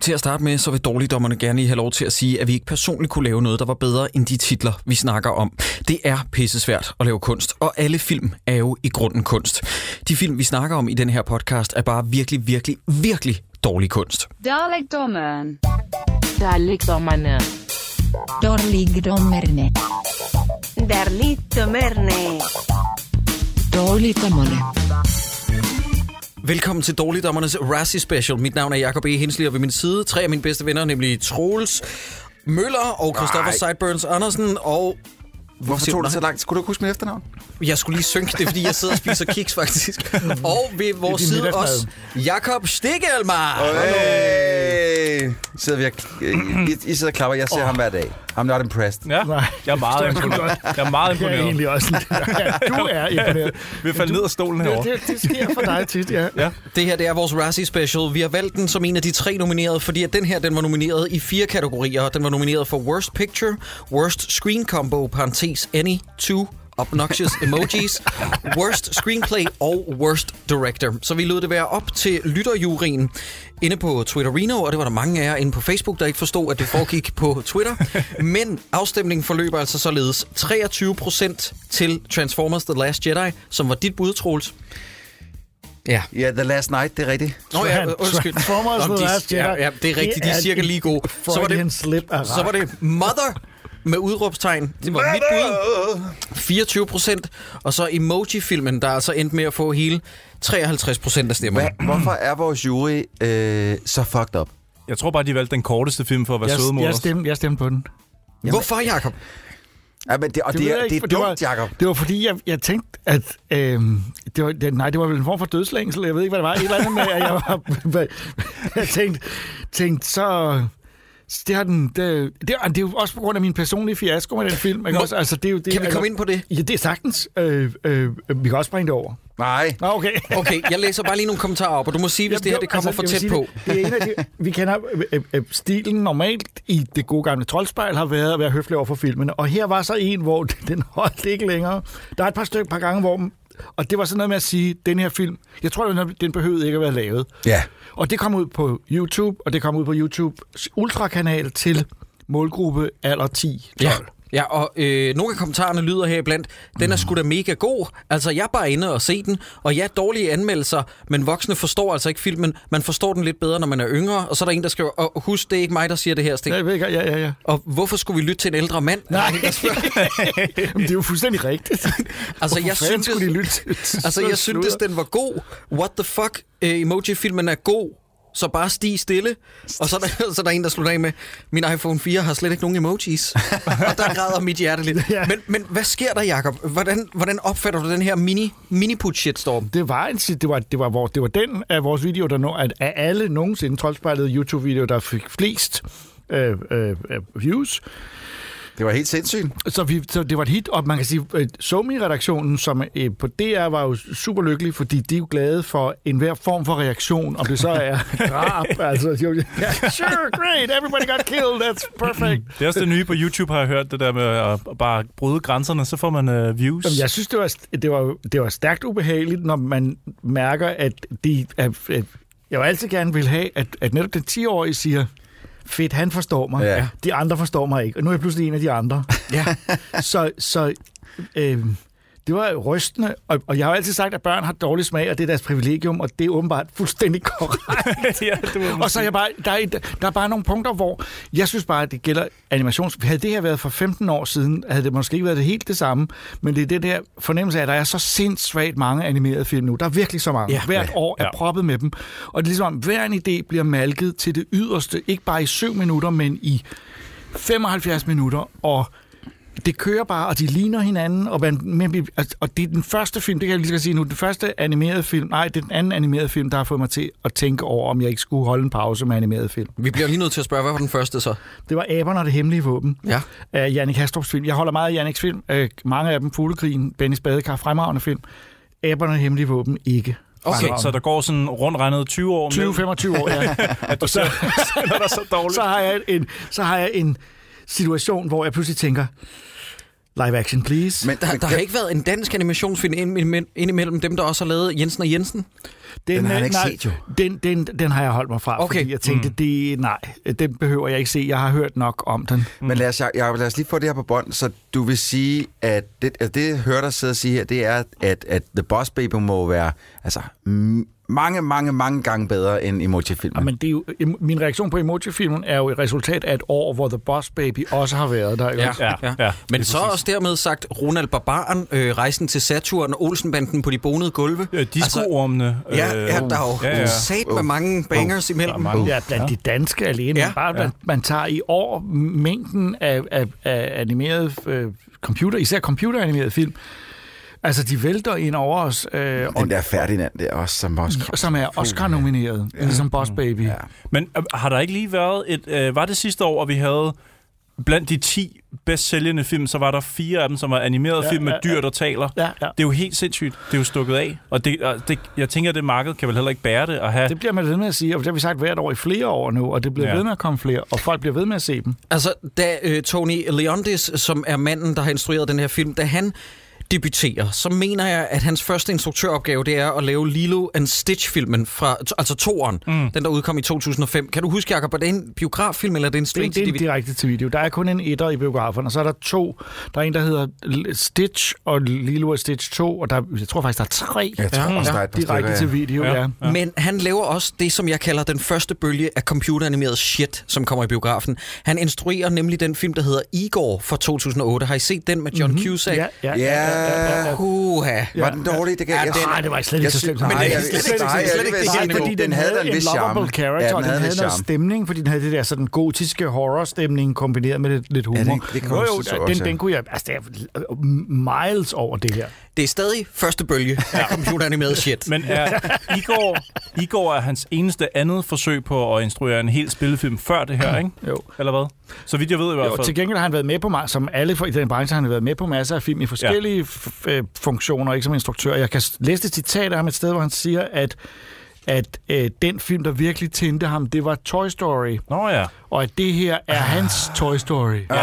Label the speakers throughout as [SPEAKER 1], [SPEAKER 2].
[SPEAKER 1] Til at starte med, så vil dårligdommerne gerne lige have lov til at sige, at vi ikke personligt kunne lave noget, der var bedre end de titler, vi snakker om. Det er pissesvært at lave kunst, og alle film er jo i grunden kunst. De film, vi snakker om i den her podcast, er bare virkelig, virkelig, virkelig dårlig kunst.
[SPEAKER 2] Dalekdommeren.
[SPEAKER 3] Dalekdommerne.
[SPEAKER 2] Dårligdommerne.
[SPEAKER 4] Darlito Merne.
[SPEAKER 3] Dårligdommerne.
[SPEAKER 1] Velkommen til Dårligdommernes Razzie Special. Mit navn er Jakob E. Hensley, og ved min side tre af mine bedste venner, nemlig Troels Møller og Christoffer Sideburns Andersen og...
[SPEAKER 5] Hvorfor
[SPEAKER 1] siger
[SPEAKER 5] tog
[SPEAKER 1] du
[SPEAKER 5] det så langt? Skulle du ikke huske mit efternavn?
[SPEAKER 1] Jeg skulle lige synke det, fordi jeg sidder og spiser kiks faktisk. Og ved vores
[SPEAKER 6] Det er din
[SPEAKER 1] side
[SPEAKER 6] middagsmad.
[SPEAKER 1] også Jakob Stikkelmar.
[SPEAKER 5] Hey! Sidder vi og, øh, I, I sidder og klapper. Jeg ser oh. ham hver dag. I'm not impressed.
[SPEAKER 7] Ja,
[SPEAKER 6] Nej,
[SPEAKER 7] jeg er meget
[SPEAKER 6] forstår jeg
[SPEAKER 7] imponeret. Jeg er meget
[SPEAKER 6] Det er jeg
[SPEAKER 7] imponeret.
[SPEAKER 6] egentlig også. Ja, du er imponeret.
[SPEAKER 7] Vi falder ned af stolen
[SPEAKER 6] Det,
[SPEAKER 7] herovre.
[SPEAKER 6] det, det sker for dig tit, ja.
[SPEAKER 7] Ja.
[SPEAKER 1] Det her det er vores Razzie Special. Vi har valgt den som en af de tre nominerede, fordi at den her den var nomineret i fire kategorier. Den var nomineret for Worst Picture, Worst Screen Combo, parentes Any, Two, Obnoxious Emojis, Worst Screenplay og Worst Director. Så vi lod det være op til lytterjuryen inde på Twitterino, og det var der mange af jer inde på Facebook, der ikke forstod, at det foregik på Twitter. Men afstemningen forløber altså således 23% til Transformers The Last Jedi, som var dit bud, Troels. Ja,
[SPEAKER 5] Ja, yeah, The Last Night, det er rigtigt.
[SPEAKER 1] Nå ja, øh,
[SPEAKER 6] Tran-
[SPEAKER 1] undskyld. Nå,
[SPEAKER 6] Transformers
[SPEAKER 1] men
[SPEAKER 6] The
[SPEAKER 1] de-
[SPEAKER 6] Last Jedi.
[SPEAKER 1] Ja, ja, det er rigtigt.
[SPEAKER 6] Det
[SPEAKER 1] De er
[SPEAKER 6] er
[SPEAKER 1] cirka
[SPEAKER 6] et
[SPEAKER 1] lige gode. Så var
[SPEAKER 6] Freudian
[SPEAKER 1] det,
[SPEAKER 6] slip af
[SPEAKER 1] så var det Mother med udråbstegn. Det var mit bud. 24 procent. Og så Emoji-filmen, der altså endte med at få hele 53 procent af stemmerne.
[SPEAKER 5] Hvad, hvorfor er vores jury øh, så fucked up?
[SPEAKER 7] Jeg tror bare, de valgte den korteste film for at være søde
[SPEAKER 6] jeg,
[SPEAKER 7] mod
[SPEAKER 6] jeg,
[SPEAKER 7] os.
[SPEAKER 6] stemte, jeg stemte på den.
[SPEAKER 1] Hvorfor, Jakob?
[SPEAKER 5] Ja, men det, og det,
[SPEAKER 6] ved
[SPEAKER 5] det,
[SPEAKER 6] jeg
[SPEAKER 5] er,
[SPEAKER 6] ikke,
[SPEAKER 5] det
[SPEAKER 6] for
[SPEAKER 5] er
[SPEAKER 6] var-
[SPEAKER 5] dumt, Jakob.
[SPEAKER 6] Det var fordi, jeg, jeg tænkte, at... Øh, det var, det, nej, det var vel en form for dødslængsel. Jeg ved ikke, hvad det var. Et eller andet med, at jeg, var, jeg tænkte, tænkte, så... Det, har den, det, det, og det er jo også på grund af min personlige fiasko med den film. Ikke?
[SPEAKER 1] Nå,
[SPEAKER 6] Også, altså, det er jo, det,
[SPEAKER 1] Kan vi
[SPEAKER 6] altså-
[SPEAKER 1] komme ind på det?
[SPEAKER 6] Ja, det er sagtens. Øh, øh, vi kan også springe det over.
[SPEAKER 5] Nej.
[SPEAKER 6] Nå, okay.
[SPEAKER 1] Okay, jeg læser bare lige nogle kommentarer op, og du må sige, hvis det her det kommer for
[SPEAKER 6] altså, jeg vil
[SPEAKER 1] tæt
[SPEAKER 6] sige,
[SPEAKER 1] på.
[SPEAKER 6] det- Det, er en af de, vi kender øh, øh, øh, stilen normalt i det gode gamle troldspejl har været at være høflig over for filmene. Og her var så en, hvor den holdt ikke længere. Der er et par stykker, par gange, hvor... Og det var sådan noget med at sige, den her film, jeg tror, den- den behøvede ikke at være lavet.
[SPEAKER 5] Ja.
[SPEAKER 6] Og det kom ud på YouTube, og det kom ud på YouTubes ultrakanal til målgruppe alder 10.
[SPEAKER 1] Ja. Ja, og øh, nogle af kommentarerne lyder her iblandt, den er sgu da mega god, altså jeg er bare inde og se den, og ja, dårlige anmeldelser, men voksne forstår altså ikke filmen, man forstår den lidt bedre, når man er yngre, og så er der en, der skriver, og husk, det er ikke mig, der siger det her, Sten.
[SPEAKER 6] Jeg ved ikke, ja, ja, ja.
[SPEAKER 1] Og hvorfor skulle vi lytte til en ældre mand?
[SPEAKER 6] Nej, Jamen, det er jo fuldstændig rigtigt.
[SPEAKER 1] Altså,
[SPEAKER 6] Hvorfor
[SPEAKER 1] jeg
[SPEAKER 6] fanden
[SPEAKER 1] syntes,
[SPEAKER 6] skulle de lytte til sådan
[SPEAKER 1] altså,
[SPEAKER 6] noget
[SPEAKER 1] jeg syntes,
[SPEAKER 6] sludder?
[SPEAKER 1] den var god. What the fuck? Øh, Emoji-filmen er god. Så bare stig stille. Og så er der, så er der en, der slutter af med, min iPhone 4 har slet ikke nogen emojis. og der græder mit hjerte lidt.
[SPEAKER 6] Ja.
[SPEAKER 1] Men, men hvad sker der, Jakob? Hvordan, hvordan opfatter du den her mini, mini shitstorm?
[SPEAKER 6] Det var, en, sit- det var, det var, vores, det var den af vores video, der nå, at af alle nogensinde troldspejlede YouTube-videoer, der fik flest øh, øh, øh, views.
[SPEAKER 5] Det var helt sindssygt.
[SPEAKER 6] Så, vi, så det var et hit, og man kan sige, at Somi-redaktionen, som øh, på DR var jo super lykkelig, fordi de er jo glade for enhver form for reaktion, om det så er drab, altså, de er jo, yeah, sure, great, everybody got killed, that's perfect.
[SPEAKER 7] Det er også det nye på YouTube, har jeg hørt, det der med at bare bryde grænserne, så får man øh, views.
[SPEAKER 6] Jamen, jeg synes, det var, det, var, det var stærkt ubehageligt, når man mærker, at de... At, at jeg jo altid gerne vil have, at, at netop den 10-årige siger, fedt, han forstår mig.
[SPEAKER 5] Ja.
[SPEAKER 6] De andre forstår mig ikke. Og nu er jeg pludselig en af de andre.
[SPEAKER 1] Ja.
[SPEAKER 6] så så øh, det var rystende. Og, og jeg har jo altid sagt, at børn har dårlig smag, og det er deres privilegium, og det er åbenbart fuldstændig korrekt.
[SPEAKER 7] ja, det var
[SPEAKER 6] Og så er jeg bare, der, er et, der er bare nogle punkter, hvor jeg synes bare, at det gælder animations... Havde det her været for 15 år siden, havde det måske ikke været det helt det samme, men det er det der fornemmelse af, at der er så sindssvagt mange animerede film nu. Der er virkelig så mange.
[SPEAKER 1] Ja.
[SPEAKER 6] Ja, Hvert år er
[SPEAKER 7] Ja.
[SPEAKER 6] proppet med dem. Og det er ligesom, om, hver en idé bliver malket til det yderste. Ikke bare i 7 minutter, men i 75 minutter, og det kører bare, og de ligner hinanden, og, man, men vi- altså, og det er den første film, det kan jeg lige skal sige nu, den første animerede film, nej, det er den anden animerede film, der har fået mig til at tænke over, om jeg ikke skulle holde en pause med animerede film.
[SPEAKER 1] Vi bliver lige nødt til at spørge, hvad var den første så?
[SPEAKER 6] Det var Aberne og det hemmelige våben
[SPEAKER 1] Ja.
[SPEAKER 6] af Jannik Hastrup's film. Jeg holder meget af Janniks film. Øh, mange af dem, Fuglekrigen, Benny Spadekar, fremragende film. Aberne og det hemmelige våben, ikke.
[SPEAKER 1] Okay,
[SPEAKER 7] Så der går sådan rundt regnet 20 år
[SPEAKER 6] 20-25 år, ja.
[SPEAKER 7] at du så, sender dig så dårligt.
[SPEAKER 6] så har jeg en, så har jeg en situation, hvor jeg pludselig tænker, Live action, please. Men,
[SPEAKER 5] Men,
[SPEAKER 1] Der, der har ikke været en dansk animationsfilm ind, ind, ind imellem dem, der også har lavet Jensen og Jensen.
[SPEAKER 6] den,
[SPEAKER 5] har
[SPEAKER 6] øh,
[SPEAKER 5] han ikke
[SPEAKER 6] nej,
[SPEAKER 5] set jo.
[SPEAKER 6] Den, den, den har jeg holdt mig fra,
[SPEAKER 1] Okay.
[SPEAKER 6] okay. fordi jeg tænkte, mm. det, nej, den behøver jeg ikke se. Jeg har hørt nok om den.
[SPEAKER 5] Men lad os, Jacob, Jacob, lad os lige få det her på bånd, så du vil sige, at det, altså det jeg hører dig sidde og sige her, det er, at, at The Boss Baby må være altså, m- mange, mange, mange gange bedre end
[SPEAKER 6] Ja.
[SPEAKER 5] emoji-filmen.
[SPEAKER 6] Men det er jo, em- min reaktion på Emoji-filmen er jo et resultat af et år, hvor The Boss Baby også har været der. Ja.
[SPEAKER 7] Ja, ja,
[SPEAKER 1] Men
[SPEAKER 7] lige
[SPEAKER 1] så
[SPEAKER 7] præcis.
[SPEAKER 1] også dermed sagt Ronald Barbaren, øh, Rejsen til Saturn og Olsenbanden på de bonede gulve. Altså,
[SPEAKER 7] Øh,
[SPEAKER 6] Altså,
[SPEAKER 7] Disco-ormene. Øh,
[SPEAKER 1] Ja, ja, der er jo
[SPEAKER 7] ja, ja.
[SPEAKER 1] sat med mange bangers imellem.
[SPEAKER 7] Der er mange.
[SPEAKER 6] Ja, blandt ja. de danske alene.
[SPEAKER 1] Ja.
[SPEAKER 6] Ja. Bare, man, man tager i år mængden af, af, af animerede øh, computer, især computeranimerede film. Altså, de vælter ind over os, øh, og,
[SPEAKER 5] Den der Ferdinand der også, som også kom.
[SPEAKER 6] som er Oscar-nomineret, ja. ligesom Boss Baby. Ja.
[SPEAKER 7] Men øh, har der ikke lige været et... Øh, var det sidste år, at vi havde blandt de 10 bedst sælgende film, så var der fire af dem, som var animeret ja, film med
[SPEAKER 6] ja,
[SPEAKER 7] dyr, der taler.
[SPEAKER 6] Ja, ja.
[SPEAKER 7] Det er jo helt sindssygt. Det er jo stukket af. Og, det, og det, jeg tænker, at det marked kan vel heller ikke bære det at have...
[SPEAKER 6] Det bliver man ved med at sige, og det har vi sagt hvert år i flere år nu, og det bliver
[SPEAKER 7] Ja.
[SPEAKER 6] ja. ved med at komme flere, og folk bliver ved med at se dem.
[SPEAKER 1] Altså, da øh, Tony Leontis, som er manden, der har instrueret den her film, da han debuterer, så mener jeg, at hans første instruktøropgave, det er at lave Lilo and Stitch-filmen, fra, t- altså toeren, mm. den der udkom i 2005. Kan du huske, Jacob, er det en biograffilm, eller er det en
[SPEAKER 6] Det,
[SPEAKER 1] straight
[SPEAKER 6] det er en
[SPEAKER 1] DVD?
[SPEAKER 6] direkte til video. Der er kun en etter i biograferne, og så er der to. Der er en, der hedder L- Stitch og Lilo og Stitch 2, og der, jeg tror faktisk, der er tre
[SPEAKER 5] Jeg tror også, der er et par
[SPEAKER 6] direkte
[SPEAKER 5] stykker,
[SPEAKER 6] til
[SPEAKER 5] ja.
[SPEAKER 6] video. Ja.
[SPEAKER 7] Ja.
[SPEAKER 6] ja.
[SPEAKER 1] Ja. Men han laver også det, som jeg kalder den første bølge af computeranimeret shit, som kommer i biografen. Han instruerer nemlig den film, der hedder Igor fra 2008. Har I set den med John mm-hmm. Cusack?
[SPEAKER 6] ja, ja,
[SPEAKER 5] Ja,
[SPEAKER 1] Huha.
[SPEAKER 5] var den dårlig? Det kan
[SPEAKER 1] Ja,
[SPEAKER 5] jeg
[SPEAKER 1] den-
[SPEAKER 6] Nej, det var slet ikke
[SPEAKER 5] jeg
[SPEAKER 6] så
[SPEAKER 5] synes-
[SPEAKER 6] slemt.
[SPEAKER 5] nej,
[SPEAKER 6] Men det er
[SPEAKER 5] jeg-
[SPEAKER 6] slet
[SPEAKER 5] nej,
[SPEAKER 6] ikke så
[SPEAKER 5] jeg-
[SPEAKER 6] slemt.
[SPEAKER 5] jeg-
[SPEAKER 1] jeg-
[SPEAKER 6] Nej,
[SPEAKER 1] jeg-
[SPEAKER 6] fordi
[SPEAKER 5] den havde da en
[SPEAKER 6] en
[SPEAKER 5] vis charme.
[SPEAKER 6] lovable character,
[SPEAKER 5] Ja, den
[SPEAKER 6] og den
[SPEAKER 5] havde en
[SPEAKER 6] havde
[SPEAKER 5] vis
[SPEAKER 6] noget
[SPEAKER 5] charme.
[SPEAKER 6] stemning, fordi den havde det der sådan gotiske horror-stemning kombineret med lidt, lidt humor.
[SPEAKER 5] det- det kan
[SPEAKER 6] jo,
[SPEAKER 5] jeg
[SPEAKER 6] jo,
[SPEAKER 5] også- så
[SPEAKER 6] den,
[SPEAKER 5] også, ja.
[SPEAKER 6] den kunne jeg... Altså, det er miles over det her.
[SPEAKER 1] Det er stadig første bølge af computeranimeret shit.
[SPEAKER 7] Men er, Igor, Igor er hans eneste andet forsøg på at instruere en hel spillefilm før det her, ikke?
[SPEAKER 6] Jo.
[SPEAKER 7] Eller hvad? Så vidt jeg ved i hvert
[SPEAKER 6] Jo,
[SPEAKER 7] fald.
[SPEAKER 6] til gengæld har han været med på, ma- som alle for- i den branche, har han været med på masser af film i forskellige f- øh, funktioner, ikke som instruktør. Jeg kan s- læse et citat af ham et sted, hvor han siger, at, at øh, den film, der virkelig tændte ham, det var Toy Story,
[SPEAKER 7] Nå ja.
[SPEAKER 6] og at det her
[SPEAKER 7] Ah.
[SPEAKER 6] er hans Toy Story. Ja.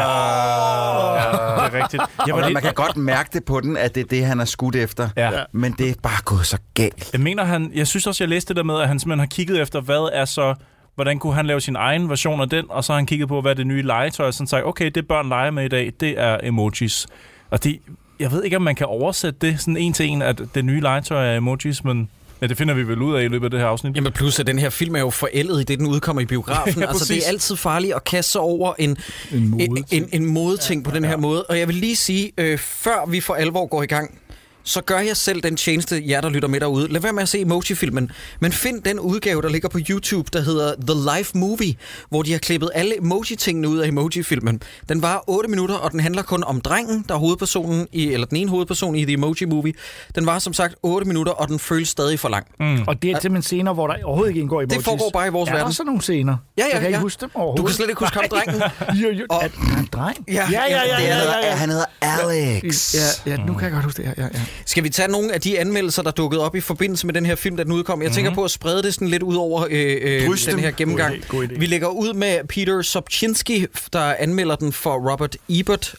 [SPEAKER 7] Ja, det er rigtigt. Jeg, var
[SPEAKER 5] Og man
[SPEAKER 7] lidt,
[SPEAKER 5] kan godt mærke det på den, at det er det, han er skudt efter.
[SPEAKER 7] Ja.
[SPEAKER 5] Men det er bare gået så galt.
[SPEAKER 7] jeg mener, han, jeg synes også, jeg læste det der med, at han simpelthen har kigget efter, hvad er så hvordan kunne han lave sin egen version af den, og så har han kigget på, hvad er det nye legetøj, og sådan sagt, okay, det børn leger med i dag, det er emojis. Og det, jeg ved ikke, om man kan oversætte det sådan en til en, at det nye legetøj er emojis, men ja, det finder vi vel ud af i løbet af det her afsnit.
[SPEAKER 1] Jamen plus, at den her film er jo forældet i det, den udkommer i biografen. ja,
[SPEAKER 7] Ja,
[SPEAKER 1] altså, det
[SPEAKER 7] præcis.
[SPEAKER 1] er altid farligt at kaste sig over en,
[SPEAKER 6] En
[SPEAKER 1] en, en, en modeting ja, på den her måde. Og jeg vil lige sige, øh, før vi for alvor går i gang, så gør jeg selv den tjeneste, jer der lytter med derude. Lad være med at se Emoji-filmen, men find den udgave, der ligger på YouTube, der hedder The Life Movie, hvor de har klippet alle emoji-tingene ud af Emoji-filmen. Den var 8 minutter, og den handler kun om drengen, der er hovedpersonen i, eller den ene hovedperson i The Emoji Movie. Den var som sagt 8 minutter, og den føles stadig for lang.
[SPEAKER 7] Mm.
[SPEAKER 6] Og det er simpelthen scener, hvor der overhovedet ikke indgår i
[SPEAKER 1] Det foregår bare i vores
[SPEAKER 6] er Er der
[SPEAKER 1] verden.
[SPEAKER 6] sådan nogle scener?
[SPEAKER 1] Ja,
[SPEAKER 6] jeg
[SPEAKER 1] ja,
[SPEAKER 6] kan ikke
[SPEAKER 1] ja.
[SPEAKER 6] huske dem
[SPEAKER 1] Du
[SPEAKER 6] overhovedet.
[SPEAKER 1] kan slet ikke huske ham, drengen.
[SPEAKER 6] Jo, jo,
[SPEAKER 1] Og-
[SPEAKER 6] er, er han dreng?
[SPEAKER 1] Ja,
[SPEAKER 6] ja, ja, ja,
[SPEAKER 1] det
[SPEAKER 5] Han
[SPEAKER 6] ja, ja,
[SPEAKER 5] hedder,
[SPEAKER 6] ja.
[SPEAKER 5] han hedder Alex.
[SPEAKER 6] Ja, ja, nu kan jeg godt huske det. Ja, ja, ja.
[SPEAKER 1] Skal vi tage nogle af de anmeldelser, der dukkede op i forbindelse med den her film, da den udkom? Jeg tænker på at sprede det sådan lidt ud over øh, øh,
[SPEAKER 5] Drys
[SPEAKER 1] den
[SPEAKER 5] dem.
[SPEAKER 1] her gennemgang.
[SPEAKER 6] Mhm. God idé, god idé.
[SPEAKER 1] Vi lægger ud med Peter Sobchinski, der anmelder den for Robert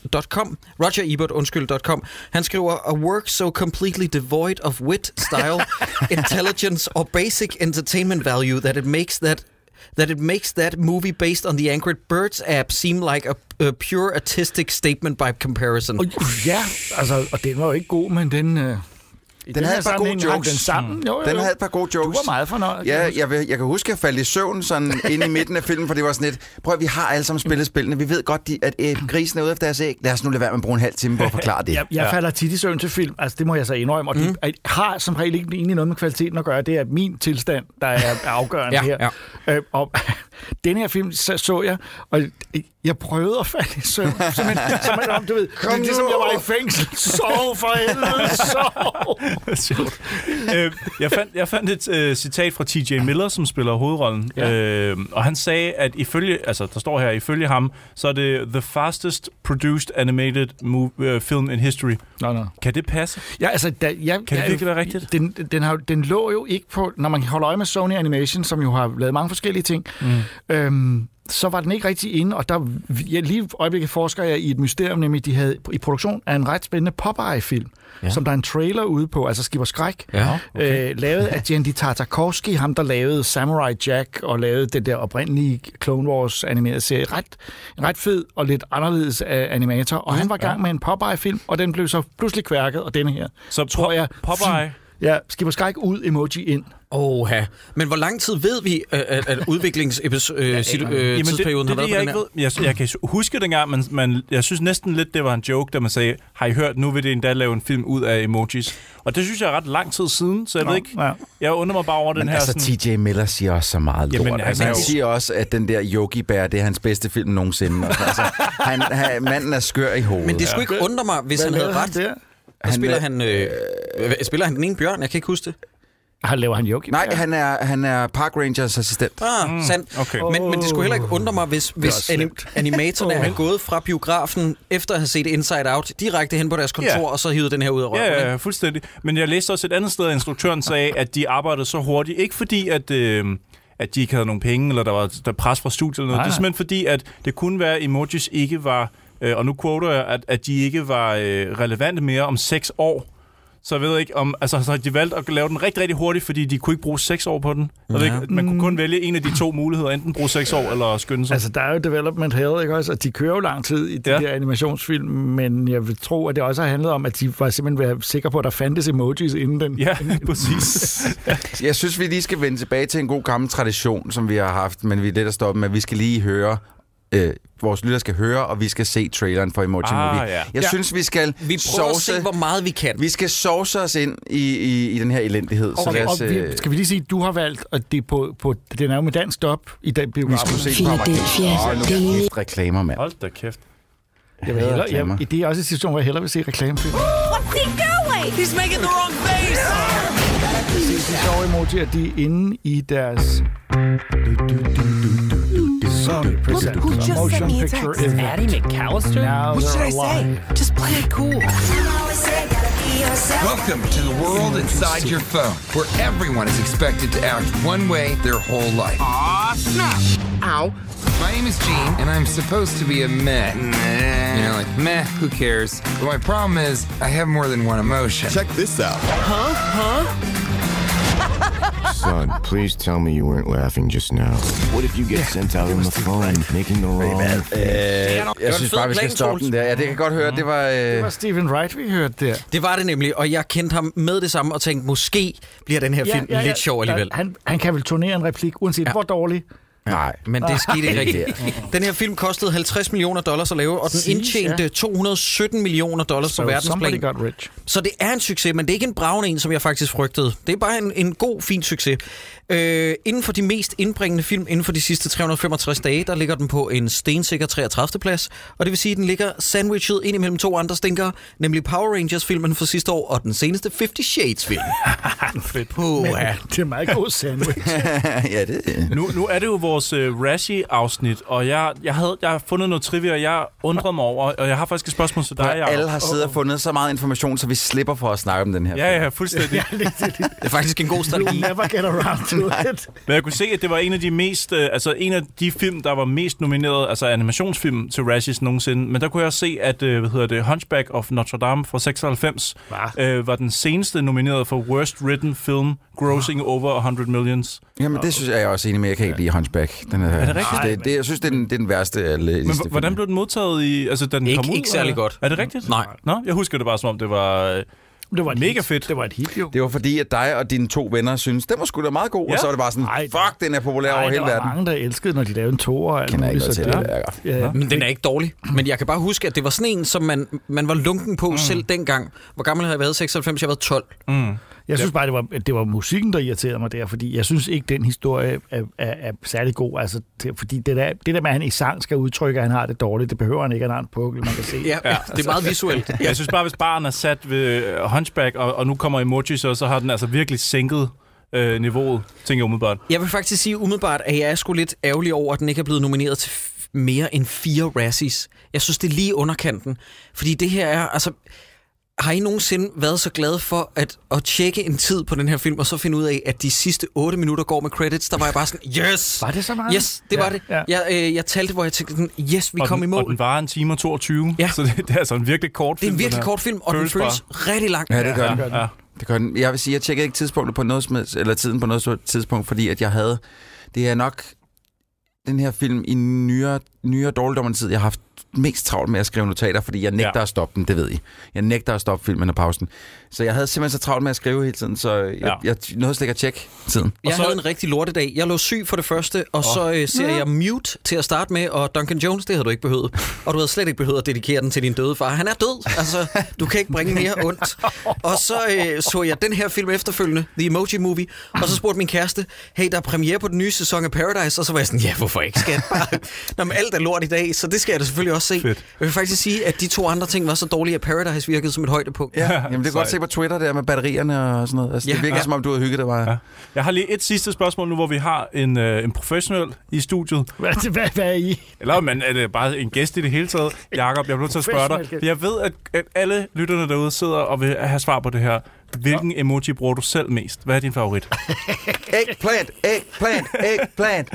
[SPEAKER 1] Ebert.com. Roger Ebert, undskyld, .com. Han skriver, A work so completely devoid of wit, style, intelligence or basic entertainment value that it makes that that it makes that movie based on the Angry Birds app seem like a, a pure artistic statement by comparison.
[SPEAKER 6] Og, ja, altså, og den var jo ikke god, men den... Øh, den,
[SPEAKER 5] havde et par gode jokes.
[SPEAKER 6] Den sammen. Jo, jo,
[SPEAKER 5] Den
[SPEAKER 6] jo.
[SPEAKER 5] havde et par gode jokes.
[SPEAKER 6] Du var meget fornøjet.
[SPEAKER 5] Ja, jeg, vil, jeg kan huske, at jeg faldt i søvn sådan inde i midten af filmen, for det var sådan lidt, prøv at vi har alle sammen spillet spillene, vi ved godt, de, at øh, grisen er ude efter deres æg, lad os nu lade være med at bruge en halv time på at forklare det.
[SPEAKER 6] Jeg, jeg falder tit i søvn til film, altså det må jeg så indrømme, og det mm. har som regel ikke egentlig noget med kvaliteten at gøre, det er min tilstand, der er er afgørende
[SPEAKER 1] Ja,
[SPEAKER 6] her. Ja. Øh, og den her film så, så jeg, og jeg prøvede at falde i søvn, som en, som en om, du ved, det er ligesom
[SPEAKER 5] nu.
[SPEAKER 6] jeg var i fængsel, sov for helvede, sov!
[SPEAKER 7] Sjovt. øh, jeg, fandt, jeg fandt et øh, citat fra T.J. Miller, som spiller hovedrollen, ja. øh, og han sagde, at ifølge, altså der står her, ifølge ham, så er det the fastest produced animated movie, uh, film in history.
[SPEAKER 6] Nå, nå.
[SPEAKER 7] Kan det passe?
[SPEAKER 6] Ja, altså, da, ja,
[SPEAKER 7] Kan det
[SPEAKER 6] ja,
[SPEAKER 7] virkelig være rigtigt?
[SPEAKER 6] Den, den, har, jo- den lå jo ikke på... Når man holder øje med Sony Animation, som jo har lavet mange forskellige ting, mm. øhm, så var den ikke rigtig inde, og der, ja, lige i øjeblikket forsker jeg i et mysterium, nemlig de havde i produktion af en ret spændende Popeye-film, ja. som der er en trailer ude på, altså Skipper Skræk,
[SPEAKER 1] Ja,
[SPEAKER 6] okay. øh, lavet af Jendy Tartakovsky, ham der lavede Samurai Jack og lavede den der oprindelige Clone Wars animerede serie. Ret, en ret fed og lidt anderledes af animator, og han var i gang med en Popeye-film, og den blev så pludselig kværket, og denne her.
[SPEAKER 7] Så
[SPEAKER 6] Tror
[SPEAKER 7] Pop-
[SPEAKER 6] jeg-
[SPEAKER 7] Popeye,
[SPEAKER 6] Ja, Skipper Skræk ud, emoji ind.
[SPEAKER 1] Oha. Men hvor lang tid ved vi, øh, at, øh, at
[SPEAKER 7] Jamen, det, det,
[SPEAKER 1] udviklingstidsperioden har været på
[SPEAKER 7] det, det, jeg
[SPEAKER 1] den
[SPEAKER 7] ikke
[SPEAKER 1] her?
[SPEAKER 7] ved. Jeg, jeg kan huske dengang, men man, jeg synes næsten lidt, det var en joke, da man sagde, har I hørt, nu vil det endda lave en film ud af emojis. Og det synes jeg er ret lang tid siden, så jeg Nå, ved ikke,
[SPEAKER 6] ja.
[SPEAKER 7] jeg undrer mig bare over den
[SPEAKER 5] Men
[SPEAKER 7] her...
[SPEAKER 5] altså,
[SPEAKER 7] sådan,
[SPEAKER 5] TJ Miller siger også så meget lort.
[SPEAKER 7] Jamen,
[SPEAKER 5] Jamen,
[SPEAKER 7] han
[SPEAKER 5] altså,
[SPEAKER 7] er
[SPEAKER 5] han
[SPEAKER 7] jo-
[SPEAKER 5] siger også, at den der Yogi Bear, det er hans bedste film nogensinde. altså, han, han, manden er skør i hovedet.
[SPEAKER 1] Men det skulle ikke undre mig, hvis han havde ret.
[SPEAKER 6] Der?
[SPEAKER 1] Han
[SPEAKER 5] Han
[SPEAKER 1] spiller,
[SPEAKER 5] er-
[SPEAKER 1] han, øh, øh, spiller han den ene bjørn? Jeg kan ikke huske det.
[SPEAKER 6] Han laver han yogi.
[SPEAKER 5] Nej, han er, han er Park Rangers assistent.
[SPEAKER 1] Ah, mm, sandt.
[SPEAKER 7] okay.
[SPEAKER 1] Men, men det skulle heller ikke undre mig, hvis, hvis anim, animatorerne er gået fra biografen, efter at have set Inside Out, direkte hen på deres kontor,
[SPEAKER 7] Ja.
[SPEAKER 1] og så hivet den her ud af røven.
[SPEAKER 7] Ja,
[SPEAKER 1] ikke?
[SPEAKER 7] ja, ja, fuldstændig. Men jeg læste også et andet sted, at instruktøren sagde, at de arbejdede så hurtigt. Ikke fordi, at, øh, at de ikke havde nogen penge, eller der var der pres fra studiet eller
[SPEAKER 6] Nej,
[SPEAKER 7] noget. Nej. Det er
[SPEAKER 6] nej.
[SPEAKER 7] simpelthen fordi, at det kunne være, at emojis ikke var, øh, og nu quoter jeg, at, at de ikke var øh, relevante mere om seks år. Så jeg ved ikke om... Altså, så de valgte at lave den rigtig, rigtig hurtigt, fordi de kunne ikke bruge seks år på den. Jeg ved
[SPEAKER 1] Ja.
[SPEAKER 7] ikke, man kunne kun vælge en af de to muligheder. Enten bruge seks år, eller skynde sig.
[SPEAKER 6] Altså, der er jo development hell, ikke også? Og de kører jo lang tid i de
[SPEAKER 7] Ja.
[SPEAKER 6] ja. der animationsfilm, men jeg vil tro, at det også har handlet om, at de var simpelthen være sikre på, at der fandtes emojis inden den.
[SPEAKER 7] Ja, præcis.
[SPEAKER 5] Jeg synes, vi lige skal vende tilbage til en god gammel tradition, som vi har haft, men vi er lidt at stoppe med. Vi skal lige høre, øh, vores lytter skal høre, og vi skal se traileren for Emoji
[SPEAKER 7] Ah,
[SPEAKER 5] Movie.
[SPEAKER 7] ja.
[SPEAKER 5] Jeg synes, vi skal
[SPEAKER 1] Vi prøver
[SPEAKER 5] sovse,
[SPEAKER 1] at se, hvor meget vi kan.
[SPEAKER 5] vi skal sovse os ind i, i, i den her elendighed.
[SPEAKER 6] Og, og vi,
[SPEAKER 5] øh,
[SPEAKER 6] skal vi lige sige, at du har valgt, at det er på, på, den er jo med dansk op i den
[SPEAKER 5] vi
[SPEAKER 6] biograf.
[SPEAKER 5] skulle se på amerikansk. Åh, nu kæft reklamer, mand.
[SPEAKER 7] Hold da kæft.
[SPEAKER 6] jeg vil hellere,
[SPEAKER 5] reklamer.
[SPEAKER 6] jeg, i det er også en situation, hvor jeg hellere vil se reklamefilm.
[SPEAKER 2] What's he doing? He's making the wrong face.
[SPEAKER 6] Det sjove emoji er, at de er inde i deres... Som present
[SPEAKER 2] who just sent
[SPEAKER 6] motion
[SPEAKER 2] me a
[SPEAKER 6] picture
[SPEAKER 2] text.
[SPEAKER 6] in
[SPEAKER 8] Addie McAllister?
[SPEAKER 6] now
[SPEAKER 2] What should I
[SPEAKER 6] they're alive.
[SPEAKER 2] say? Just play it cool.
[SPEAKER 9] Welcome to the world inside your phone, where everyone is expected to act one way their whole life. Aw, snap! Ow. My name is Gene, and I'm supposed to be a meh. You know, like, meh, who cares? But my problem is, I have more than one emotion.
[SPEAKER 10] Check this out. Huh? Huh? Son, please tell me you weren't laughing just now. What if you get sent out on the phone, making the wrong
[SPEAKER 5] Jeg synes bare, vi skal stoppe den der. Ja, det kan jeg godt høre. Det var...
[SPEAKER 6] Det
[SPEAKER 5] Øh,
[SPEAKER 6] var Stephen Wright, vi hørte der.
[SPEAKER 1] Det var det nemlig, og jeg kendte ham med det samme og tænkte, måske bliver den her film lidt sjov alligevel.
[SPEAKER 6] Ja, Han, han kan vel turnere en replik, uanset ja. hvor dårlig.
[SPEAKER 5] nej.
[SPEAKER 1] Men det skete ikke rigtigt. Den her film kostede 50 millioner dollars at lave, og den
[SPEAKER 6] Siges,
[SPEAKER 1] indtjente 217 millioner dollars på
[SPEAKER 6] somebody
[SPEAKER 1] verdensplan.
[SPEAKER 6] got rich.
[SPEAKER 1] Så det er en succes, men det er ikke en bravende en, som jeg faktisk frygtede. Det er bare en, en god, fin succes. Øh, inden for de mest indbringende film inden for de sidste 365 dage, der ligger den på en stensikker 33. plads. Og det vil sige, at den ligger sandwichet ind imellem to andre stinker, nemlig Power Rangers-filmen fra sidste år og den seneste 50 Shades-film. Puh, ja.
[SPEAKER 6] Det er en meget god sandwich.
[SPEAKER 5] ja, det...
[SPEAKER 7] Nu, nu er det jo vores øh, Rashi-afsnit, og jeg, jeg, havde, jeg har fundet noget trivia, og jeg undrede mig over, og jeg har faktisk et spørgsmål til dig, Jacob.
[SPEAKER 5] Alle har siddet og fundet så meget information, så vi slipper for at snakke om den her.
[SPEAKER 7] Ja, ja, fuldstændig.
[SPEAKER 1] Det er faktisk en god
[SPEAKER 6] You
[SPEAKER 1] strategi.
[SPEAKER 6] never get around to it.
[SPEAKER 7] Men jeg kunne se, at det var en af de mest, øh, altså en af de film, der var mest nomineret, altså animationsfilm til Razzies nogensinde. Men der kunne jeg også se, at øh, hvad hedder det, Hunchback of Notre Dame fra 96
[SPEAKER 5] Ah.
[SPEAKER 7] øh, var den seneste nomineret for Worst Written Film Grossing Over 100 Millions.
[SPEAKER 5] Jamen, Ah. det synes jeg, jeg er også enig med. Jeg kan ikke lide Hunchback. Den er, er
[SPEAKER 7] det rigtigt?
[SPEAKER 5] Det, det, jeg synes, det er den, det er den værste øh, af alle
[SPEAKER 7] Men h- hvordan blev den modtaget i, altså da den
[SPEAKER 1] Ikke-
[SPEAKER 7] kom ud?
[SPEAKER 1] ikke særlig
[SPEAKER 7] eller?
[SPEAKER 1] godt.
[SPEAKER 7] Er det rigtigt?
[SPEAKER 1] Nej.
[SPEAKER 7] Nå, jeg husker det bare som om, det var... Øh,
[SPEAKER 6] Det var et
[SPEAKER 7] Mega
[SPEAKER 6] hit.
[SPEAKER 7] fedt.
[SPEAKER 6] Det var et hit, jo.
[SPEAKER 5] Det var fordi, at dig og dine to venner synes, den var sgu da meget god, ja.
[SPEAKER 7] Ja.
[SPEAKER 5] og så var det bare sådan,
[SPEAKER 6] Ej,
[SPEAKER 5] fuck, den er populær
[SPEAKER 6] Ej,
[SPEAKER 5] over
[SPEAKER 6] der
[SPEAKER 5] hele
[SPEAKER 6] var
[SPEAKER 5] verden.
[SPEAKER 6] mange, der elskede, når de lavede en toer. Jeg
[SPEAKER 5] Kender ikke noget til det,
[SPEAKER 6] Ja.
[SPEAKER 5] der.
[SPEAKER 6] Ja.
[SPEAKER 1] Men den er ikke dårlig. Men jeg kan bare huske, at det var sådan en, som man, man var lunken på mm. selv dengang. Hvor gammel havde jeg været? 96? Jeg var 12.
[SPEAKER 6] Jeg synes bare, det var, det var musikken, der irriterede mig der, fordi jeg synes ikke, den historie er, er, er særlig god. Altså, det, fordi det der, det der med, at han i sang skal udtrykke, at han har det dårligt, det behøver han ikke, at han har en pukkel, man kan se.
[SPEAKER 1] Ja, ja. det er meget visuelt.
[SPEAKER 7] Ja. Jeg synes bare, hvis baren er sat ved øh, Hunchback, og, og nu kommer emojis, og så har den altså virkelig sænket øh, niveauet, tænker jeg umiddelbart.
[SPEAKER 1] Jeg vil faktisk sige umiddelbart, at jeg er sgu lidt ærgerlig over, at den ikke er blevet nomineret til f- mere end fire Razzies. Jeg synes, det er lige underkanten. Fordi det her er, altså... har I nogensinde været så glade for at, at tjekke en tid på den her film, og så finde ud af, at de sidste 8 minutter går med credits? Der var jeg bare sådan, yes!
[SPEAKER 6] Var det så meget?
[SPEAKER 1] Yes, det
[SPEAKER 6] Ja,
[SPEAKER 1] var det.
[SPEAKER 6] ja.
[SPEAKER 1] Jeg, øh, jeg talte, hvor jeg tænkte, sådan, yes, vi
[SPEAKER 7] og
[SPEAKER 1] kom i
[SPEAKER 7] den, Og
[SPEAKER 1] mål.
[SPEAKER 7] den varer en time og 22,
[SPEAKER 1] Ja.
[SPEAKER 7] så det, det er altså en virkelig kort
[SPEAKER 1] Det er
[SPEAKER 7] film.
[SPEAKER 1] en
[SPEAKER 7] den
[SPEAKER 1] virkelig
[SPEAKER 7] her.
[SPEAKER 1] kort film, og den
[SPEAKER 7] Føles bare.
[SPEAKER 1] føles rigtig lang.
[SPEAKER 5] Ja, det gør den.
[SPEAKER 7] Ja, ja.
[SPEAKER 5] Det gør den. Jeg vil sige, jeg tjekkede ikke tidspunktet på noget, som helst- eller tiden på noget som helst tidspunkt, fordi at jeg havde... Det er nok den her film i nyere, nyere dårligdommertid, jeg har haft mest travlt med at skrive notater, fordi jeg nægter
[SPEAKER 7] Ja.
[SPEAKER 5] ja. at stoppe den, det ved I. Jeg nægter at stoppe filmen og pausen. Så jeg havde simpelthen så travlt med at skrive hele tiden, så jeg,
[SPEAKER 7] Ja.
[SPEAKER 5] ja. jeg nåede slet ikke at tjekke tiden.
[SPEAKER 1] Jeg
[SPEAKER 7] Og så-
[SPEAKER 1] havde en rigtig lortedag. Jeg lå syg for det første, og oh. så øh, ser jeg Mute til at starte med, og Duncan Jones, det havde du ikke behøvet. Og du havde slet ikke behøvet at dedikere den til din døde far. Han er død, altså du kan ikke bringe mere ondt. Og så øh, så jeg den her film efterfølgende, The Emoji Movie, og så spurgte min kæreste, hey, der er premiere på den nye sæson af Paradise, og så var jeg sådan, ja, hvorfor ikke, skat? Bare- Nå, men alt er lort i dag, så det skal jeg da selvfølgelig også se.
[SPEAKER 7] Fedt.
[SPEAKER 1] Jeg vil faktisk sige, at de to andre ting var så dårlige, at Paradise virkede som et højdepunkt.
[SPEAKER 5] Ja, Jamen, det kan godt
[SPEAKER 7] Sejt.
[SPEAKER 5] se på Twitter der med batterierne og sådan noget. Altså, ja.
[SPEAKER 1] Ja.
[SPEAKER 5] Det virker
[SPEAKER 1] Ja.
[SPEAKER 5] som om, du har hygget dig meget. Ja.
[SPEAKER 7] Jeg har lige et sidste spørgsmål nu, hvor vi har en, øh, en professionel i studiet.
[SPEAKER 6] Hvad, hvad, hvad er I?
[SPEAKER 7] Eller men er det bare en gæst i det hele taget? Jakob, jeg bliver nødt til at spørge dig.
[SPEAKER 6] Professionel
[SPEAKER 7] Jeg ved, at, at alle lytterne derude sidder og vil have svar på det her. Hvilken emoji bruger du selv mest? Hvad er din favorit?
[SPEAKER 5] Eggplant, eggplant, eggplant.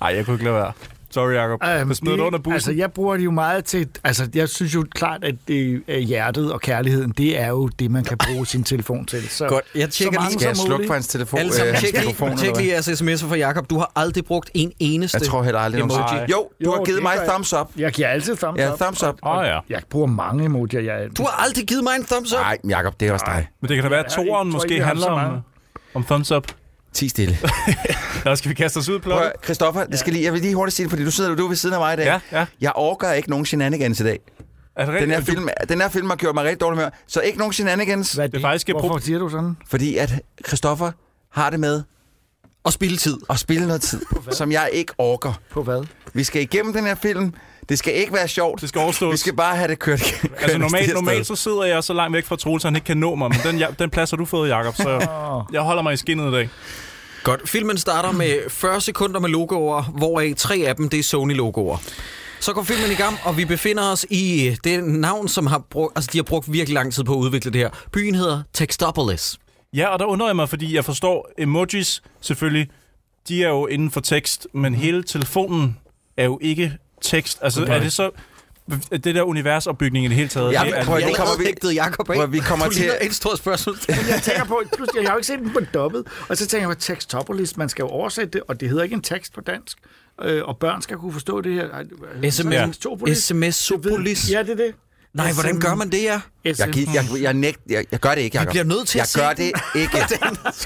[SPEAKER 7] Nej, jeg kunne ikke lade være. Sorry, Jacob.
[SPEAKER 1] Øhm,
[SPEAKER 7] Um, du smider det under bussen.
[SPEAKER 6] Altså, jeg bruger det jo meget til... Altså, jeg synes jo klart, at det, øh, hjertet og kærligheden, det er jo det, man kan bruge sin telefon til. Så,
[SPEAKER 1] Godt, jeg tjekker
[SPEAKER 6] så
[SPEAKER 1] lige-
[SPEAKER 6] mange
[SPEAKER 5] Skal jeg
[SPEAKER 6] som
[SPEAKER 5] slukke
[SPEAKER 6] muligt.
[SPEAKER 5] for hans telefon?
[SPEAKER 1] Alle sammen,
[SPEAKER 5] øh, hans
[SPEAKER 1] tjek
[SPEAKER 5] mikrofon,
[SPEAKER 1] lige,
[SPEAKER 5] eller
[SPEAKER 1] tjek
[SPEAKER 5] hvad?
[SPEAKER 1] lige jeres sms'er fra Jakob. Du har aldrig brugt en eneste.
[SPEAKER 5] Jeg tror heller aldrig,
[SPEAKER 1] emoji.
[SPEAKER 5] nogen Jo, du
[SPEAKER 6] Jo,
[SPEAKER 5] har givet
[SPEAKER 6] det
[SPEAKER 5] mig
[SPEAKER 6] gør jeg.
[SPEAKER 5] thumbs up.
[SPEAKER 6] Jeg giver altid thumbs
[SPEAKER 5] Ja,
[SPEAKER 6] up.
[SPEAKER 5] thumbs up.
[SPEAKER 7] Åh oh, ja.
[SPEAKER 6] Jeg bruger mange emojier. Jeg,
[SPEAKER 1] Du har aldrig givet mig en thumbs up.
[SPEAKER 5] Nej, Jacob, det er også dig.
[SPEAKER 7] Men det kan da være, at
[SPEAKER 6] Ja, jeg tror
[SPEAKER 7] toren
[SPEAKER 6] ikke,
[SPEAKER 7] måske
[SPEAKER 6] vi har
[SPEAKER 7] handler
[SPEAKER 6] så
[SPEAKER 7] om, øh,
[SPEAKER 6] mange.
[SPEAKER 7] om thumbs up.
[SPEAKER 5] Ti stille.
[SPEAKER 7] Nå, skal vi kaste os ud, Plotte?
[SPEAKER 5] Prøv, at- Christoffer, det skal lige, jeg vil lige hurtigt sige det, fordi du sidder du er ved siden af mig i dag.
[SPEAKER 7] Ja, ja.
[SPEAKER 5] Jeg overgår ikke nogen shenanigans i dag.
[SPEAKER 7] Er det
[SPEAKER 5] Den her,
[SPEAKER 7] rigtigt?
[SPEAKER 5] film, den her film har gjort mig rigtig dårlig med, så ikke nogen shenanigans,
[SPEAKER 6] Hvad er
[SPEAKER 7] Det er faktisk et
[SPEAKER 6] Hvorfor
[SPEAKER 7] pro-
[SPEAKER 6] siger du sådan?
[SPEAKER 5] fordi at Christoffer har det med
[SPEAKER 1] Og spilde tid.
[SPEAKER 5] at spille noget tid, som jeg ikke orker.
[SPEAKER 6] På hvad?
[SPEAKER 5] Vi skal igennem den her film. Det skal ikke være sjovt.
[SPEAKER 7] Det skal overstås.
[SPEAKER 5] Vi skal bare have det kørt. kørt
[SPEAKER 7] Altså normalt,
[SPEAKER 5] afsted.
[SPEAKER 7] normalt så sidder jeg så langt væk fra Troels, at han ikke kan nå mig, men den, jeg, den plads har du fået, Jakob, så jeg holder mig i skinnet i dag.
[SPEAKER 1] Godt. Filmen starter med 40 sekunder med logoer, hvoraf tre af dem det er Sony-logoer. Så går filmen i gang, og vi befinder os i øh, det navn, som har brugt, altså, de har brugt virkelig lang tid på at udvikle det her. Byen hedder Textopolis.
[SPEAKER 7] Ja, og der undrer jeg mig, fordi jeg forstår emojis selvfølgelig, de er jo inden for tekst, men
[SPEAKER 6] Mhm.
[SPEAKER 7] hele telefonen er jo ikke tekst. Altså er det så... er Det der universopbygning i det hele taget.
[SPEAKER 5] Ja,
[SPEAKER 7] det er,
[SPEAKER 5] men prøv at-
[SPEAKER 1] Jeg
[SPEAKER 5] nu kommer
[SPEAKER 1] har
[SPEAKER 5] vi-
[SPEAKER 1] hægtet Jacob af.
[SPEAKER 5] Hvor vi kommer
[SPEAKER 1] Du
[SPEAKER 5] til-
[SPEAKER 1] ligner et stort spørgsmål.
[SPEAKER 6] Jeg tænker på, pludselig, jeg har jo ikke set den på dobbelt, og så tænker jeg på tekstopolis, man skal jo oversætte det, og det hedder ikke en tekst på dansk, øh, og børn skal kunne forstå det her. Ej,
[SPEAKER 1] SMS.
[SPEAKER 6] det- så er det topolis.
[SPEAKER 1] SMS-sopolis.
[SPEAKER 6] Ja, det er det.
[SPEAKER 1] Nej, hvordan gør man det, ja?
[SPEAKER 5] Jeg,
[SPEAKER 6] SMS.
[SPEAKER 5] gi- jeg, jeg, nægt, jeg, jeg gør det ikke, Jacob.
[SPEAKER 1] bliver nødt til at
[SPEAKER 5] jeg
[SPEAKER 1] se
[SPEAKER 5] Jeg gør
[SPEAKER 1] den.
[SPEAKER 5] det ikke.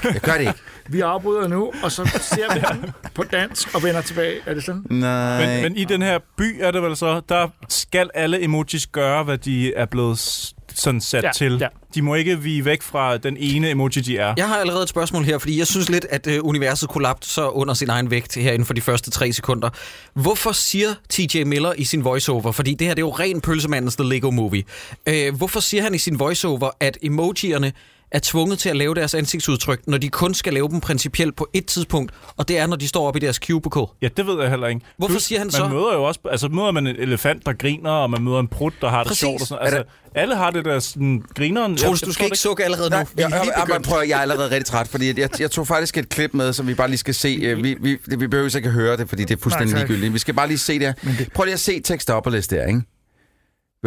[SPEAKER 5] Jeg gør det ikke.
[SPEAKER 6] Vi afbryder nu, og så ser vi den på dansk og vender tilbage. Er det sådan?
[SPEAKER 5] Nej.
[SPEAKER 7] Men, men i den her by er det vel så, der skal alle emojis gøre, hvad de er blevet s- sådan sat
[SPEAKER 6] Ja,
[SPEAKER 7] til.
[SPEAKER 6] ja.
[SPEAKER 7] De må ikke vige væk fra den ene emoji, de er.
[SPEAKER 1] Jeg har allerede et spørgsmål her, fordi jeg synes lidt, at øh, universet kollapser under sin egen vægt her inden for de første tre sekunder. Hvorfor siger TJ Miller i sin voiceover, fordi det her det er jo ren pølsemandens The Lego Movie, øh, hvorfor siger han i sin voiceover, at emojierne er tvunget til at lave deres ansigtsudtryk, når de kun skal lave dem principielt på et tidspunkt, og det er, når de står oppe i deres cubicle.
[SPEAKER 7] Ja, det ved jeg heller ikke.
[SPEAKER 1] Hvorfor siger han
[SPEAKER 7] man
[SPEAKER 1] så?
[SPEAKER 7] Møder jo også, altså, møder man en elefant, der griner, og man møder en prut, der har
[SPEAKER 1] Præcis.
[SPEAKER 7] det sjovt. Og sådan. Altså, alle har det der sådan, grineren.
[SPEAKER 1] Troels, du
[SPEAKER 7] Jeg- jeg
[SPEAKER 1] skal
[SPEAKER 7] forstår
[SPEAKER 1] ikke sukke allerede nu.
[SPEAKER 5] Nej,
[SPEAKER 1] Vi er
[SPEAKER 5] jeg, jeg,
[SPEAKER 1] lige
[SPEAKER 5] jeg, jeg,
[SPEAKER 1] begyndt.
[SPEAKER 5] prøv, at- jeg er allerede rigtig træt, fordi jeg, jeg tog faktisk et klip med, som vi bare lige skal se. Øh, Vi, vi, det- vi behøver ikke at høre det, fordi det er fuldstændig
[SPEAKER 6] Nej, tak.
[SPEAKER 5] ligegyldigt. Vi skal bare lige se det her. Prøv lige at se tekst op og læse der, ikke?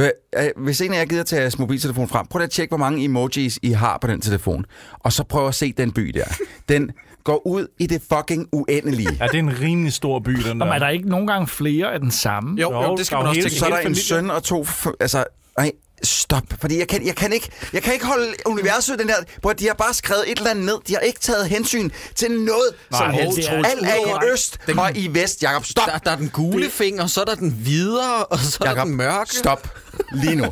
[SPEAKER 5] Hva- øh, Hvis en af jer gider tage jeres mobiltelefon frem, prøv lige at tjekke, hvor mange emojis I har på den telefon. Og så prøv at se den by der. Den går ud i det fucking uendelige.
[SPEAKER 7] Ja, det er en rimelig stor by, den der.
[SPEAKER 6] Om er der ikke nogle gange flere af den samme?
[SPEAKER 1] Jo, jo, det skal man også
[SPEAKER 7] hele-
[SPEAKER 1] tænke.
[SPEAKER 5] Så er
[SPEAKER 7] hele
[SPEAKER 5] der en
[SPEAKER 7] familien.
[SPEAKER 5] søn og to... f- Altså, nej, stop. Fordi jeg kan, jeg, kan ikke, jeg kan ikke holde universet i den der... Hvor de har bare skrevet et eller andet ned. De har ikke taget hensyn til noget nej, som
[SPEAKER 7] det
[SPEAKER 5] helst.
[SPEAKER 6] er-
[SPEAKER 5] Alt er
[SPEAKER 1] Udover-
[SPEAKER 5] i øst og i vest. Jakob, stop!
[SPEAKER 1] Der, der er den gule finger, så er der den videre, og så er der
[SPEAKER 5] Jakob,
[SPEAKER 1] den mørke.
[SPEAKER 5] stop. Lige nu.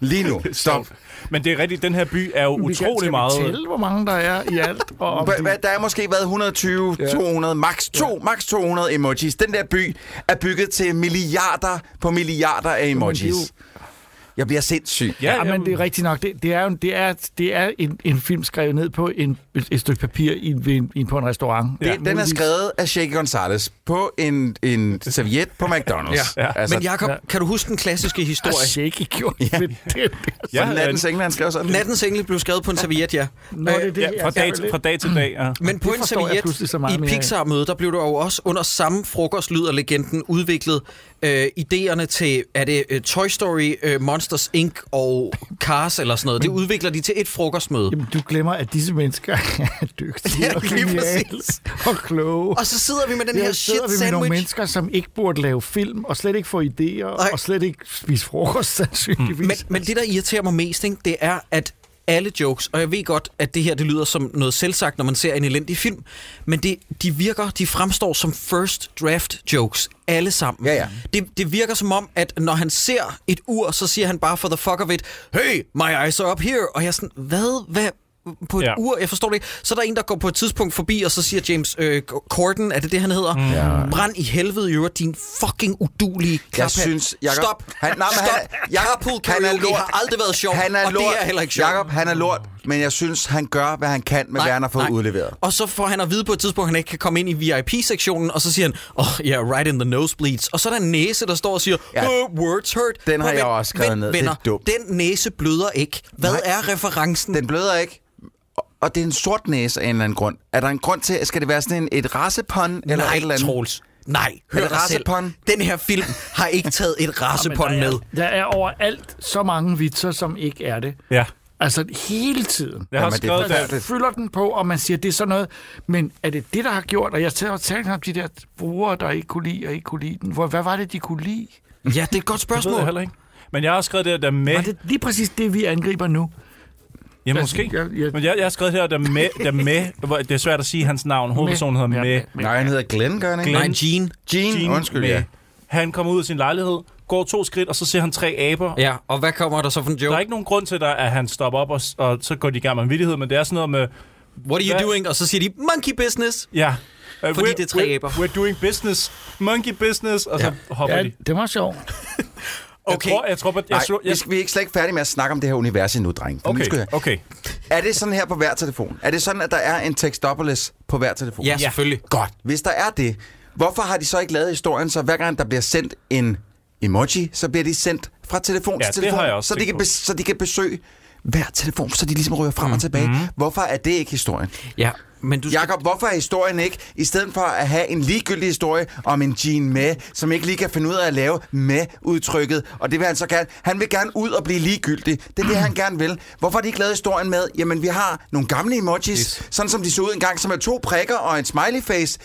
[SPEAKER 5] Lige nu. Stop.
[SPEAKER 7] Men det er rigtigt, den her by er jo
[SPEAKER 6] Vi kan- skal
[SPEAKER 7] utrolig
[SPEAKER 6] vi
[SPEAKER 7] meget...
[SPEAKER 6] Tælle, hvor mange der er i alt. Og om
[SPEAKER 5] Hva-
[SPEAKER 6] de-
[SPEAKER 5] hva- Der er måske været 120, 200, max. 2, max 200 emojis. Den der by er bygget til milliarder på milliarder af
[SPEAKER 6] det er
[SPEAKER 5] emojis. Jeg bliver sindssyg.
[SPEAKER 6] Ja, men det er rigtigt nok. Det, det er, jo, det er, det er en, en film skrevet ned på en, et, et stykke papir i, ved en- i, på en restaurant.
[SPEAKER 5] Det,
[SPEAKER 7] Ja.
[SPEAKER 5] ja, den er skrevet af Shake Gonzalez på en, en serviet på McDonald's.
[SPEAKER 7] Ja, ja.
[SPEAKER 5] Altså,
[SPEAKER 1] Men Jakob, kan du huske den klassiske
[SPEAKER 6] Det
[SPEAKER 1] historie?
[SPEAKER 6] har Shake gjort ja. med det. der.
[SPEAKER 5] ja, nattens engel, han skrev sådan.
[SPEAKER 1] Nattens engel blev skrevet på en serviet, ja. Øh,
[SPEAKER 6] Nå, det er det,
[SPEAKER 7] Ja, fra, dag til, fra dag til dag. Ja.
[SPEAKER 1] Men på en
[SPEAKER 6] forstår jeg
[SPEAKER 1] serviet
[SPEAKER 6] pludselig så meget
[SPEAKER 1] i et
[SPEAKER 6] mere af.
[SPEAKER 1] Pixar-møde, der blev der jo også under samme frokostlyd og legenden udviklet øh, idéerne til, er det øh, Toy Story, øh, Monsters Inc. og Cars eller sådan noget. Det udvikler de til et frokostmøde.
[SPEAKER 6] Jamen, du glemmer, at disse mennesker er dygtige
[SPEAKER 1] Ja,
[SPEAKER 6] og
[SPEAKER 1] lige
[SPEAKER 6] geniale
[SPEAKER 1] præcis.
[SPEAKER 6] og kloge.
[SPEAKER 1] Og så sidder vi med den
[SPEAKER 6] Ja,
[SPEAKER 1] her
[SPEAKER 6] sidder
[SPEAKER 1] shit
[SPEAKER 6] vi med nogle
[SPEAKER 1] sandwich.
[SPEAKER 6] mennesker, som ikke burde lave film, og slet ikke få idéer,
[SPEAKER 1] Nej.
[SPEAKER 6] og slet ikke spise frokost, sandsynligvis.
[SPEAKER 1] Men, men det, der irriterer mig mest, ikke, det er, at alle jokes, og jeg ved godt, at det her det lyder som noget selvsagt, når man ser en elendig film, men det, de virker, de fremstår som first draft jokes, alle sammen.
[SPEAKER 5] Ja, ja.
[SPEAKER 1] Det, det virker som om, at når han ser et ur, så siger han bare for the fuck of it, hey, my eyes are up here, og jeg er sådan, hvad, hvad, på et
[SPEAKER 7] Ja.
[SPEAKER 1] ja. ur, jeg forstår det ikke. Så er der en, der går på et tidspunkt forbi, og så siger James øh, Corden, er det det, han hedder? Mm. Brand i helvede, i øvrigt, din fucking udulige
[SPEAKER 5] Jeg
[SPEAKER 1] klaphat.
[SPEAKER 5] synes, Jacob,
[SPEAKER 1] Stop.
[SPEAKER 5] Han, nej, men han, Jacob, han er lort.
[SPEAKER 1] har aldrig været sjov,
[SPEAKER 5] Han er
[SPEAKER 1] og
[SPEAKER 5] lort.
[SPEAKER 1] det er heller ikke sjovt.
[SPEAKER 5] Jacob, han er lort, men jeg synes, han gør, hvad han kan med, hvad han har fået udleveret.
[SPEAKER 1] Og så får han at vide på et tidspunkt, at han ikke kan komme ind i VIP-sektionen, og så siger han, oh yeah, right in the nosebleeds. Og så er der en næse, der står og siger,
[SPEAKER 5] Ja.
[SPEAKER 1] ja. oh, words hurt.
[SPEAKER 5] Den har
[SPEAKER 1] Prøv at
[SPEAKER 5] jeg
[SPEAKER 1] vent-
[SPEAKER 5] også skrevet
[SPEAKER 1] vent,
[SPEAKER 5] ned. Det er
[SPEAKER 1] Venner,
[SPEAKER 5] dumt.
[SPEAKER 1] Den næse bløder ikke. Hvad
[SPEAKER 5] Nej.
[SPEAKER 1] Nej. er referencen?
[SPEAKER 5] Den bløder ikke. Og- Og det er en sort næse af en eller anden grund. Er der en grund til, skal det være sådan en, et racepånd eller
[SPEAKER 1] Nej,
[SPEAKER 5] et eller andet?
[SPEAKER 1] Troels. Nej, hør
[SPEAKER 5] det
[SPEAKER 1] dig selv.
[SPEAKER 5] racepånd?
[SPEAKER 1] Den her film har ikke taget et racepånd med.
[SPEAKER 6] Der er overalt så mange vitser, som ikke er det.
[SPEAKER 7] Ja.
[SPEAKER 6] Altså hele tiden.
[SPEAKER 7] Jeg har
[SPEAKER 5] Jamen, det er
[SPEAKER 7] skrevet det.
[SPEAKER 5] forfærdeligt.
[SPEAKER 6] Jeg fylder den på, og man siger, det er sådan noget. Men er det det, der har gjort? Og jeg tager og talte om de der brugere, der ikke kunne lide og ikke kunne lide den. Hvor, hvad var det, de kunne lide?
[SPEAKER 1] Ja, det er et godt
[SPEAKER 7] Det ved jeg
[SPEAKER 1] spørgsmål.
[SPEAKER 7] heller ikke. Men jeg har skrevet det her, der
[SPEAKER 6] Var
[SPEAKER 7] med...
[SPEAKER 6] det lige præcis det, vi angriber nu?
[SPEAKER 7] Ja,
[SPEAKER 6] Altså,
[SPEAKER 7] måske.
[SPEAKER 6] jeg- jeg-
[SPEAKER 7] Men jeg, jeg har skrevet det her, der med... Der med hvor- det er svært at sige hans navn. Hovedpersonen hedder med.
[SPEAKER 5] Nej, han hedder Glenn, gør han ikke?
[SPEAKER 7] Glenn.
[SPEAKER 1] Nej, Gene.
[SPEAKER 5] Gene,
[SPEAKER 7] Gene
[SPEAKER 5] undskyld,
[SPEAKER 7] med.
[SPEAKER 5] ja.
[SPEAKER 7] Han kommer ud af sin lejlighed, går to skridt, og så ser han tre aber.
[SPEAKER 1] Ja, og hvad kommer der så for en
[SPEAKER 7] Der
[SPEAKER 1] joke?
[SPEAKER 7] er ikke nogen grund til, der, at han stopper op, og, s- og så går de i gang med en vittighed, men det er sådan noget med...
[SPEAKER 1] What are you
[SPEAKER 7] Hvad-
[SPEAKER 1] doing? Og så siger de, monkey business.
[SPEAKER 7] Ja. Uh,
[SPEAKER 1] Fordi
[SPEAKER 7] we're-
[SPEAKER 1] det er tre
[SPEAKER 7] we're-
[SPEAKER 1] aber.
[SPEAKER 7] We're doing business. Monkey business. Og så hopper
[SPEAKER 6] Ja,
[SPEAKER 7] de.
[SPEAKER 6] det var sjovt.
[SPEAKER 1] Okay.
[SPEAKER 7] Jeg tror, jeg tror, at jeg,
[SPEAKER 5] Nej,
[SPEAKER 7] tror, jeg,
[SPEAKER 5] vi, skal, vi er ikke slet ikke færdige med at snakke om det her univers endnu, dreng. For nu skal
[SPEAKER 7] Okay,
[SPEAKER 5] jeg-
[SPEAKER 7] okay.
[SPEAKER 5] Er det sådan her på hver telefon? Er det sådan, at der er en Textopolis på hver telefon?
[SPEAKER 1] Ja, selvfølgelig.
[SPEAKER 5] Godt. Hvis der er det, hvorfor har de så ikke lavet historien, så hver gang der bliver sendt en emoji, så bliver de sendt fra telefon
[SPEAKER 7] Ja,
[SPEAKER 5] til
[SPEAKER 7] det
[SPEAKER 5] telefon,
[SPEAKER 7] har jeg også
[SPEAKER 5] så, de
[SPEAKER 7] tænkt
[SPEAKER 5] kan
[SPEAKER 7] på. Mhm.
[SPEAKER 5] bes- så de kan besøge hver telefon, så de ligesom ryger frem og tilbage. Hvorfor er det ikke historien?
[SPEAKER 1] Ja, men du skal
[SPEAKER 5] Jakob, hvorfor er historien ikke, i stedet for at have en ligegyldig historie om en Jean med, som ikke lige kan finde ud af at lave med-udtrykket, og det vil han så gerne. Han vil gerne ud og blive ligegyldig. Det er det, han gerne vil. Hvorfor har de ikke lavet historien med, jamen vi har nogle gamle emojis, yes. sådan som de så ud engang, som er to prikker og en smiley face.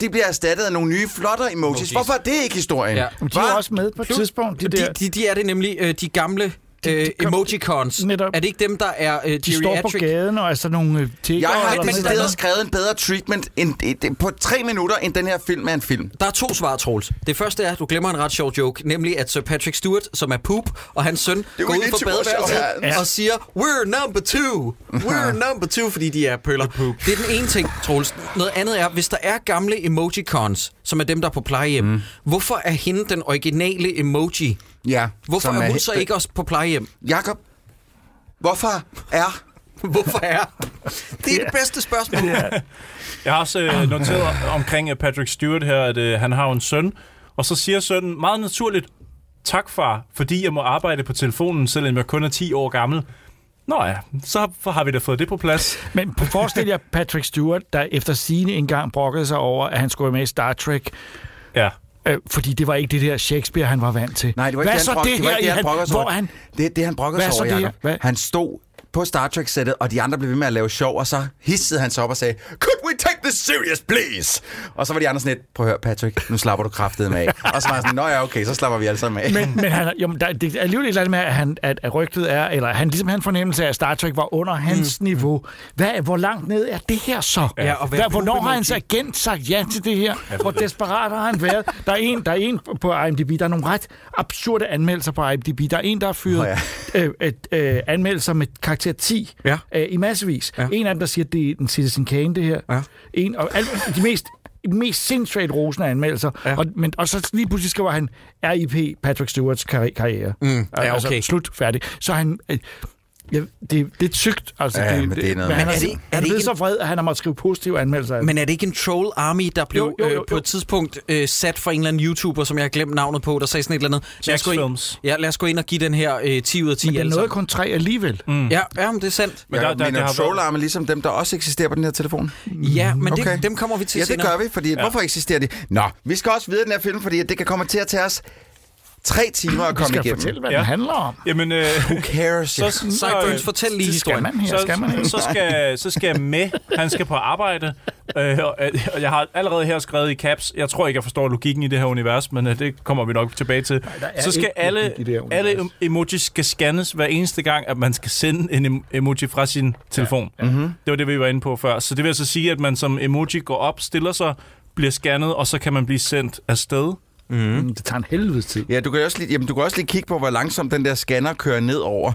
[SPEAKER 5] De bliver erstattet af nogle nye flottere emojis. emojis. Hvorfor er det ikke historien?
[SPEAKER 1] Ja.
[SPEAKER 5] Ja.
[SPEAKER 6] Men De var også med på et tidspunkt. De, der,
[SPEAKER 1] De, de, de er det nemlig, øh, de gamle øh,
[SPEAKER 6] kom-
[SPEAKER 1] emojicons.
[SPEAKER 6] Netop.
[SPEAKER 1] Er det ikke dem, der er øh,
[SPEAKER 6] de står på
[SPEAKER 1] geriatric?
[SPEAKER 6] gaden og er sådan nogle øh, tigger.
[SPEAKER 5] Jeg har
[SPEAKER 6] eller sådan
[SPEAKER 5] decideret
[SPEAKER 6] noget.
[SPEAKER 5] skrevet en bedre treatment end, end, på tre minutter, end den her film er en film.
[SPEAKER 1] Der er to svar, Troels. Det første er, at du glemmer en ret sjov joke, nemlig at Sir Patrick Stewart, som er poop, og hans søn går
[SPEAKER 5] jo
[SPEAKER 1] ud for
[SPEAKER 5] lidt sjovt.
[SPEAKER 1] badeværelset
[SPEAKER 5] Ja.
[SPEAKER 1] og siger, we're number two, we're number two, fordi de er pøller. Det er den ene ting, Troels. Noget andet er, hvis der er gamle emojicons, som er dem, der er på plejehjem, mm. hvorfor er hende den originale emoji?
[SPEAKER 5] Ja,
[SPEAKER 1] Hvorfor
[SPEAKER 5] som
[SPEAKER 1] er hun så ikke også på plejehjem?
[SPEAKER 5] Jakob, hvorfor er
[SPEAKER 1] Hvorfor er? Det er det bedste spørgsmål.
[SPEAKER 7] jeg har også øh, noteret omkring øh, Patrick Stewart her, at øh, han har jo en søn, og så siger sønnen meget naturligt, tak far, fordi jeg må arbejde på telefonen, selvom jeg kun er 10 år gammel. Nå ja, så har vi da fået det på plads.
[SPEAKER 6] Men forestil jer Patrick Stewart, der efter sine engang brokkede sig over, at han skulle være med i Star Trek,
[SPEAKER 7] Ja.
[SPEAKER 6] øh, fordi det var ikke det der Shakespeare, han var vant til.
[SPEAKER 5] Nej, det var
[SPEAKER 6] Hvad
[SPEAKER 5] ikke
[SPEAKER 6] så
[SPEAKER 5] det, han, brok-
[SPEAKER 6] det
[SPEAKER 5] det var
[SPEAKER 6] her,
[SPEAKER 5] ikke det,
[SPEAKER 6] i
[SPEAKER 5] han brokkede sig
[SPEAKER 6] hvor
[SPEAKER 5] over.
[SPEAKER 6] han...
[SPEAKER 5] Det, det han brokkede
[SPEAKER 6] Hvad
[SPEAKER 5] sig
[SPEAKER 6] så
[SPEAKER 5] over,
[SPEAKER 6] det her?
[SPEAKER 5] Jacob.
[SPEAKER 6] Hvad?
[SPEAKER 5] Han stod på Star Trek-sættet, og de andre blev ved med at lave sjov, og så hissede han sig op og sagde, Could we take this serious, please? Og så var de andre sådan lidt, prøv at høre, Patrick, nu slapper du kraftet med af. og så var han sådan, nå ja, okay, så slapper vi alle sammen af.
[SPEAKER 6] Men, men han, jo, men der, det er alligevel et eller andet med, at, han, at, at rygtet er, eller han ligesom han fornemmelse af, at Star Trek var under hans mm. niveau. Hvad, hvor langt ned er det her så?
[SPEAKER 1] Ja, og hvad
[SPEAKER 6] Hvad,
[SPEAKER 1] er
[SPEAKER 6] hvornår har
[SPEAKER 1] Putin-
[SPEAKER 6] hans agent sagt ja til det her? Hvor desperat har han været? Der er en, der er en på IMDb, der er nogle ret absurde anmeldelser på IMDb. Der er en, der har fyret oh, ja. øh, et, øh, anmeldelser med karakter 10
[SPEAKER 1] Ja.
[SPEAKER 6] øh, i massevis. Ja. En af dem, der siger, at det er en Citizen Kane, det her.
[SPEAKER 1] Ja.
[SPEAKER 6] En, og alt, de mest mest sindssygt rosende anmeldelser. Ja. Og, men, og så lige pludselig skriver han RIP Patrick Stewarts karri- karriere. Mm,
[SPEAKER 1] ja, okay.
[SPEAKER 6] slut, færdig. Så han... Øh, Ja, det, det er tykt. Altså,
[SPEAKER 5] Ja, men det er noget-
[SPEAKER 6] men han
[SPEAKER 5] Men
[SPEAKER 6] er,
[SPEAKER 1] er det-
[SPEAKER 6] er, det,
[SPEAKER 1] er
[SPEAKER 6] er
[SPEAKER 1] det
[SPEAKER 6] blevet
[SPEAKER 1] ikke
[SPEAKER 6] så vred, at han har måttet skrive positive anmeldelser. af det.
[SPEAKER 1] Men er det ikke en troll army, der blev
[SPEAKER 6] Jo, jo,
[SPEAKER 1] øh,
[SPEAKER 6] jo,
[SPEAKER 1] på
[SPEAKER 6] jo.
[SPEAKER 1] et tidspunkt øh, sat for en eller anden YouTuber, som jeg har glemt navnet på, der sagde sådan et eller andet. Lad os, gå ind,
[SPEAKER 7] Films.
[SPEAKER 1] ja, lad os gå ind og give den her øh, 10 ud af 10.
[SPEAKER 6] men det
[SPEAKER 1] alle
[SPEAKER 6] er
[SPEAKER 1] sammen.
[SPEAKER 6] noget kun tre alligevel. Mm.
[SPEAKER 1] Ja, ja, men det er sandt.
[SPEAKER 7] Men der, der, der, der har været,
[SPEAKER 5] er ligesom dem, der også eksisterer på den her telefon.
[SPEAKER 1] Ja, men okay.
[SPEAKER 5] Okay.
[SPEAKER 1] det, dem kommer vi til
[SPEAKER 5] Ja, det
[SPEAKER 1] senere.
[SPEAKER 5] gør vi, fordi ja. hvorfor eksisterer de? Nå, vi skal også videre i den her film, fordi det kan komme til at tage os tre timer at
[SPEAKER 6] Du
[SPEAKER 5] komme
[SPEAKER 6] skal
[SPEAKER 5] igennem.
[SPEAKER 6] fortælle, hvad ja.
[SPEAKER 7] Ja.
[SPEAKER 6] den handler om.
[SPEAKER 7] jamen, øh,
[SPEAKER 5] Who cares?
[SPEAKER 7] så, så,
[SPEAKER 1] Sideburns, fortæl lige
[SPEAKER 6] Det skal
[SPEAKER 1] historien.
[SPEAKER 6] man her,
[SPEAKER 7] så,
[SPEAKER 6] skal man ikke?
[SPEAKER 7] så, skal, så skal med, han skal på arbejde, øh, og, og jeg har allerede her skrevet i caps, jeg tror ikke, jeg forstår logikken i det her univers, men øh, det kommer vi nok tilbage til.
[SPEAKER 6] er
[SPEAKER 7] så skal
[SPEAKER 6] ikke
[SPEAKER 7] alle,
[SPEAKER 6] logik i det her univers.
[SPEAKER 7] alle em- emojis skal scannes hver eneste gang, at man skal sende en em- emoji fra sin telefon. Ja.
[SPEAKER 6] Mhm.
[SPEAKER 7] Mm-hmm. Det var det, vi var inde på før. Så det vil altså sige, at man som emoji går op, stiller sig, bliver scannet, og så kan man blive sendt afsted.
[SPEAKER 6] Mm. Det tager en helvedes tid.
[SPEAKER 5] Ja, du kan, jo også lige, jamen, du kan også lige kigge på, hvor langsomt den der scanner kører ned over.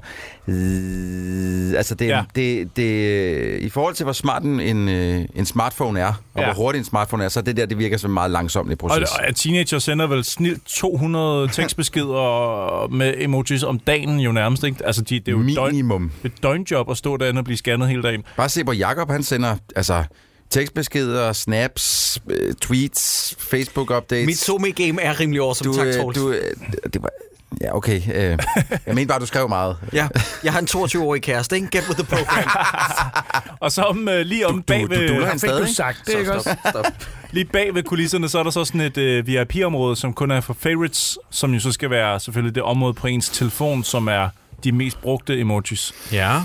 [SPEAKER 5] Øh, altså, det, ja.
[SPEAKER 7] Ja.
[SPEAKER 5] det, det, i forhold til, hvor smart en, en, øh, en smartphone er, og ja.
[SPEAKER 7] Ja.
[SPEAKER 5] hvor hurtig en smartphone er, så er det der, det virker som en meget langsommelig
[SPEAKER 7] Og,
[SPEAKER 5] proces.
[SPEAKER 7] og teenager sender vel snilt 200 tekstbeskeder med emojis om dagen jo nærmest, ikke? Altså, de, det er jo et døgn,
[SPEAKER 5] Minimum.
[SPEAKER 7] et døgnjob at stå derinde og blive scannet hele dagen.
[SPEAKER 5] Bare se på Jakob, han sender altså, tekstbeskeder, snaps, øh, tweets, Facebook-updates.
[SPEAKER 1] Mit Zoom-game er rimelig awesome,
[SPEAKER 5] du,
[SPEAKER 1] tak
[SPEAKER 5] øh,
[SPEAKER 1] Troels.
[SPEAKER 5] du, øh, det var, ja, okay. Øh, jeg mener bare, du skrev meget.
[SPEAKER 1] Ja, jeg har en 22-årig kæreste, ikke? Get with the program.
[SPEAKER 7] Og så om, øh, lige om bag
[SPEAKER 5] du duller
[SPEAKER 7] ved,
[SPEAKER 5] hende
[SPEAKER 6] Fik
[SPEAKER 5] stadig.
[SPEAKER 6] du sagt det,
[SPEAKER 1] Så
[SPEAKER 6] ikke også?
[SPEAKER 1] stop, stop.
[SPEAKER 7] lige bag ved kulisserne, så er der så sådan et øh, VIP-område, som kun er for favorites, som jo så skal være selvfølgelig det område på ens telefon, som er de mest brugte emojis.
[SPEAKER 1] Ja.
[SPEAKER 5] Jeg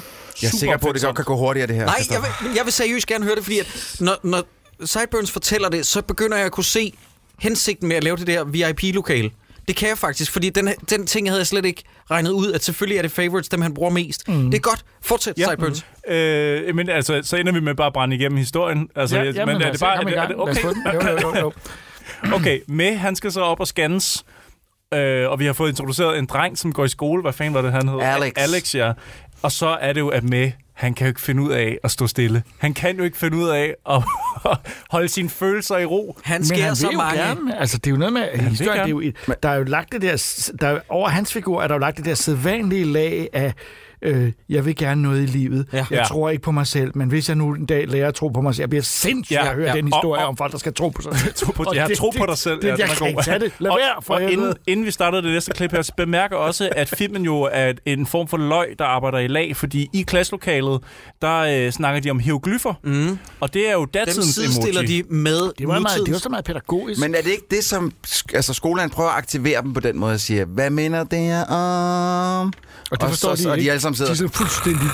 [SPEAKER 5] er
[SPEAKER 7] Super
[SPEAKER 5] sikker på, at det godt
[SPEAKER 7] opfindsomt.
[SPEAKER 5] kan gå hurtigere, det her.
[SPEAKER 1] Nej, jeg
[SPEAKER 5] Christoffer.
[SPEAKER 1] vil, jeg vil seriøst gerne høre det, fordi at når, når Sideburns fortæller det, så begynder jeg at kunne se hensigten med at lave det der VIP-lokale. Det kan jeg faktisk, fordi den, den ting havde jeg slet ikke regnet ud, at selvfølgelig er det favorites, dem han bruger mest.
[SPEAKER 6] Mhm.
[SPEAKER 1] Mm. Det er godt. Fortsæt, ja. Sideburns. Mm.
[SPEAKER 7] Øh, men altså, så ender vi med bare at brænde igennem historien. Altså,
[SPEAKER 6] Ja,
[SPEAKER 7] jeg-
[SPEAKER 6] jamen,
[SPEAKER 7] men er
[SPEAKER 6] lad
[SPEAKER 7] det
[SPEAKER 6] os
[SPEAKER 7] bare... Er
[SPEAKER 6] komme i
[SPEAKER 7] det, er
[SPEAKER 6] gang. Lad
[SPEAKER 7] det,
[SPEAKER 6] os
[SPEAKER 7] okay,
[SPEAKER 6] få den. Jo, jo, jo, jo.
[SPEAKER 7] Okay, med han skal så op og scannes. Øh, og vi har fået introduceret en dreng, som går i skole. Hvad fanden var det, han hed?
[SPEAKER 5] Alex.
[SPEAKER 7] Alex, ja. Og så er det jo, at med, han kan jo ikke finde ud af at stå stille. Han kan jo ikke finde ud af at holde sine følelser i ro.
[SPEAKER 1] Han
[SPEAKER 6] Men
[SPEAKER 1] skærer
[SPEAKER 6] han
[SPEAKER 1] så
[SPEAKER 6] vil jo
[SPEAKER 1] mange.
[SPEAKER 6] gerne. Altså, det er jo noget med... Historien, det er jo, et- der er jo lagt det der... Der er, jo- over hans figur er der jo lagt det der sædvanlige lag af... Øh, jeg vil gerne noget i livet.
[SPEAKER 1] Ja.
[SPEAKER 6] Ja.
[SPEAKER 7] Ja.
[SPEAKER 6] Jeg tror ikke på mig selv, men hvis jeg nu en dag lærer at tro på mig selv, jeg bliver sindssyg
[SPEAKER 7] Ja,
[SPEAKER 6] ja, at høre
[SPEAKER 7] ja.
[SPEAKER 6] ja. den historie
[SPEAKER 7] Og-
[SPEAKER 6] og,
[SPEAKER 7] og-
[SPEAKER 6] om folk, der skal tro på sig selv.
[SPEAKER 7] tro på,
[SPEAKER 6] Og
[SPEAKER 7] jeg har
[SPEAKER 6] det-
[SPEAKER 7] tro på
[SPEAKER 6] det-
[SPEAKER 7] dig selv.
[SPEAKER 6] det-
[SPEAKER 7] Ja, den
[SPEAKER 6] jeg
[SPEAKER 7] er
[SPEAKER 6] kan
[SPEAKER 7] god.
[SPEAKER 6] ikke tage det. Lad
[SPEAKER 7] og,
[SPEAKER 6] være, for
[SPEAKER 7] og inden,
[SPEAKER 6] helvede.
[SPEAKER 7] inden vi starter det næste klip her, så bemærker jeg også, at filmen jo er en form for løg, der arbejder i lag, fordi i klasselokalet, der øh, snakker de om hieroglyffer, mm. og det er jo
[SPEAKER 1] Dem
[SPEAKER 7] datidens
[SPEAKER 1] sidestiller
[SPEAKER 7] emoji.
[SPEAKER 1] de med
[SPEAKER 6] Det var, meget, det var
[SPEAKER 1] nutidens.
[SPEAKER 6] så meget pædagogisk.
[SPEAKER 5] Men er det ikke det, som sk- altså, skolerne prøver at aktivere dem på den måde og siger, hvad mener det her om?
[SPEAKER 6] og det forstår
[SPEAKER 5] så, så,
[SPEAKER 6] de
[SPEAKER 5] og
[SPEAKER 6] ikke.
[SPEAKER 5] de alle sammen sidder...
[SPEAKER 6] De sidder fuldstændig...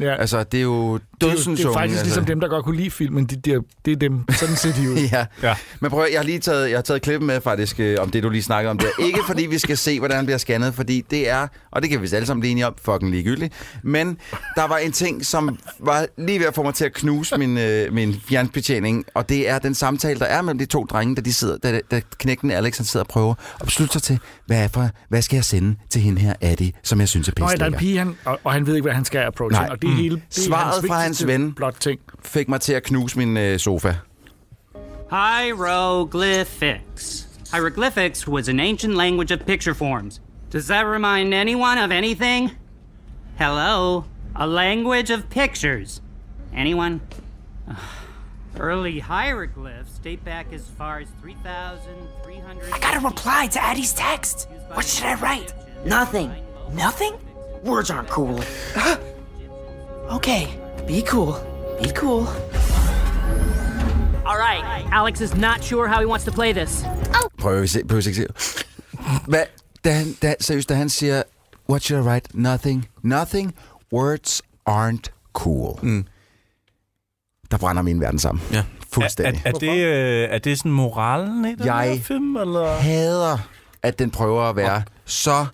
[SPEAKER 6] Ja.
[SPEAKER 5] Altså, det er jo
[SPEAKER 6] det, er jo,
[SPEAKER 5] dødsens
[SPEAKER 6] det er faktisk
[SPEAKER 5] altså.
[SPEAKER 6] ligesom dem, der godt kunne lide filmen. De, de, er- det er dem. Sådan ser de ud.
[SPEAKER 5] Ja. ja.
[SPEAKER 7] Ja.
[SPEAKER 5] Men prøv at- jeg har lige taget, jeg har taget klippen med faktisk, øh, om det, du lige snakkede om der. Ikke fordi vi skal se, hvordan han bliver scannet, fordi det er, og det kan vi vist alle sammen blive enige om, fucking ligegyldigt. Men der var en ting, som var lige ved at få mig til at knuse min, øh, min fjernbetjening, og det er den samtale, der er mellem de to drenge, da de sidder, da, da knægten Alex, han sidder og prøver at beslutte sig til, hvad, er for, hvad skal jeg sende til hende her, Addy, som jeg synes er
[SPEAKER 6] Nå,
[SPEAKER 5] pisse
[SPEAKER 6] ja, der er en
[SPEAKER 5] lækker?
[SPEAKER 6] pige, han, og, og han ved ikke, hvad han skal approache.
[SPEAKER 5] Nej.
[SPEAKER 6] Og det er hele, det er
[SPEAKER 5] Svaret
[SPEAKER 6] Mm. hans
[SPEAKER 5] fra hans
[SPEAKER 6] vigtigste
[SPEAKER 5] ven.
[SPEAKER 6] Blot ting.
[SPEAKER 5] Fik mig til at knuse min øh, sofa.
[SPEAKER 8] Hieroglyphics. Hieroglyphics was an ancient language of picture forms. Does that remind anyone of anything? Hello? A language of pictures. Anyone? Ugh. Early hieroglyphs date back as far as 3,300. I
[SPEAKER 2] Gotta reply to Addie's text. What should I write?
[SPEAKER 4] Nothing.
[SPEAKER 2] Nothing? Words aren't cool. okay, be cool. Be cool.
[SPEAKER 11] All right, Alex is not sure how he wants to play this.
[SPEAKER 5] Prøv at se, prøv at se. Hvad, da han, da, seriøst, da han siger, what should I write? Nothing. Nothing. Words aren't cool. Mm. Der brænder min verden sammen.
[SPEAKER 1] Ja.
[SPEAKER 7] Er,
[SPEAKER 5] Fuldstændig.
[SPEAKER 7] er, er, det, øh, er det sådan moralen i den
[SPEAKER 5] Jeg-
[SPEAKER 7] her film, eller?
[SPEAKER 5] hader, at den prøver at være så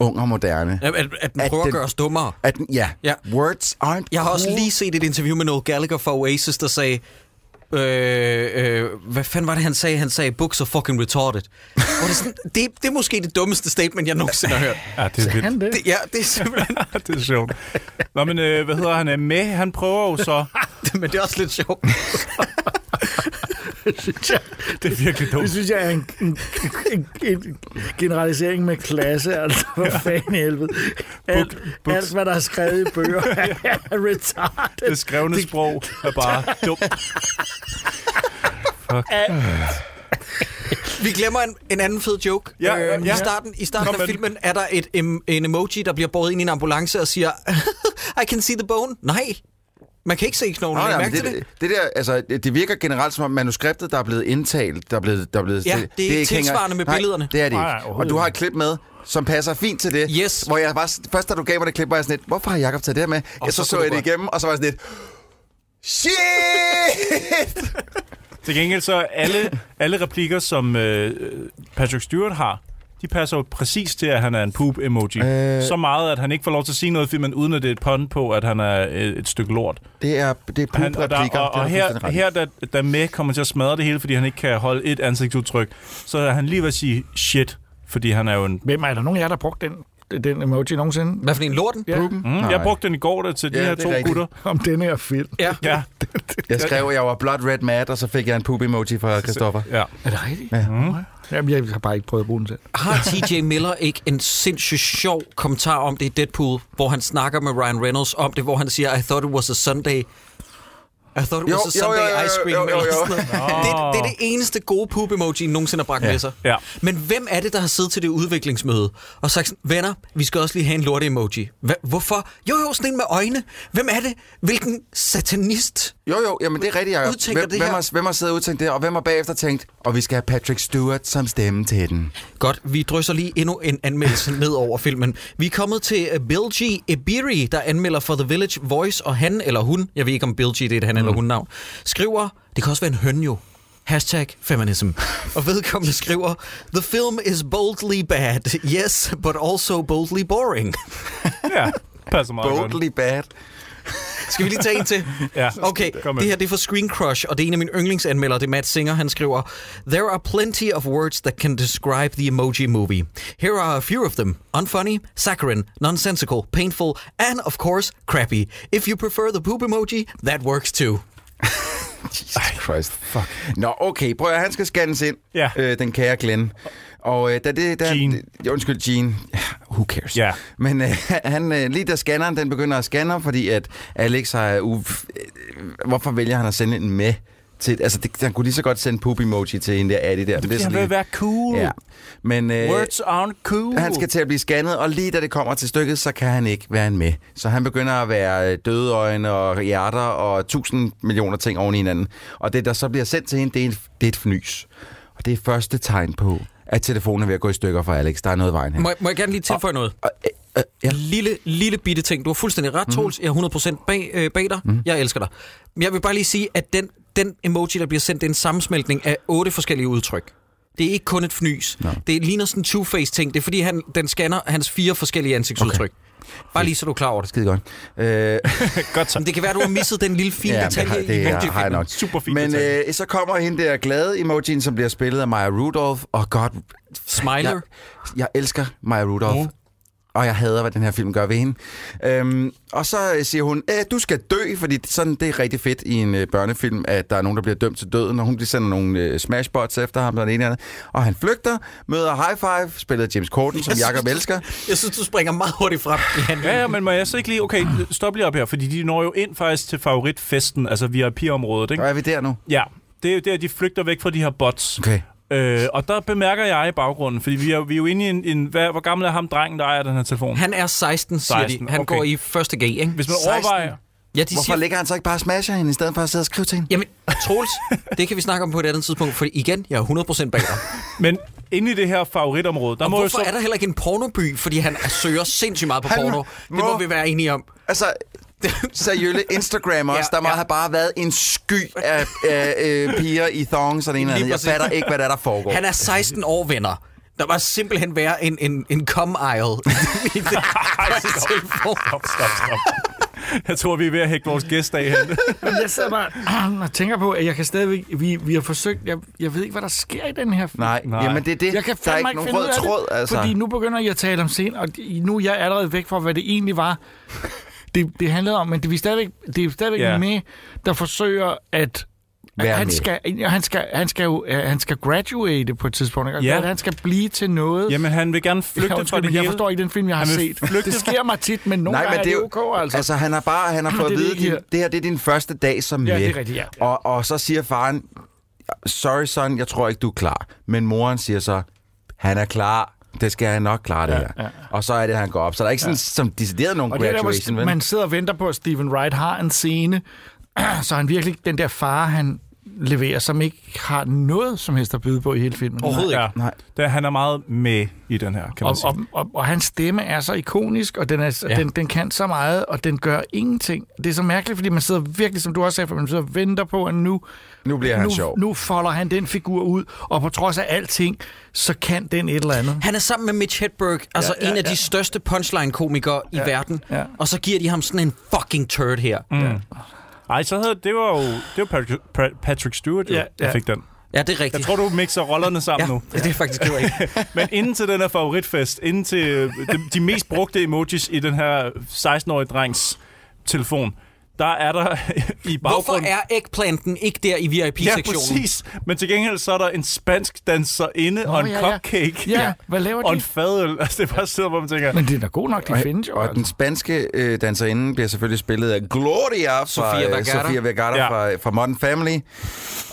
[SPEAKER 5] ung og moderne.
[SPEAKER 1] Ja, At, at den
[SPEAKER 5] At
[SPEAKER 1] prøver at
[SPEAKER 5] den-
[SPEAKER 1] gøre os dummere.
[SPEAKER 5] At den, ja.
[SPEAKER 1] Ja.
[SPEAKER 5] Words aren't
[SPEAKER 1] Jeg har
[SPEAKER 5] cool.
[SPEAKER 1] også lige set et interview med Noel Gallagher fra Oasis, der sagde, øh, øh, hvad fanden var det, han sagde? Han sagde, books are fucking retarded. Hvor det, sådan, det, det er måske det dummeste statement, jeg nogensinde har hørt.
[SPEAKER 7] Ja, det er vildt.
[SPEAKER 6] Han det.
[SPEAKER 1] Det, ja, det er simpelthen...
[SPEAKER 7] det er sjovt. Nå, men øh, hvad hedder han? Øh, Med, han prøver jo så...
[SPEAKER 1] Men det er også lidt sjovt.
[SPEAKER 6] det synes jeg,
[SPEAKER 7] det er virkelig dumt.
[SPEAKER 6] Det synes jeg er en, en, en, en generalisering med klasse, altså for ja. fanden i helvede. Alt, alt, hvad der er skrevet i bøger, er retarded.
[SPEAKER 7] Det skrevne sprog er bare dumt. Fuck.
[SPEAKER 1] Vi glemmer en, en anden fed joke. Øh,
[SPEAKER 7] Ja, ja,
[SPEAKER 1] I
[SPEAKER 7] ja.
[SPEAKER 1] starten, i starten
[SPEAKER 7] Kom
[SPEAKER 1] af
[SPEAKER 7] med den.
[SPEAKER 1] filmen er der et, em, en emoji, der bliver båret ind i en ambulance og siger, I can see the bone. Nej, man kan ikke se knoglen.
[SPEAKER 5] Nå,
[SPEAKER 1] Nå,
[SPEAKER 5] ja,
[SPEAKER 1] mærke
[SPEAKER 5] men
[SPEAKER 1] det,
[SPEAKER 5] det,
[SPEAKER 1] det,
[SPEAKER 5] det, det der, altså, det det virker generelt som om manuskriptet, der er blevet indtalt, der er blevet... Der er blevet
[SPEAKER 1] Ja, det er ikke
[SPEAKER 5] hænger-
[SPEAKER 1] tilsvarende med
[SPEAKER 5] Nej,
[SPEAKER 1] billederne.
[SPEAKER 5] det er det
[SPEAKER 7] Nej,
[SPEAKER 5] ikke.
[SPEAKER 7] overhovedet
[SPEAKER 5] Og du har et klip med, som passer fint til det.
[SPEAKER 1] Yes.
[SPEAKER 5] Hvor jeg bare, først da du gav mig det klip, var jeg sådan lidt, hvorfor har Jacob taget det her med? Og jeg, så,
[SPEAKER 7] så
[SPEAKER 5] så,
[SPEAKER 7] kunne
[SPEAKER 5] jeg
[SPEAKER 7] du
[SPEAKER 5] det
[SPEAKER 7] godt-
[SPEAKER 5] igennem, og så var jeg sådan lidt, shit!
[SPEAKER 7] Til gengæld så er alle, alle replikker, som øh, Patrick Stewart har, de passer jo præcis til, at han er en poop-emoji. Øh... Så meget, at han ikke får lov til at sige noget i filmen, uden at det er et pun på, at han er øh, et, et stykke lort.
[SPEAKER 5] Det er, det er
[SPEAKER 7] Han, og, der,
[SPEAKER 5] poop-replikker.
[SPEAKER 7] og, og her, her da, da Meg kommer til at smadre det hele, fordi han ikke kan holde et ansigtsudtryk, så er han lige ved at sige shit, fordi han er jo en...
[SPEAKER 6] Hvem er der nogen af jer, der har brugt den, den emoji nogensinde?
[SPEAKER 1] Hvad for en lorten?
[SPEAKER 6] Ja.
[SPEAKER 7] Mm, jeg brugte den i går da, til de
[SPEAKER 5] Ja,
[SPEAKER 7] her
[SPEAKER 5] det er
[SPEAKER 7] to
[SPEAKER 5] rigtigt.
[SPEAKER 7] gutter.
[SPEAKER 6] Om den her film.
[SPEAKER 1] Ja.
[SPEAKER 7] Ja,
[SPEAKER 5] Jeg skrev, at jeg var blot red mad, og så fik jeg en poop-emoji fra Christoffer.
[SPEAKER 7] ja.
[SPEAKER 6] Er det rigtigt? Ja. Mm. Jamen, jeg har bare ikke prøvet at bruge den selv.
[SPEAKER 1] Har TJ Miller ikke en sindssygt sjov kommentar om det i Deadpool, hvor han snakker med Ryan Reynolds om det, hvor han siger, I thought it was a Sunday. I thought it
[SPEAKER 5] Jo,
[SPEAKER 1] was a
[SPEAKER 5] jo, jo,
[SPEAKER 1] Sunday
[SPEAKER 5] jo,
[SPEAKER 1] ice cream.
[SPEAKER 5] jo, jo, jo.
[SPEAKER 1] eller sådan noget. Det, det er det eneste gode poop-emoji, nogensinde har bragt med sig.
[SPEAKER 7] Ja.
[SPEAKER 1] Men hvem er det, der har siddet til det udviklingsmøde og sagt, sådan, venner, vi skal også lige have en lorte-emoji. Hva- Hvorfor? Jo, jo, sådan en med øjne. Hvem er det? Hvilken satanist?
[SPEAKER 5] Jo, jo, jamen det er rigtigt, Jacob.
[SPEAKER 1] Udtænker
[SPEAKER 5] Hvem,
[SPEAKER 1] det
[SPEAKER 5] hvem,
[SPEAKER 1] her.
[SPEAKER 5] har, hvem har siddet og udtænkt det, og hvem har bagefter tænkt, og vi skal have Patrick Stewart som stemme til den?
[SPEAKER 1] Godt, vi drysser lige endnu en anmeldelse ned over filmen. Vi er kommet til øh, Bill G. Ebiri, der anmelder for The Village Voice, og han eller hun, jeg ved ikke om Bill G. det er et han eller hun navn, skriver, det kan også være en høn jo, Hashtag feminism. Og vedkommende skriver, The film is boldly bad, yes, but also boldly boring.
[SPEAKER 7] ja. Passer meget godt.
[SPEAKER 5] Boldly bad.
[SPEAKER 1] Skal vi lige tage en til?
[SPEAKER 7] Ja.
[SPEAKER 1] Okay,
[SPEAKER 7] Kom med.
[SPEAKER 1] det her det er fra Screen Crush, og det er en af mine yndlingsanmeldere, det er Matt Singer, han skriver, There are plenty of words that can describe the emoji movie. Here are a few of them. Unfunny, saccharine, nonsensical, painful, and of course, crappy. If you prefer the poop emoji, that works too.
[SPEAKER 5] Jesus Christ. Fuck. Nå, okay. Prøv at høre, han skal scannes ind,
[SPEAKER 7] Ja.
[SPEAKER 5] øh, den kære Glenn. Og øh, da det... Da,
[SPEAKER 7] Gene.
[SPEAKER 5] Ja, undskyld, Gene. Ja, Who cares?
[SPEAKER 7] Ja.
[SPEAKER 5] Men øh, han, øh, lige da scanneren den begynder at scanne, fordi at Alex har... Uh, hvorfor vælger han at sende en med? Til, altså, det, han kunne lige så godt sende poop-emoji til en der Addy der. men
[SPEAKER 7] Det
[SPEAKER 5] er
[SPEAKER 7] han
[SPEAKER 5] sådan
[SPEAKER 7] vil være cool.
[SPEAKER 5] lige- Ja. Men, øh,
[SPEAKER 7] Words aren't
[SPEAKER 1] Uh.
[SPEAKER 7] cool.
[SPEAKER 5] Han skal til at blive scannet, og lige da det kommer til stykket, så kan han ikke være en med. Så han begynder at være øh, døde øjne og hjerter og tusind millioner ting oven i hinanden. Og det, der så bliver sendt til hende, det er, en, det er et fnys. Og det er første tegn på, at telefonen er ved at gå i stykker for Alex. Der er noget i vejen her.
[SPEAKER 1] Må, jeg- må jeg gerne lige tilføje noget?
[SPEAKER 5] Og, øh, øh, ja. Mhm.
[SPEAKER 1] lille, lille bitte ting. Du har fuldstændig ret, Troels. Jeg er 100% bag, øh, bag dig. Jeg elsker dig. Men jeg vil bare lige sige, at den, den emoji, der bliver sendt, det er en sammensmeltning af otte forskellige udtryk. Det er ikke kun et fnys. No. Det ligner sådan en two-face-ting. Det er fordi, han, den scanner hans fire forskellige ansigtsudtryk. Okay. Bare lige så du er klar over det.
[SPEAKER 5] Skide godt. Øh,
[SPEAKER 7] Godt så.
[SPEAKER 1] Men det kan være, du har misset den lille fine
[SPEAKER 5] men
[SPEAKER 1] detalje.
[SPEAKER 5] det
[SPEAKER 1] i
[SPEAKER 5] er,
[SPEAKER 1] emojifilmen.
[SPEAKER 5] har jeg nok.
[SPEAKER 7] Super fint
[SPEAKER 5] Men
[SPEAKER 7] detalje.
[SPEAKER 5] øh, så kommer hende der glade emojien, som bliver spillet af Maya Rudolph. Og godt...
[SPEAKER 1] Smiler.
[SPEAKER 5] Jeg, jeg elsker Maya Rudolph.
[SPEAKER 7] Mm.
[SPEAKER 5] Og jeg hader, hvad den her film gør ved hende. Øhm, og så øh, siger hun, at du skal dø, fordi sådan, det er rigtig fedt i en øh, børnefilm, at der er nogen, der bliver dømt til døden, og hun bliver sender nogle øh, smashbots efter ham, og den ene eller anden. Og han flygter, møder High Five, spiller James Corden, som Jacob elsker.
[SPEAKER 1] Jeg synes, du springer meget hurtigt frem i handlingen.
[SPEAKER 7] Ja, ja, men må jeg så ikke lige... Okay, stop lige op her, fordi de når jo ind faktisk til favoritfesten, altså VIP-området,
[SPEAKER 5] Og
[SPEAKER 7] ikke?
[SPEAKER 5] er vi der nu?
[SPEAKER 7] Ja, det er jo der, de flygter væk fra de her bots.
[SPEAKER 5] Okay.
[SPEAKER 7] Øh, og der bemærker jeg i baggrunden, fordi vi er, vi er jo inde i en... en hvad, hvor gammel er ham drengen, der ejer den her telefon?
[SPEAKER 1] Han er 16, siger 16,
[SPEAKER 7] 16,
[SPEAKER 1] de. Han
[SPEAKER 7] okay.
[SPEAKER 1] okay. går i første G, ikke?
[SPEAKER 7] Hvis
[SPEAKER 5] 16.
[SPEAKER 7] man overvejer...
[SPEAKER 1] Ja, de
[SPEAKER 5] Hvorfor
[SPEAKER 1] siger
[SPEAKER 5] ligger han så ikke bare og smasher hende, i stedet for at sidde og skrive til hende?
[SPEAKER 1] Jamen, Troels, det kan vi snakke om på et andet tidspunkt, for igen, jeg er 100% bag dig.
[SPEAKER 7] Men inde i det her favoritområde, der
[SPEAKER 1] Og
[SPEAKER 7] må jo
[SPEAKER 1] hvorfor
[SPEAKER 7] så...
[SPEAKER 1] er der heller ikke en pornoby? Fordi han søger sindssygt meget på
[SPEAKER 5] Han
[SPEAKER 1] porno.
[SPEAKER 5] må-
[SPEAKER 1] Det må vi være enige om.
[SPEAKER 5] Altså, seriølle Instagram også,
[SPEAKER 1] Ja,
[SPEAKER 5] der må
[SPEAKER 1] ja.
[SPEAKER 5] have bare været en sky af, af øh, piger i thongs og det ene
[SPEAKER 1] Lige
[SPEAKER 5] eller andet. Jeg
[SPEAKER 1] præcis.
[SPEAKER 5] fatter ikke, hvad der, er, der foregår.
[SPEAKER 1] Han er 16 år, venner. Der var simpelthen være en, en, en cum aisle i det-
[SPEAKER 7] Ej, stop, stop, stop, stop. Jeg tror, vi er ved at hække vores gæst af her.
[SPEAKER 6] Jamen, jeg sidder bare og tænker på, at jeg kan stadigvæk... Vi, vi har forsøgt... Jeg, jeg ved ikke, hvad der sker i den her film.
[SPEAKER 5] Nej,
[SPEAKER 7] Nej.
[SPEAKER 5] Nej, jamen det er det.
[SPEAKER 6] Jeg kan
[SPEAKER 5] der er ikke
[SPEAKER 6] fandme ikke
[SPEAKER 5] nogen
[SPEAKER 6] finde
[SPEAKER 5] rød
[SPEAKER 6] ud af
[SPEAKER 5] tråd,
[SPEAKER 6] det,
[SPEAKER 5] altså.
[SPEAKER 6] fordi nu begynder jeg at tale om scenen, og nu er jeg allerede væk fra, hvad det egentlig var, det, det handlede om. Men det, vi er stadigvæk, det er stadigvæk
[SPEAKER 7] Ja.
[SPEAKER 6] yeah. med, der forsøger at
[SPEAKER 5] Være
[SPEAKER 6] han
[SPEAKER 5] med.
[SPEAKER 6] skal, han skal, han skal, jo, øh, han skal graduate på et tidspunkt. Ikke? Og
[SPEAKER 7] Ja.
[SPEAKER 6] ja. Han skal blive til noget.
[SPEAKER 7] Jamen, han vil gerne flygte
[SPEAKER 6] ja,
[SPEAKER 7] fra
[SPEAKER 6] undskyld,
[SPEAKER 7] det
[SPEAKER 6] men jeg
[SPEAKER 7] hele.
[SPEAKER 6] forstår ikke den film, jeg har
[SPEAKER 7] Han vil
[SPEAKER 6] set. Flygte. Det sker mig tit, men nogle
[SPEAKER 5] Nej,
[SPEAKER 6] gange
[SPEAKER 5] men det er
[SPEAKER 6] er
[SPEAKER 5] jo,
[SPEAKER 6] det okay, altså.
[SPEAKER 5] altså han har bare han har
[SPEAKER 6] Ah,
[SPEAKER 5] fået
[SPEAKER 6] det
[SPEAKER 5] at
[SPEAKER 6] er det
[SPEAKER 5] vide,
[SPEAKER 6] ikke
[SPEAKER 5] din, det her det er din første dag som
[SPEAKER 6] Ja,
[SPEAKER 5] med.
[SPEAKER 6] det er rigtigt, ja.
[SPEAKER 5] Og, og så siger faren, sorry son, jeg tror ikke, du er klar. Men moren siger så, han er klar. Det skal han nok klare, det
[SPEAKER 6] Ja,
[SPEAKER 5] her.
[SPEAKER 6] ja, ja.
[SPEAKER 5] Og så er det, han går op. Så der er ikke sådan, som decideret nogen
[SPEAKER 6] Og det er der,
[SPEAKER 5] graduation.
[SPEAKER 6] hvor
[SPEAKER 5] vel?
[SPEAKER 6] man sidder og venter på, at Stephen Wright har en scene, så han virkelig, den der far, han leverer, som ikke har noget som helst at byde på i hele filmen.
[SPEAKER 7] Ja. Det, han er meget med i den her, kan man
[SPEAKER 6] Og,
[SPEAKER 7] sige.
[SPEAKER 6] og, og, og hans stemme er så ikonisk, og den, er,
[SPEAKER 7] Ja.
[SPEAKER 6] ja. den, den kan så meget, og den gør ingenting. Det er så mærkeligt, fordi man sidder virkelig, som du også sagde, for man sidder og venter på, at nu...
[SPEAKER 5] Nu bliver han
[SPEAKER 6] nu,
[SPEAKER 5] sjov.
[SPEAKER 6] Nu folder han den figur ud, og på trods af alting, så kan den et eller andet.
[SPEAKER 1] Han er sammen med Mitch Hedberg, altså ja, ja, en af ja. de største punchline-komikere i
[SPEAKER 6] Ja,
[SPEAKER 1] verden.
[SPEAKER 6] ja.
[SPEAKER 1] Og så giver de ham sådan en fucking turd her.
[SPEAKER 7] Mm. Ej, så havde, det var jo det var Patrick, Pra- Patrick Stewart, jo,
[SPEAKER 1] Ja,
[SPEAKER 7] der
[SPEAKER 1] ja.
[SPEAKER 7] fik den.
[SPEAKER 1] Ja, det er rigtigt.
[SPEAKER 7] Jeg tror, du mixer rollerne sammen
[SPEAKER 1] Ja,
[SPEAKER 7] nu.
[SPEAKER 1] det er faktisk ked
[SPEAKER 7] af. Men inden til den her favoritfest, inden til øh, de, de mest brugte emojis i den her 16-årige drengs telefon, der er der i
[SPEAKER 1] Hvorfor
[SPEAKER 7] baggrunden...
[SPEAKER 1] er eggplanten ikke der i
[SPEAKER 7] Ja,
[SPEAKER 1] VIP-sektionen?
[SPEAKER 7] præcis. Men til gengæld så er der en spansk danserinde og en
[SPEAKER 1] ja, ja.
[SPEAKER 7] cupcake.
[SPEAKER 1] Ja, hvad laver
[SPEAKER 7] Og
[SPEAKER 1] de?
[SPEAKER 7] en fadøl. Altså, det er bare sidder, hvor man tænker...
[SPEAKER 6] Men det er da god nok, de
[SPEAKER 5] Og-
[SPEAKER 6] findes jo. altså.
[SPEAKER 5] Og den spanske øh, danserinde bliver selvfølgelig spillet af Gloria fra
[SPEAKER 6] Sofia
[SPEAKER 5] Sofia
[SPEAKER 6] Vergara.
[SPEAKER 5] Vergara, Sofia Vergara
[SPEAKER 6] Ja.
[SPEAKER 5] ja. fra, fra Modern Family.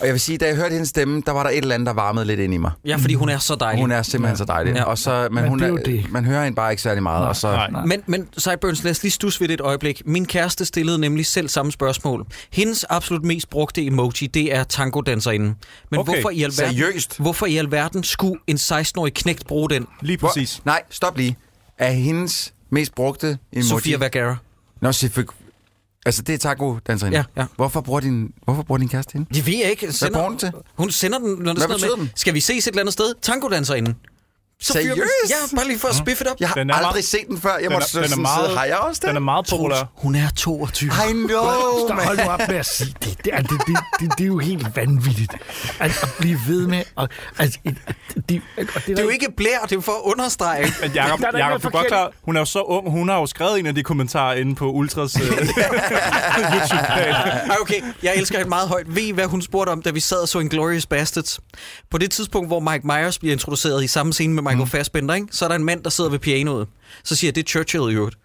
[SPEAKER 5] Og jeg vil sige, da jeg hørte hendes stemme, der var der et eller andet, der varmede lidt ind i mig.
[SPEAKER 1] Ja, fordi hun er så dejlig.
[SPEAKER 5] Hun er simpelthen ja. så dejlig.
[SPEAKER 1] Ja.
[SPEAKER 5] Ja. Og så, men
[SPEAKER 1] Men
[SPEAKER 5] hun
[SPEAKER 1] det er jo
[SPEAKER 5] er, man hører hende bare ikke særlig meget. og så,
[SPEAKER 1] Men, men Sideburns, lad os lige stusse ved det et øjeblik. Min kæreste stillede nemlig selv samme spørgsmål. Hendes absolut mest brugte emoji, det er tangodanserinden. Men
[SPEAKER 5] Okay,
[SPEAKER 1] hvorfor, i alverden,
[SPEAKER 5] seriøst?
[SPEAKER 1] hvorfor i alverden skulle en 16-årig knægt bruge den?
[SPEAKER 7] Lige præcis.
[SPEAKER 5] Hvor, nej, stop lige. Er hendes mest brugte emoji...
[SPEAKER 1] Sofia Vergara.
[SPEAKER 5] Nå, selvfølgelig. Altså, det er taco danserinde.
[SPEAKER 1] Ja, ja.
[SPEAKER 5] Hvorfor bruger din, hvorfor bruger din kæreste hende?
[SPEAKER 1] Det ved jeg ikke.
[SPEAKER 5] Hvad bruger hun til?
[SPEAKER 1] Hun sender den, når det
[SPEAKER 5] Hvad
[SPEAKER 1] er sådan noget
[SPEAKER 5] betyder
[SPEAKER 1] med,
[SPEAKER 5] den?
[SPEAKER 1] skal vi ses et eller andet sted? Tangodanserinden. Så fyrer man-
[SPEAKER 5] Seriøst?
[SPEAKER 1] Ja, bare lige for at spiffe det op.
[SPEAKER 5] Jeg har aldrig set den før. Jeg
[SPEAKER 7] den
[SPEAKER 5] måtte
[SPEAKER 7] er-
[SPEAKER 5] så
[SPEAKER 7] den er
[SPEAKER 5] sådan
[SPEAKER 7] meget-
[SPEAKER 5] sidde, har jeg også det?
[SPEAKER 7] den er meget populær.
[SPEAKER 1] Hun er 22.
[SPEAKER 5] I know,
[SPEAKER 6] Stop, hold nu op med at sige det. Det er, det, det, det, det er jo helt vanvittigt at, at blive ved med. Og, altså, det, det, og det,
[SPEAKER 1] Det er jo ikke blær, det er for at understrege.
[SPEAKER 7] Men Jacob,
[SPEAKER 6] Der er da ikke noget
[SPEAKER 7] Jacob du er godt
[SPEAKER 6] forkert.
[SPEAKER 7] klar, hun er jo så ung, hun har jo skrevet en af de kommentarer inde på Ultras øh, YouTube-kanal.
[SPEAKER 1] Ej, okay, jeg elsker hende meget højt. Ved I, hvad hun spurgte om, da vi sad og så Inglourious Bastards? På det tidspunkt, hvor Mike Myers bliver introduceret i samme scene med Michael mm. Fassbender, ikke? så er der en mand, der sidder ved pianoet. Så siger jeg, det er Churchill i øvrigt.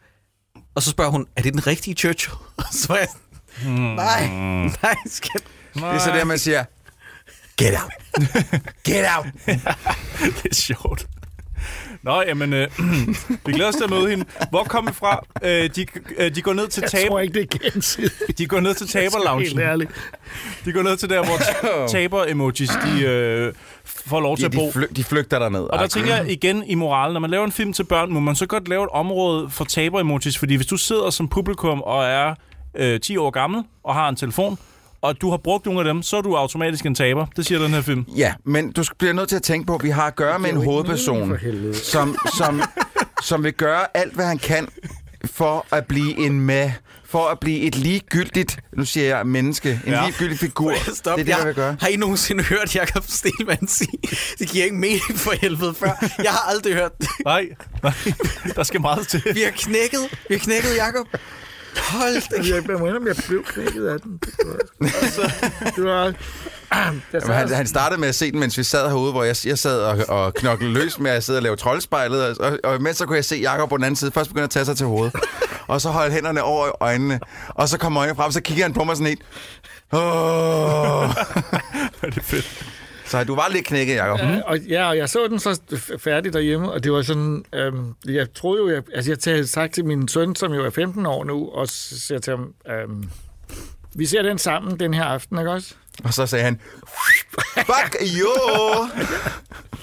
[SPEAKER 1] Og så spørger hun, er det den rigtige Churchill? Og så er jeg,
[SPEAKER 5] Mm.
[SPEAKER 1] nej, nej, skat.
[SPEAKER 5] Det er så der, man siger, get out. Get out.
[SPEAKER 7] det er sjovt. Nå, jamen, øh, vi glæder os til at møde hende. Hvor kom vi fra? Øh, de, øh, de går ned til
[SPEAKER 6] Jeg
[SPEAKER 7] tab-
[SPEAKER 6] tror ikke, det er gensidigt.
[SPEAKER 7] De går ned til taberloungen.
[SPEAKER 6] Helt ærligt.
[SPEAKER 7] De går ned til der, hvor t- taber-emojis, de øh, får lov til
[SPEAKER 5] Ja,
[SPEAKER 7] at bo.
[SPEAKER 5] de, flyg, de flygter derned.
[SPEAKER 7] Og der tænker jeg igen i moralen, når man laver en film til børn, må man så godt lave et område for taber-emojis, fordi hvis du sidder som publikum og er øh, 10 år gammel og har en telefon, og du har brugt nogle af dem, så er du automatisk en taber. Det siger den her film.
[SPEAKER 5] Ja, men du bliver nødt til at tænke på, at vi har at gøre med en hovedperson, som, som, som vil gøre alt, hvad han kan for at blive en med, for at blive et ligegyldigt, nu siger jeg menneske, en
[SPEAKER 1] Ja.
[SPEAKER 5] ja. ligegyldig figur.
[SPEAKER 1] Stop,
[SPEAKER 5] det er det, jeg vil gøre.
[SPEAKER 1] Har I nogensinde hørt Jacob Stelman sige, det giver ikke mening for helvede før? Jeg har aldrig hørt det.
[SPEAKER 7] Nej, nej, der skal meget til.
[SPEAKER 1] Vi har knækket, vi har knækket, Jacob. Hold da
[SPEAKER 6] Jeg, jeg må indrømme, jeg blev knækket af den. Det var...
[SPEAKER 5] Jamen, han, han startede med at se den, mens vi sad herude, hvor jeg, jeg sad og, og knoklede løs med at sidde og lave troldspejlet, og, og, og imens så kunne jeg se Jakob på den anden side først begynde at tage sig til hovedet, og så holde hænderne over øjnene, og så kommer øjnene frem, og så kigger han på mig sådan helt. Åh.
[SPEAKER 7] det er fedt.
[SPEAKER 5] Så du var lidt knækket, Jacob.
[SPEAKER 6] Ja, og, ja, og jeg så den så f- færdig derhjemme, og det var sådan, øhm, jeg troede jo, jeg, altså jeg havde sagt til min søn, som jo er 15 år nu, og så siger jeg til ham, øhm, vi ser den sammen den her aften, ikke også?
[SPEAKER 5] Og så sagde han, fuck you!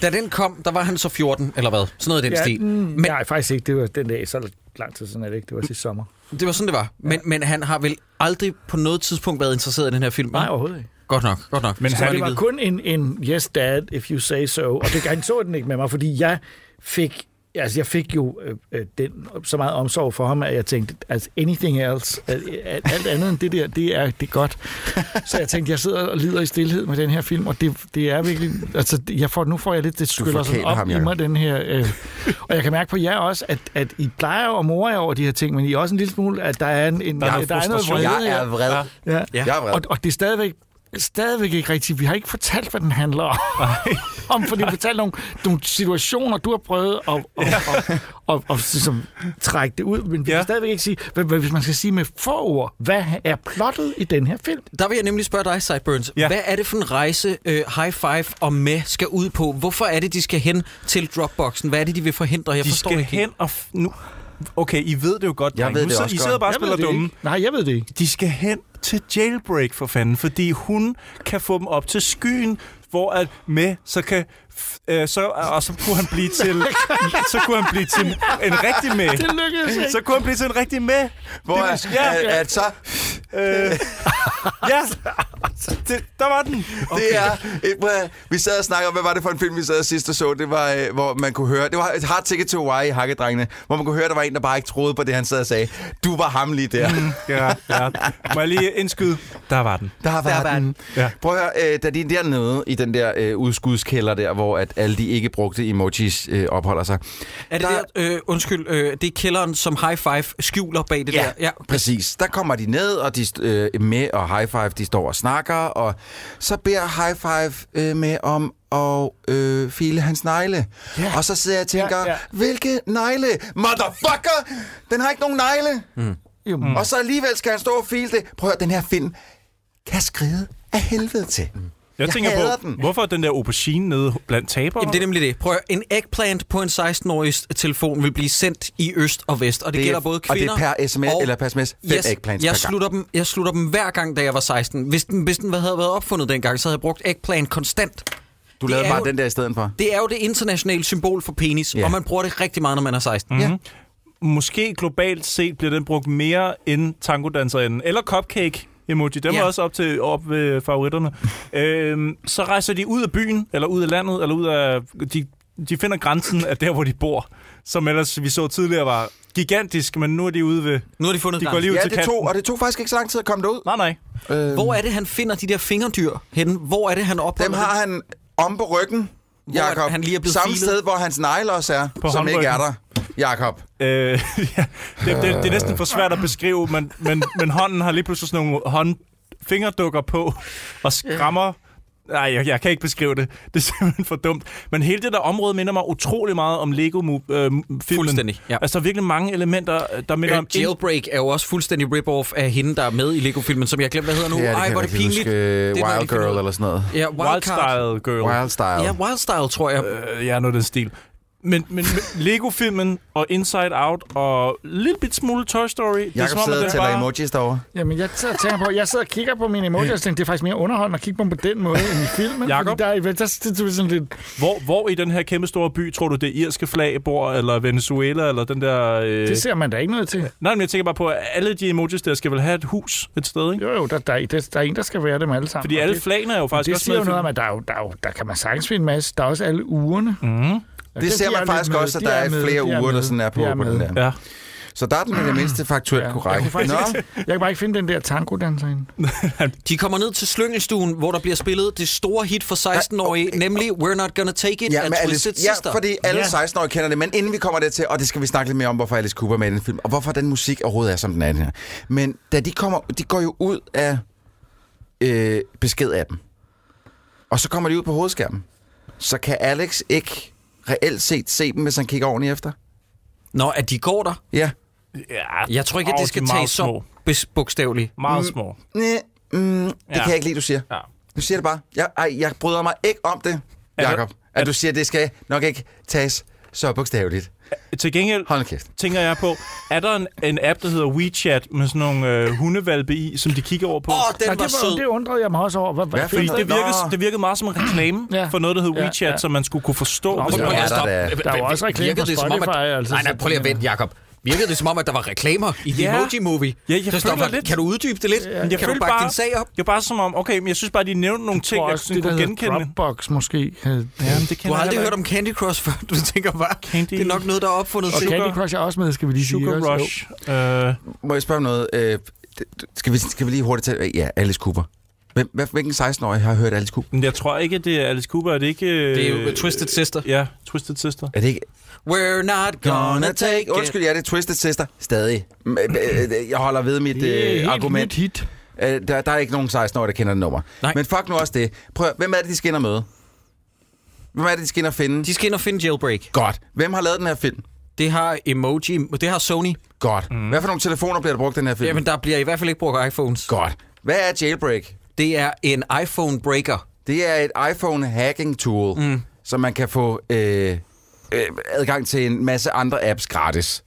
[SPEAKER 1] Da den kom, der var han så 14, eller hvad? Sådan noget i den
[SPEAKER 6] ja,
[SPEAKER 1] stil.
[SPEAKER 6] Men... Nej, faktisk ikke, det var den dag, så lang tid siden er det ikke, det var sidste sommer.
[SPEAKER 1] Det var sådan, det var. Men, men han har vel aldrig på noget tidspunkt været interesseret i den her film?
[SPEAKER 6] Nej, overhovedet ikke.
[SPEAKER 1] Godt nok, godt nok.
[SPEAKER 6] Men
[SPEAKER 1] Skal man
[SPEAKER 6] han, det
[SPEAKER 1] lige
[SPEAKER 6] var
[SPEAKER 1] vide.
[SPEAKER 6] kun en, en yes dad, if you say so, og det, han så den ikke med mig, fordi jeg fik, altså jeg fik jo øh, øh, den, så meget omsorg for ham, at jeg tænkte, altså anything else, at, at alt andet end det der, det er, det er godt. Så jeg tænkte, jeg sidder og lider i stillhed med den her film, og det, det er virkelig, altså jeg får, nu får jeg lidt, det skyller sådan
[SPEAKER 5] forkæler
[SPEAKER 6] op
[SPEAKER 5] ham,
[SPEAKER 6] ham, i
[SPEAKER 5] Jacob.
[SPEAKER 6] mig, den her, øh, og jeg kan mærke på jer også, at, at I plejer jo at more jer over de her ting, men I er også en lille smule, at der er en, en
[SPEAKER 5] Der er noget
[SPEAKER 6] der er noget
[SPEAKER 5] frustration.
[SPEAKER 6] vrede
[SPEAKER 5] Jeg er
[SPEAKER 6] her.
[SPEAKER 5] vred.
[SPEAKER 6] Ja.
[SPEAKER 5] Jeg er vred.
[SPEAKER 6] Og, og det er stadigvæk stadigvæk ikke rigtigt. Vi har ikke fortalt, hvad den handler om. om for du fortalte nogle, nogle situationer, du har prøvet at, at, at, at, at, at ligesom, trække det ud. Men vi ja. kan stadigvæk ikke sige, hvad, hvad, hvis man skal sige med få ord, hvad er plottet i den her film?
[SPEAKER 1] Der vil jeg nemlig spørge dig, Sideburns. Ja. Hvad er det for en rejse, øh, High Five og med skal ud på? Hvorfor er det, de skal hen til Dropboxen? Hvad er det, de vil forhindre? Jeg
[SPEAKER 7] de
[SPEAKER 1] forstår
[SPEAKER 7] skal
[SPEAKER 1] ikke. helt.
[SPEAKER 7] hen og... F- nu. Okay, I ved det jo godt,
[SPEAKER 5] Jeg
[SPEAKER 7] drenge.
[SPEAKER 5] ved
[SPEAKER 7] Nu
[SPEAKER 5] det
[SPEAKER 7] sidder-
[SPEAKER 5] også
[SPEAKER 7] I sidder bare og
[SPEAKER 6] Jeg ved
[SPEAKER 7] spiller
[SPEAKER 6] det
[SPEAKER 7] dumme.
[SPEAKER 6] ikke. Nej, jeg ved det ikke.
[SPEAKER 7] De skal hen til jailbreak for fanden, fordi hun kan få dem op til skyen, hvor at med så kan f- øh, så og så kunne han blive til så kunne han blive til en rigtig med.
[SPEAKER 6] Det lykkedes ikke.
[SPEAKER 7] Så kunne han blive til en rigtig med.
[SPEAKER 5] Hvor
[SPEAKER 7] Det
[SPEAKER 5] er,
[SPEAKER 7] vil-
[SPEAKER 5] ja,
[SPEAKER 7] ja.
[SPEAKER 5] er, er, så,
[SPEAKER 7] Øh, ja. Det, der var den.
[SPEAKER 5] okay. det er, et, prøv at høre, vi sad og snakkede om, hvad var det for en film, vi sad og sidst og så, det var, øh, hvor man kunne høre, det var et hard ticket to Hawaii i Hakkedrengene, hvor man kunne høre, der var en, der bare ikke troede på det, han sad og sagde, du var ham lige der. Mm.
[SPEAKER 7] Ja, ja. Må jeg lige indskyde? Der var den.
[SPEAKER 5] Der var, der
[SPEAKER 1] var
[SPEAKER 5] var den.
[SPEAKER 7] Ja.
[SPEAKER 5] Ja. Prøv at høre, øh, da de er dernede i den der øh, udskudskælder der, hvor at alle de ikke brugte emojis øh, opholder sig.
[SPEAKER 1] Er det der, øh, undskyld, øh, det er kælderen, som High Five skjuler bag det der? Ja.
[SPEAKER 5] Præcis. Der kommer de ned, og de øh, med og High Five, de står og snakker, og så beder High Five øh, med om at øh, file hans negle. Yeah. Og så sidder jeg og tænker,
[SPEAKER 6] Ja,
[SPEAKER 5] yeah,
[SPEAKER 6] ja.
[SPEAKER 5] yeah. hvilke negle? Motherfucker! Den har ikke nogen negle!
[SPEAKER 6] Jo,
[SPEAKER 5] Mm. Og så alligevel skal han stå og file det. Prøv at høre, den her film kan skride af helvede til.
[SPEAKER 7] Jeg,
[SPEAKER 5] Jeg
[SPEAKER 7] tænker
[SPEAKER 5] hader
[SPEAKER 7] på,
[SPEAKER 5] den.
[SPEAKER 7] hvorfor er den der aubergine nede blandt tabere?
[SPEAKER 1] Jamen, det er nemlig det. Prøv at, en eggplant på en 16-årigs telefon vil blive sendt i øst og vest, og det,
[SPEAKER 5] Det er-
[SPEAKER 1] gælder både
[SPEAKER 5] og det er
[SPEAKER 1] kvinder
[SPEAKER 5] per SMS eller per SMS, fem eggplants
[SPEAKER 1] jeg
[SPEAKER 5] per gang.
[SPEAKER 1] slutter dem, Jeg slutter dem hver gang, da jeg var 16. Hvis den, hvis den havde været opfundet dengang, så havde jeg brugt eggplant konstant.
[SPEAKER 5] Du lavede
[SPEAKER 1] er
[SPEAKER 5] bare
[SPEAKER 1] jo-
[SPEAKER 5] den der i stedet for.
[SPEAKER 1] Det er jo det internationale symbol for penis,
[SPEAKER 5] Ja. Mhm.
[SPEAKER 1] og man bruger det rigtig meget, når man er 16.
[SPEAKER 5] Ja.
[SPEAKER 7] måske globalt set bliver den brugt mere end tangodanserinden. Eller cupcake emoji. Den var
[SPEAKER 1] Ja.
[SPEAKER 7] også op til op ved favoritterne. øhm, så rejser de ud af byen, eller ud af landet, eller ud af... De, de finder grænsen af der, hvor de bor. Som ellers vi så tidligere var gigantisk, men nu er de ude ved...
[SPEAKER 1] Nu har de fundet
[SPEAKER 7] De går
[SPEAKER 1] grænsen.
[SPEAKER 7] lige ud
[SPEAKER 5] Ja,
[SPEAKER 7] til
[SPEAKER 5] det tog,
[SPEAKER 7] kanten.
[SPEAKER 5] og det tog faktisk ikke så lang tid at komme derud.
[SPEAKER 7] Nej, nej.
[SPEAKER 5] Øh,
[SPEAKER 1] Hvor er det, han finder de der fingerdyr henne? Hvor er det, han opholder
[SPEAKER 5] Dem har han om på ryggen,
[SPEAKER 1] at
[SPEAKER 5] Jakob.
[SPEAKER 1] han lige er blevet
[SPEAKER 5] Samme
[SPEAKER 1] filet.
[SPEAKER 5] sted, hvor hans negle også er,
[SPEAKER 7] På
[SPEAKER 5] på som ikke er der.
[SPEAKER 7] håndryggen.
[SPEAKER 5] Jakob.
[SPEAKER 7] Øh, ja, det, det, det er næsten for svært at beskrive, men, men, men hånden har lige pludselig sådan nogle hånd, fingerdukker på og skrammer. Nej, jeg, jeg kan ikke beskrive det. Det er simpelthen for dumt. Men hele det der område minder mig utrolig meget om Lego-filmen.
[SPEAKER 1] Fuldstændig, ja.
[SPEAKER 7] Altså der er virkelig mange elementer, øh, der minder om...
[SPEAKER 1] Øh, jailbreak er jo også fuldstændig rip-off af hende, der er med i Lego-filmen, som jeg glemte, hvad hedder nu. Ej, hvor er det pinligt.
[SPEAKER 5] Huske,
[SPEAKER 1] Det er, når
[SPEAKER 5] Wild
[SPEAKER 1] de finder
[SPEAKER 5] Girl
[SPEAKER 1] ud.
[SPEAKER 5] eller sådan noget.
[SPEAKER 1] Ja,
[SPEAKER 7] Wild
[SPEAKER 1] Wildcard.
[SPEAKER 7] Style Girl.
[SPEAKER 5] Wild Style.
[SPEAKER 1] Ja, Wildstyle, tror jeg.
[SPEAKER 7] Øh, ja, noget af den stil. Men, men men Lego-filmen og Inside Out og lidt bit smule Toy Story... det er
[SPEAKER 5] Jakob
[SPEAKER 7] som om, at
[SPEAKER 5] sidder
[SPEAKER 7] den
[SPEAKER 5] og tæller
[SPEAKER 7] bare-
[SPEAKER 5] emojis derovre.
[SPEAKER 6] Jamen, jeg sidder og tænker på, jeg sidder og kigger på mine emojis, og tænker, det er faktisk mere underholdende at kigge på dem på den måde, end i filmen.
[SPEAKER 7] Jakob?
[SPEAKER 6] fordi Der, er- der, der, der er sådan lidt...
[SPEAKER 7] Hvor, hvor i den her kæmpe store by tror du, det irske flag bor, eller Venezuela, eller den der... Øh...
[SPEAKER 6] Det ser man da ikke noget til.
[SPEAKER 7] Nej, men jeg tænker bare på, at alle de emojis der skal vel have et hus et sted, ikke?
[SPEAKER 6] Jo, jo, der, der, der, der er en, der skal være dem alle sammen.
[SPEAKER 7] Fordi
[SPEAKER 6] og
[SPEAKER 7] alle
[SPEAKER 6] det,
[SPEAKER 7] flagene er jo faktisk
[SPEAKER 6] det
[SPEAKER 7] også
[SPEAKER 6] siger jo
[SPEAKER 7] med i
[SPEAKER 6] noget om,
[SPEAKER 7] filmen.
[SPEAKER 6] at der, er jo, der, er jo, der kan man sagtens finde en masse. Der er også alle ugerne. Mm.
[SPEAKER 5] Det ser man faktisk også, at der er flere uger, der sådan er på, på den der.
[SPEAKER 7] Ja.
[SPEAKER 5] Så der er den i det mindste faktuelt
[SPEAKER 6] Ja, jeg
[SPEAKER 5] korrekt.
[SPEAKER 6] kunne
[SPEAKER 5] Nå,
[SPEAKER 6] faktisk ikke, jeg kan bare ikke finde den der tangodanser inde.
[SPEAKER 1] De kommer ned til slyngelstuen, hvor der bliver spillet det store hit for 16-årige, nemlig We're Not Gonna Take It
[SPEAKER 5] ja,
[SPEAKER 1] af
[SPEAKER 5] men
[SPEAKER 1] Twisted
[SPEAKER 5] Alice,
[SPEAKER 1] Sister.
[SPEAKER 5] ja, fordi alle 16-årige kender det, men inden vi kommer dertil, og det skal vi snakke lidt mere om, hvorfor Alice Cooper er med i den film, og hvorfor den musik overhovedet er, som den er i den her. Men da de kommer, de går jo ud af øh, besked af dem, og så kommer de ud på hovedskærmen, så kan Alex ikke reelt set se dem, hvis han kigger ordentligt efter.
[SPEAKER 1] Nå, at de går der.
[SPEAKER 5] Ja.
[SPEAKER 7] ja.
[SPEAKER 1] Jeg tror ikke, at
[SPEAKER 7] Åh,
[SPEAKER 1] det skal
[SPEAKER 7] de er
[SPEAKER 1] tages
[SPEAKER 7] meget
[SPEAKER 1] så
[SPEAKER 7] små.
[SPEAKER 1] bes- bogstaveligt.
[SPEAKER 7] Meget små.
[SPEAKER 5] Næ, mm, det
[SPEAKER 7] Ja.
[SPEAKER 5] kan jeg ikke lide, du siger.
[SPEAKER 7] Ja.
[SPEAKER 5] Du siger det bare. Jeg, ej, jeg bryder mig ikke om det,
[SPEAKER 7] Er
[SPEAKER 5] Jakob.
[SPEAKER 7] det- er
[SPEAKER 5] At du
[SPEAKER 7] det-
[SPEAKER 5] siger, at det skal nok ikke tages så bogstaveligt.
[SPEAKER 7] Til gengæld
[SPEAKER 5] Hold nu kæft.
[SPEAKER 7] tænker jeg på, er der en, en app, der hedder WeChat, med sådan nogle øh, hundevalpe i, som de kigger over på?
[SPEAKER 1] Åh, den
[SPEAKER 6] Nå,
[SPEAKER 1] var
[SPEAKER 6] det, var,
[SPEAKER 1] sød.
[SPEAKER 6] det undrede jeg mig også over. Hvad,
[SPEAKER 5] Hvad for
[SPEAKER 7] Fordi
[SPEAKER 5] Nå.
[SPEAKER 7] det virkede, det virkede meget som en reklame
[SPEAKER 6] Ja.
[SPEAKER 7] for noget, der hedder
[SPEAKER 6] Ja,
[SPEAKER 7] WeChat,
[SPEAKER 6] ja.
[SPEAKER 7] som man skulle kunne forstå.
[SPEAKER 6] Nå,
[SPEAKER 7] hvis
[SPEAKER 5] Så
[SPEAKER 7] man-
[SPEAKER 1] Prøv lige at
[SPEAKER 5] er
[SPEAKER 1] stoppe.
[SPEAKER 5] der da-
[SPEAKER 6] Der er jo også reklame
[SPEAKER 1] Virkede
[SPEAKER 6] på
[SPEAKER 1] det som om,
[SPEAKER 6] Spotify,
[SPEAKER 1] at...
[SPEAKER 6] altså,
[SPEAKER 1] Nej, nej,
[SPEAKER 6] så-
[SPEAKER 1] prøv lige at vente, Jacob. Virkede det som om, at der var reklamer i The
[SPEAKER 7] Ja.
[SPEAKER 1] Emoji Movie?
[SPEAKER 7] Ja, jeg
[SPEAKER 1] Christoffer,
[SPEAKER 7] føler lidt-
[SPEAKER 1] Kan du uddybe det lidt? Kan
[SPEAKER 7] jeg
[SPEAKER 1] du
[SPEAKER 7] følte
[SPEAKER 1] bakke
[SPEAKER 7] bare-
[SPEAKER 1] din sag op?
[SPEAKER 7] Det er bare som om, okay, men jeg synes bare, de nævnte nogle ting,
[SPEAKER 6] Ting,
[SPEAKER 7] jeg
[SPEAKER 6] også
[SPEAKER 7] sådan
[SPEAKER 6] det, der
[SPEAKER 7] kunne
[SPEAKER 6] hedder
[SPEAKER 7] genkende.
[SPEAKER 6] Dropbox måske. havde-
[SPEAKER 7] Ja, men det
[SPEAKER 1] Du
[SPEAKER 7] kender
[SPEAKER 1] har
[SPEAKER 7] jeg
[SPEAKER 1] aldrig
[SPEAKER 7] heller
[SPEAKER 1] hørt om Candy Crush før. Du tænker bare,
[SPEAKER 7] Candy-
[SPEAKER 1] det er nok noget, der er opfundet
[SPEAKER 6] Og
[SPEAKER 1] til.
[SPEAKER 6] Candy Crush er også med, skal vi lige sige.
[SPEAKER 7] Sugar
[SPEAKER 6] også. Jo.
[SPEAKER 7] Rush. Øh,
[SPEAKER 5] Må jeg spørge om noget? Øh, d- skal, vi, skal vi lige hurtigt tage... Ja, Alice Cooper. Hvem, hvad- hvilken 16-årig har hørt Alice Cooper?
[SPEAKER 7] men jeg tror ikke, at det er Alice Cooper. Er det ikke... Øh,
[SPEAKER 1] Det er jo uh, Twisted Sister.
[SPEAKER 7] Ja, Twisted Sister.
[SPEAKER 5] Er det ikke...
[SPEAKER 1] We're not gonna take it.
[SPEAKER 5] Undskyld, ja, det er Twisted Sister. Stadig. M- øh, øh, Jeg holder ved mit
[SPEAKER 6] Det er
[SPEAKER 5] øh,
[SPEAKER 6] helt
[SPEAKER 5] argument.
[SPEAKER 6] nyt hit.
[SPEAKER 5] Øh, der, der er ikke nogen 16-årige, der kender det nummer. Nej. Men fuck nu også det. Prøv, at- hvem er det, de skal ind og møde? Hvem er det, de skal ind og finde?
[SPEAKER 1] De skal ind og finde Jailbreak.
[SPEAKER 5] Godt. Hvem har lavet den her film?
[SPEAKER 1] Det har Emoji, det har Sony.
[SPEAKER 5] Godt. Mm. Hvad for nogle telefoner bliver der brugt i den her film?
[SPEAKER 1] Jamen, der bliver i hvert fald ikke brugt iPhones.
[SPEAKER 5] Godt. Hvad er jailbreak?
[SPEAKER 1] Det er en iPhone-breaker.
[SPEAKER 5] Det er et iPhone-hacking-tool, mm. så man kan få øh, øh, adgang til en masse andre apps gratis.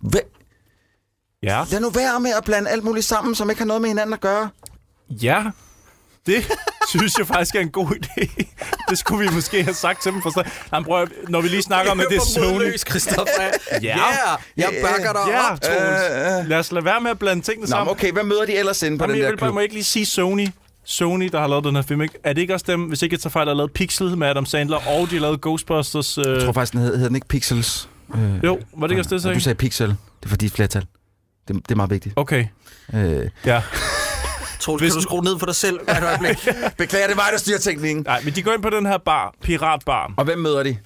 [SPEAKER 5] Hvad?
[SPEAKER 7] Ja.
[SPEAKER 5] Lad nu være med at blande alt muligt sammen, som ikke har noget med hinanden at gøre.
[SPEAKER 7] Ja, det synes jeg faktisk er en god idé. Det skulle vi måske have sagt til dem fra starten. Jamen, prøv, at- når vi lige snakker om, at det er
[SPEAKER 1] Hvor
[SPEAKER 7] Sony.
[SPEAKER 1] modløs, Ah, Christoffer er.
[SPEAKER 7] Ja.
[SPEAKER 1] Yeah, jeg bakker dig
[SPEAKER 7] Ja,
[SPEAKER 1] op,
[SPEAKER 7] Troels. Lad os lade være med at blande tingene
[SPEAKER 5] Nå,
[SPEAKER 7] sammen.
[SPEAKER 5] men okay, hvad møder de ellers inde på
[SPEAKER 7] Jamen,
[SPEAKER 5] den
[SPEAKER 7] jeg
[SPEAKER 5] der
[SPEAKER 7] vil bare,
[SPEAKER 5] klub?
[SPEAKER 7] må jeg ikke lige sige Sony? Sony, der har lavet den her film, ikke? Er det ikke også dem, hvis ikke jeg tager fejl, der har lavet Pixel med Adam Sandler, og de har lavet Ghostbusters? Øh...
[SPEAKER 5] Jeg tror faktisk, den hed, hed den ikke Pixels. Øh,
[SPEAKER 7] Jo, var det ikke også det, jeg
[SPEAKER 5] Du
[SPEAKER 7] sagde?
[SPEAKER 5] sagde Pixel. Det er fordi et flertal. Det, det er meget vigtigt.
[SPEAKER 7] Okay,
[SPEAKER 5] Øh,
[SPEAKER 7] ja.
[SPEAKER 1] Troels, kan du skrue ned for dig selv hvert øjeblik?
[SPEAKER 5] beklager, det var mig, der styrer teknikken.
[SPEAKER 7] Nej, men de går ind på den her bar, Piratbar.
[SPEAKER 5] Og hvem møder de?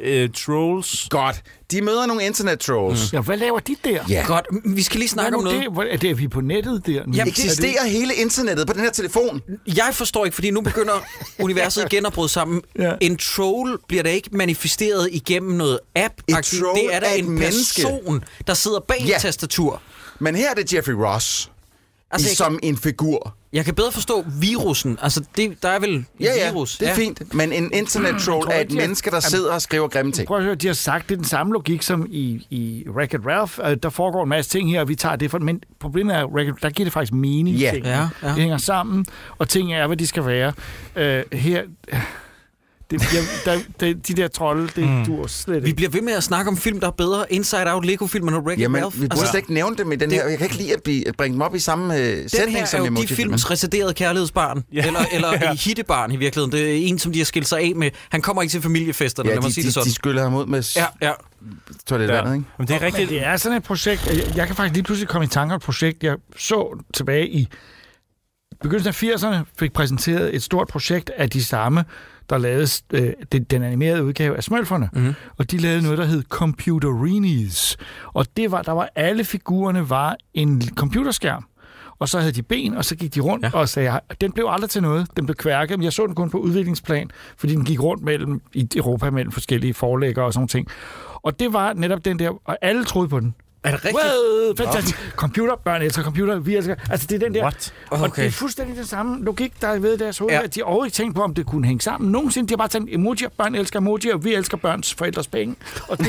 [SPEAKER 7] Øh, trolls.
[SPEAKER 5] Godt. De møder nogle internet-trolls. Mm.
[SPEAKER 6] Ja, hvad laver de der?
[SPEAKER 5] Ja.
[SPEAKER 1] Godt, m- vi skal lige
[SPEAKER 6] Hvad
[SPEAKER 1] snakke
[SPEAKER 6] nu
[SPEAKER 1] om noget.
[SPEAKER 6] Det? Hvor- Er det, er vi på nettet der? nu?
[SPEAKER 1] Ja,
[SPEAKER 7] Mm.
[SPEAKER 5] Eksisterer hele internettet på den her telefon?
[SPEAKER 1] Jeg forstår ikke, fordi nu begynder universet igen at bryde sammen.
[SPEAKER 6] Ja.
[SPEAKER 1] En troll bliver da ikke manifesteret igennem noget app.
[SPEAKER 5] troll
[SPEAKER 1] det er da
[SPEAKER 5] er et
[SPEAKER 1] en
[SPEAKER 5] menneske.
[SPEAKER 1] person, der sidder bag
[SPEAKER 5] Ja.
[SPEAKER 1] et tastatur.
[SPEAKER 5] Men her er det Jeffrey Ross.
[SPEAKER 1] Altså,
[SPEAKER 5] Altså,
[SPEAKER 1] jeg-
[SPEAKER 5] som en figur.
[SPEAKER 1] Jeg kan bedre forstå virusen. Altså, det, der er vel
[SPEAKER 5] Ja, ja,
[SPEAKER 1] virus.
[SPEAKER 5] det er fint. Men en
[SPEAKER 1] Mm.
[SPEAKER 5] internet-troll er et
[SPEAKER 6] ikke, de har-
[SPEAKER 5] menneske, der sidder og skriver grimme ting.
[SPEAKER 6] Prøv at høre, de har sagt, det er den samme logik som i, i Wreck-It Ralph. Øh, Der foregår en masse ting her, og vi tager det for... Men problemet er, at Wreck-It- der giver det faktisk mening.
[SPEAKER 5] Ja.
[SPEAKER 6] ting.
[SPEAKER 1] Ja, ja.
[SPEAKER 6] Det hænger sammen, og ting er, hvad de skal være. Øh, her... Det, jeg, der, der, de der trolde, det mm. dur slet ikke.
[SPEAKER 1] Vi bliver ved med at snakke om film, der er bedre. Inside Out, Lego-filmen og Wreck-It
[SPEAKER 5] Jamen,
[SPEAKER 1] Ralph. Altså,
[SPEAKER 5] vi burde slet ikke nævne dem i den
[SPEAKER 1] Det-
[SPEAKER 5] her. Jeg kan ikke lide at, blive, at bringe dem op i samme øh,
[SPEAKER 1] den
[SPEAKER 5] sætning
[SPEAKER 1] her
[SPEAKER 5] som
[SPEAKER 1] er jo
[SPEAKER 5] emoji
[SPEAKER 1] de films reserverede kærlighedsbarn.
[SPEAKER 7] Ja.
[SPEAKER 1] Eller, eller
[SPEAKER 7] Ja.
[SPEAKER 1] ja. hittebarn i virkeligheden. Det er en, som de har skilt sig af med. Han kommer ikke til familiefesterne,
[SPEAKER 5] Ja,
[SPEAKER 1] lad mig
[SPEAKER 5] de,
[SPEAKER 1] sige
[SPEAKER 5] de,
[SPEAKER 1] det sådan.
[SPEAKER 5] de skyller ham ud med s-
[SPEAKER 1] Ja, ja.
[SPEAKER 5] toiletvandet, ikke?
[SPEAKER 7] Men det er rigtigt.
[SPEAKER 6] Det er sådan et projekt, jeg, jeg kan faktisk lige pludselig komme i tanke om et projekt, jeg så tilbage i begyndelsen af 80'erne, fik præsenteret et stort projekt af de samme, der lavede øh, den, den animerede udgave af Smølferne. Mm. Og de lavede noget, der hed Computerinis. Og det var, der var alle figurerne var en computerskærm. Og så havde de ben, og så gik de rundt ja. og sagde, den blev aldrig til noget. Den blev kværket, men jeg så den kun på udviklingsplan, fordi den gik rundt mellem, i Europa mellem forskellige forlæggere og sådan nogle ting. Og det var netop den der, og alle troede på den.
[SPEAKER 1] Er det rigtigt?
[SPEAKER 6] Wow, fantastisk. Computer, børn elsker computer, vi elsker. Altså, det er den der.
[SPEAKER 7] What?
[SPEAKER 6] Og
[SPEAKER 1] Okay.
[SPEAKER 6] det er fuldstændig den samme logik, der er ved i deres hoved.
[SPEAKER 1] Ja.
[SPEAKER 6] Ja. De har overhovedet ikke tænkt på, om det kunne hænge sammen. Nogensinde, de har bare tænkt, emojier, børn elsker emojier, og vi elsker børns forældres penge. Og det,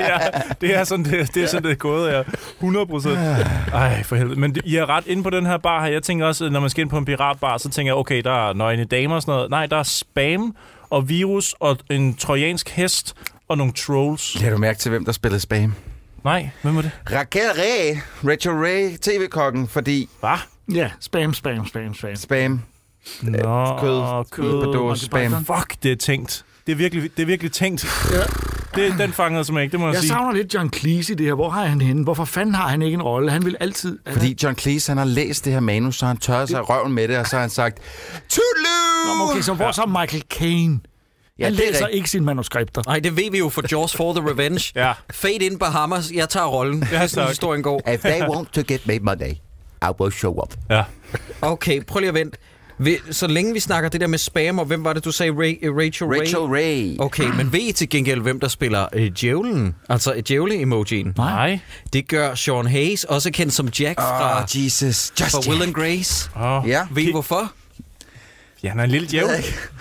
[SPEAKER 7] ja, det er sådan, det, det er sådan, det er gået, ja. 100 procent.
[SPEAKER 5] Øh.
[SPEAKER 7] Ej, for helvede. Men det- I er ret inde på den her bar her. Jeg tænker også, når man skal ind på en piratbar, så tænker jeg, okay, der er nøgne damer og sådan noget. Nej, der er spam og virus og en trojansk hest og nogle trolls.
[SPEAKER 5] Lad du mærke til, hvem der spillede spam?
[SPEAKER 7] Nej, hvem var det?
[SPEAKER 5] Raquel Ray. Rachel Ray, tv-kokken, fordi
[SPEAKER 7] Hva?
[SPEAKER 6] ja, spam, spam, spam, spam.
[SPEAKER 5] spam,
[SPEAKER 7] Nå,
[SPEAKER 5] kød, kød på dåse, spam.
[SPEAKER 7] Fuck, det er tænkt. Det er virkelig, det er virkelig tænkt. Ja. Det, den fangede jeg simpelthen ikke, det må jeg,
[SPEAKER 6] Jeg
[SPEAKER 7] sige.
[SPEAKER 6] savner lidt John Cleese i det her. Hvor har han henne? Hvorfor fanden har han ikke en rolle? Han vil altid...
[SPEAKER 5] Fordi John Cleese, han har læst det her manus, så har han tørret sig i røven med det, og så har han sagt, Tudelu!
[SPEAKER 6] Okay, så hvor så Michael Caine?
[SPEAKER 5] Ja,
[SPEAKER 6] han
[SPEAKER 5] det er
[SPEAKER 6] læser
[SPEAKER 5] rigtigt.
[SPEAKER 6] ikke sine manuskripter.
[SPEAKER 1] Nej, det ved vi jo for Jaws for the Revenge.
[SPEAKER 7] Ja.
[SPEAKER 1] Fade in Bahamas, jeg tager rollen. Det er sådan,
[SPEAKER 7] tak.
[SPEAKER 1] historien går.
[SPEAKER 5] If they want to get me money, I will show up.
[SPEAKER 7] Ja.
[SPEAKER 1] Okay, prøv lige at vente. Vi, så længe vi snakker det der med spam, og hvem var det, du sagde? Ray, øh, Rachel,
[SPEAKER 5] Rachel
[SPEAKER 1] Ray?
[SPEAKER 5] Ray.
[SPEAKER 1] Okay, men ved I til gengæld, hvem der spiller øh, djævlen? Altså øh, djævle-emojien.
[SPEAKER 7] Nej.
[SPEAKER 1] Det gør Sean Hayes, også kendt som Jack fra,
[SPEAKER 5] Oh, Jesus. Just
[SPEAKER 1] fra Will and Grace.
[SPEAKER 7] Oh.
[SPEAKER 5] Ja.
[SPEAKER 1] Ved I hvorfor?
[SPEAKER 7] ja, han er en lille djævel.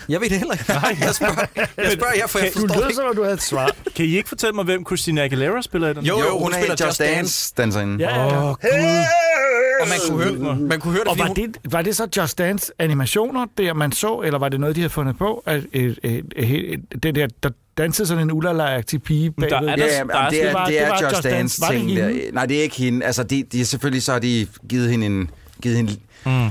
[SPEAKER 1] Jeg ved det heller ikke. Nej. Jeg spørger, jeg spørger jer, for jeg
[SPEAKER 6] Du
[SPEAKER 1] forstår
[SPEAKER 6] lød
[SPEAKER 1] ikke.
[SPEAKER 6] som om, du havde et svar.
[SPEAKER 7] Kan I ikke fortælle mig, hvem Christina Aguilera spiller i den?
[SPEAKER 1] Jo,
[SPEAKER 5] Jo,
[SPEAKER 1] jo,
[SPEAKER 5] hun, hun er
[SPEAKER 1] spiller
[SPEAKER 5] Just, Just Dance danserinde.
[SPEAKER 6] Ja, ja, ja.
[SPEAKER 1] Og man kunne høre, man kunne høre det,
[SPEAKER 6] Og
[SPEAKER 1] fordi
[SPEAKER 6] var
[SPEAKER 1] hun-
[SPEAKER 6] det, var det så Just Dance animationer, der man så, eller var det noget, de havde fundet på? At, øh, øh, øh, øh, det der, der dansede sådan en ulala-agtig pige bagved.
[SPEAKER 7] er
[SPEAKER 5] Ja,
[SPEAKER 7] der-
[SPEAKER 5] ja, men
[SPEAKER 7] er-
[SPEAKER 5] det
[SPEAKER 6] det
[SPEAKER 5] er,
[SPEAKER 6] var-
[SPEAKER 5] det
[SPEAKER 6] det
[SPEAKER 5] er
[SPEAKER 6] var
[SPEAKER 5] Just
[SPEAKER 6] Just Dance. Var det
[SPEAKER 5] Dance-ting
[SPEAKER 6] hende?
[SPEAKER 5] der. Nej, det er ikke hende. Altså, de, de, selvfølgelig så har de givet hende, en, givet hende mm.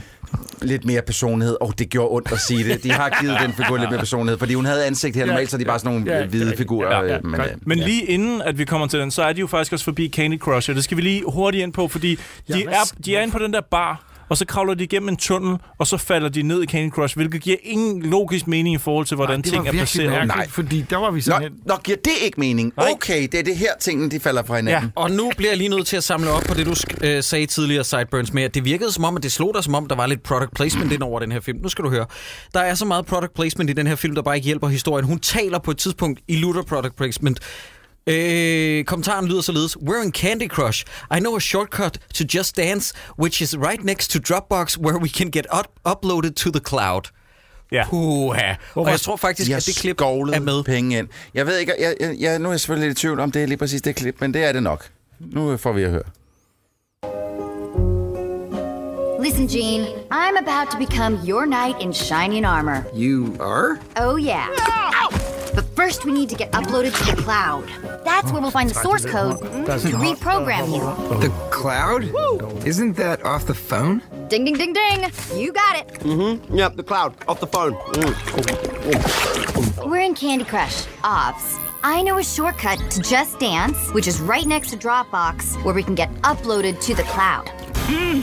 [SPEAKER 5] lidt mere personlighed. Og oh, det gjorde ondt at sige det. De har givet den figur lidt mere personlighed, fordi hun havde ansigt her.
[SPEAKER 6] Ja,
[SPEAKER 5] Normalt så er de bare sådan nogle
[SPEAKER 6] ja,
[SPEAKER 5] ja,
[SPEAKER 6] det er
[SPEAKER 5] hvide
[SPEAKER 6] rigtigt.
[SPEAKER 5] figurer.
[SPEAKER 6] Ja, ja,
[SPEAKER 5] øh, men,
[SPEAKER 6] godt.
[SPEAKER 5] øh,
[SPEAKER 7] Men ja. lige inden, at vi kommer til den, så er de jo faktisk også forbi Candy Crush, og det skal vi lige hurtigt ind på, fordi de,
[SPEAKER 6] Ja, hvad
[SPEAKER 7] er,
[SPEAKER 6] sk-
[SPEAKER 7] de er inde på den der bar, og så kravler de igennem en tunnel, og så falder de ned i Candy Crush, hvilket giver ingen logisk mening i forhold til, hvordan ting er placeret.
[SPEAKER 6] fordi der var vi
[SPEAKER 5] sådan... Nå, nå, giver det ikke mening?
[SPEAKER 7] Nej.
[SPEAKER 5] Okay, det er det her, tingene de falder fra hinanden.
[SPEAKER 1] Og nu bliver jeg lige nødt til at samle op på det, du sk- øh, sagde tidligere, Sideburns, med at det virkede som om, at det slog dig som om, der var lidt product placement ind over den her film. Nu skal du høre. Der er så meget product placement i den her film, der bare ikke hjælper historien. Hun taler på et tidspunkt i Luther product placement. Øh, kommentaren lyder således. We're in Candy Crush. I know a shortcut to Just Dance, which is right next to Dropbox, where we can get up- uploaded to the cloud.
[SPEAKER 7] Ja.
[SPEAKER 1] Puha. Og jeg tror faktisk,
[SPEAKER 5] jeg
[SPEAKER 1] at det klip
[SPEAKER 5] er med. penge ind. Jeg ved ikke, jeg, jeg, jeg, nu er jeg selvfølgelig lidt i tvivl om, det er lige præcis det klip, men det er det nok. Nu øh, får vi at høre.
[SPEAKER 12] Listen, Jean, I'm about to become your knight in shining armor.
[SPEAKER 9] You are?
[SPEAKER 12] Oh, yeah. But first, we need to get uploaded to the cloud. That's where we'll find the source code to reprogram you.
[SPEAKER 9] The cloud? Isn't that off the phone?
[SPEAKER 12] Ding, ding, ding, ding. You got it.
[SPEAKER 13] Mm-hmm. Yep, the cloud. Off the phone.
[SPEAKER 12] We're in Candy Crush, OBS. I know a shortcut to Just Dance, which is right next to Dropbox, where we can get uploaded to the cloud.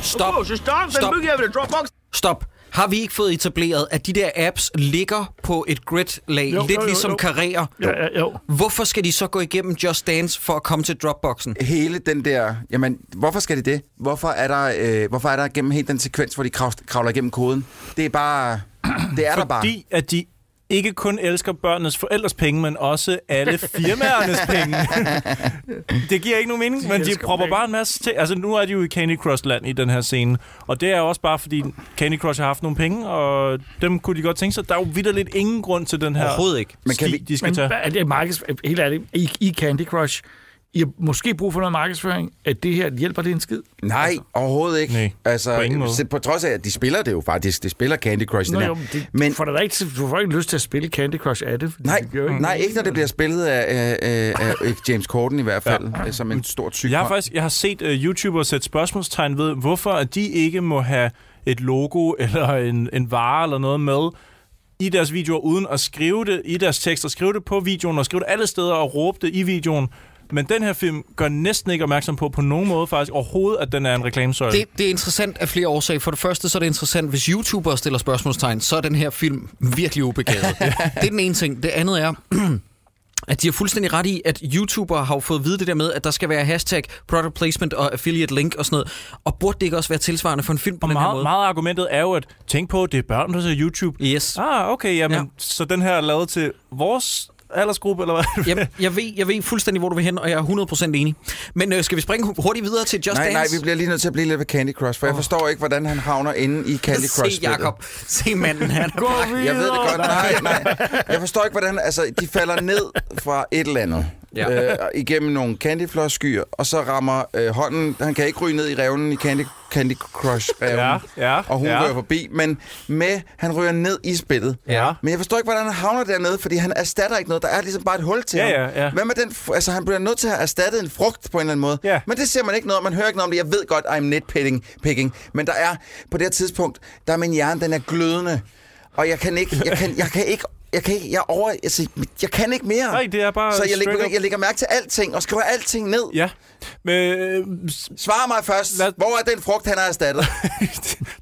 [SPEAKER 1] Stop. Stop. Stop. Har vi ikke fået etableret, at de der apps ligger på et grid-lag,
[SPEAKER 6] Jo,
[SPEAKER 1] lidt
[SPEAKER 6] jo, jo,
[SPEAKER 1] ligesom
[SPEAKER 6] jo.
[SPEAKER 1] karrierer?
[SPEAKER 6] Ja, ja, jo.
[SPEAKER 1] Hvorfor skal de så gå igennem Just Dance for at komme til Dropboxen?
[SPEAKER 5] Hele den der... Jamen, hvorfor skal de det? Hvorfor er der, øh, hvorfor er der gennem hele den sekvens, hvor de krav- kravler igennem koden? Det er bare... Det er der bare.
[SPEAKER 7] Fordi at de ikke kun elsker børnenes forældres penge, men også alle firmaernes penge. det giver ikke nogen mening,
[SPEAKER 6] De
[SPEAKER 7] de men de
[SPEAKER 6] elsker
[SPEAKER 7] propper
[SPEAKER 6] penge.
[SPEAKER 7] bare en masse ting. Altså, nu er de jo i Candy Crush-land i den her scene, og det er også bare, fordi Candy Crush har haft nogle penge, og dem kunne de godt tænke sig. Der er jo vidderligt ingen grund til den her Men kan vi, de skal
[SPEAKER 6] men,
[SPEAKER 7] tage.
[SPEAKER 6] hvad Er det markeds... Helt ærligt, I, I Candy Crush, I har måske brug for noget markedsføring. At det her hjælper det en skid?
[SPEAKER 5] Nej, altså, overhovedet ikke. Nej, altså,
[SPEAKER 6] på ingen måde.
[SPEAKER 5] se- på trods af, at de spiller det jo faktisk. De spiller Candy Crush,
[SPEAKER 6] Nå,
[SPEAKER 5] den her.
[SPEAKER 6] jo, men det, men, for der er ikke, du får ikke lyst til at spille Candy Crush af det. fordi
[SPEAKER 5] Nej,
[SPEAKER 6] det gør jo
[SPEAKER 5] nej, ikke når det bliver spillet af, øh, øh, af øh, James Corden i hvert fald, ja. som en stor tyk
[SPEAKER 7] Jeg har
[SPEAKER 5] hånd.
[SPEAKER 7] faktisk jeg har set uh, YouTubere sætte spørgsmålstegn ved, hvorfor at de ikke må have et logo eller en, en vare eller noget med i deres videoer, uden at skrive det i deres tekster, skrive det på videoen og skrive det alle steder og råbe det i videoen. Men den her film gør næsten ikke opmærksom på, på nogen måde faktisk overhovedet, at den er en reklamesøjle.
[SPEAKER 1] Det, det er interessant af flere årsager. For det første så er det interessant, hvis YouTubere stiller spørgsmålstegn, så er den her film virkelig ubegavet. det er den ene ting. Det andet er, at de har fuldstændig ret i, at YouTubere har jo fået at vide det der med, at der skal være hashtag product placement og affiliate link og sådan noget. Og burde det ikke også være tilsvarende for en film på
[SPEAKER 7] Og
[SPEAKER 1] den her
[SPEAKER 7] meget,
[SPEAKER 1] måde?
[SPEAKER 7] meget af argumentet er jo, at tænk på, det er børn, der ser YouTube.
[SPEAKER 1] Yes.
[SPEAKER 7] Ah, okay, jamen, ja. så den her er lavet til vores aldersgruppe, eller hvad?
[SPEAKER 1] Jamen, jeg, ved, jeg ved fuldstændig, hvor du vil hen, og jeg er 100% enig. Men øh, skal vi springe hu- hurtigt videre til Just
[SPEAKER 5] nej,
[SPEAKER 1] Dance?
[SPEAKER 5] nej, vi bliver lige nødt til at blive lidt ved Candy Crush, for oh. jeg forstår ikke, hvordan han havner inde i Candy
[SPEAKER 1] Se,
[SPEAKER 5] Crush.
[SPEAKER 1] Jacob. Se manden, han er bare-
[SPEAKER 5] Jeg ved det godt. Nej, nej. Jeg forstår ikke, hvordan... Altså, de falder ned fra et eller andet.
[SPEAKER 1] Ja.
[SPEAKER 5] Ja. Øh, igennem nogle candyfloss-skyer, og så rammer øh, hånden... Han kan ikke ryge ned i revnen i Candy, candy Crush-revnen.
[SPEAKER 7] Ja, ja,
[SPEAKER 5] og hun
[SPEAKER 7] ja.
[SPEAKER 5] rører forbi, men med, han rører ned i spillet.
[SPEAKER 7] Ja.
[SPEAKER 5] Men jeg forstår ikke, hvordan han havner dernede, fordi han erstatter ikke noget. Der er ligesom bare et hul til
[SPEAKER 7] Ja,
[SPEAKER 5] ham.
[SPEAKER 7] ja, ja.
[SPEAKER 5] Hvad med den... fr- Altså, han bliver nødt til at have erstattet en frugt på en eller anden måde.
[SPEAKER 7] Ja.
[SPEAKER 5] Men det ser man ikke noget om. Man hører ikke noget om det. Jeg ved godt, I'm nitpicking. Picking, men der er... På det her tidspunkt, der er min hjerne, den er glødende. Og jeg kan ikke... Jeg kan, jeg kan ikke jeg kan ikke, jeg er over, altså, jeg kan ikke mere.
[SPEAKER 7] Nej, det er bare
[SPEAKER 5] Så jeg
[SPEAKER 7] straight
[SPEAKER 5] lægger,
[SPEAKER 7] up.
[SPEAKER 5] jeg lægger mærke til alting, og skriver alting ned.
[SPEAKER 7] Ja. Men, øh,
[SPEAKER 5] Svar mig først, lad... hvor er den frugt, han har erstattet?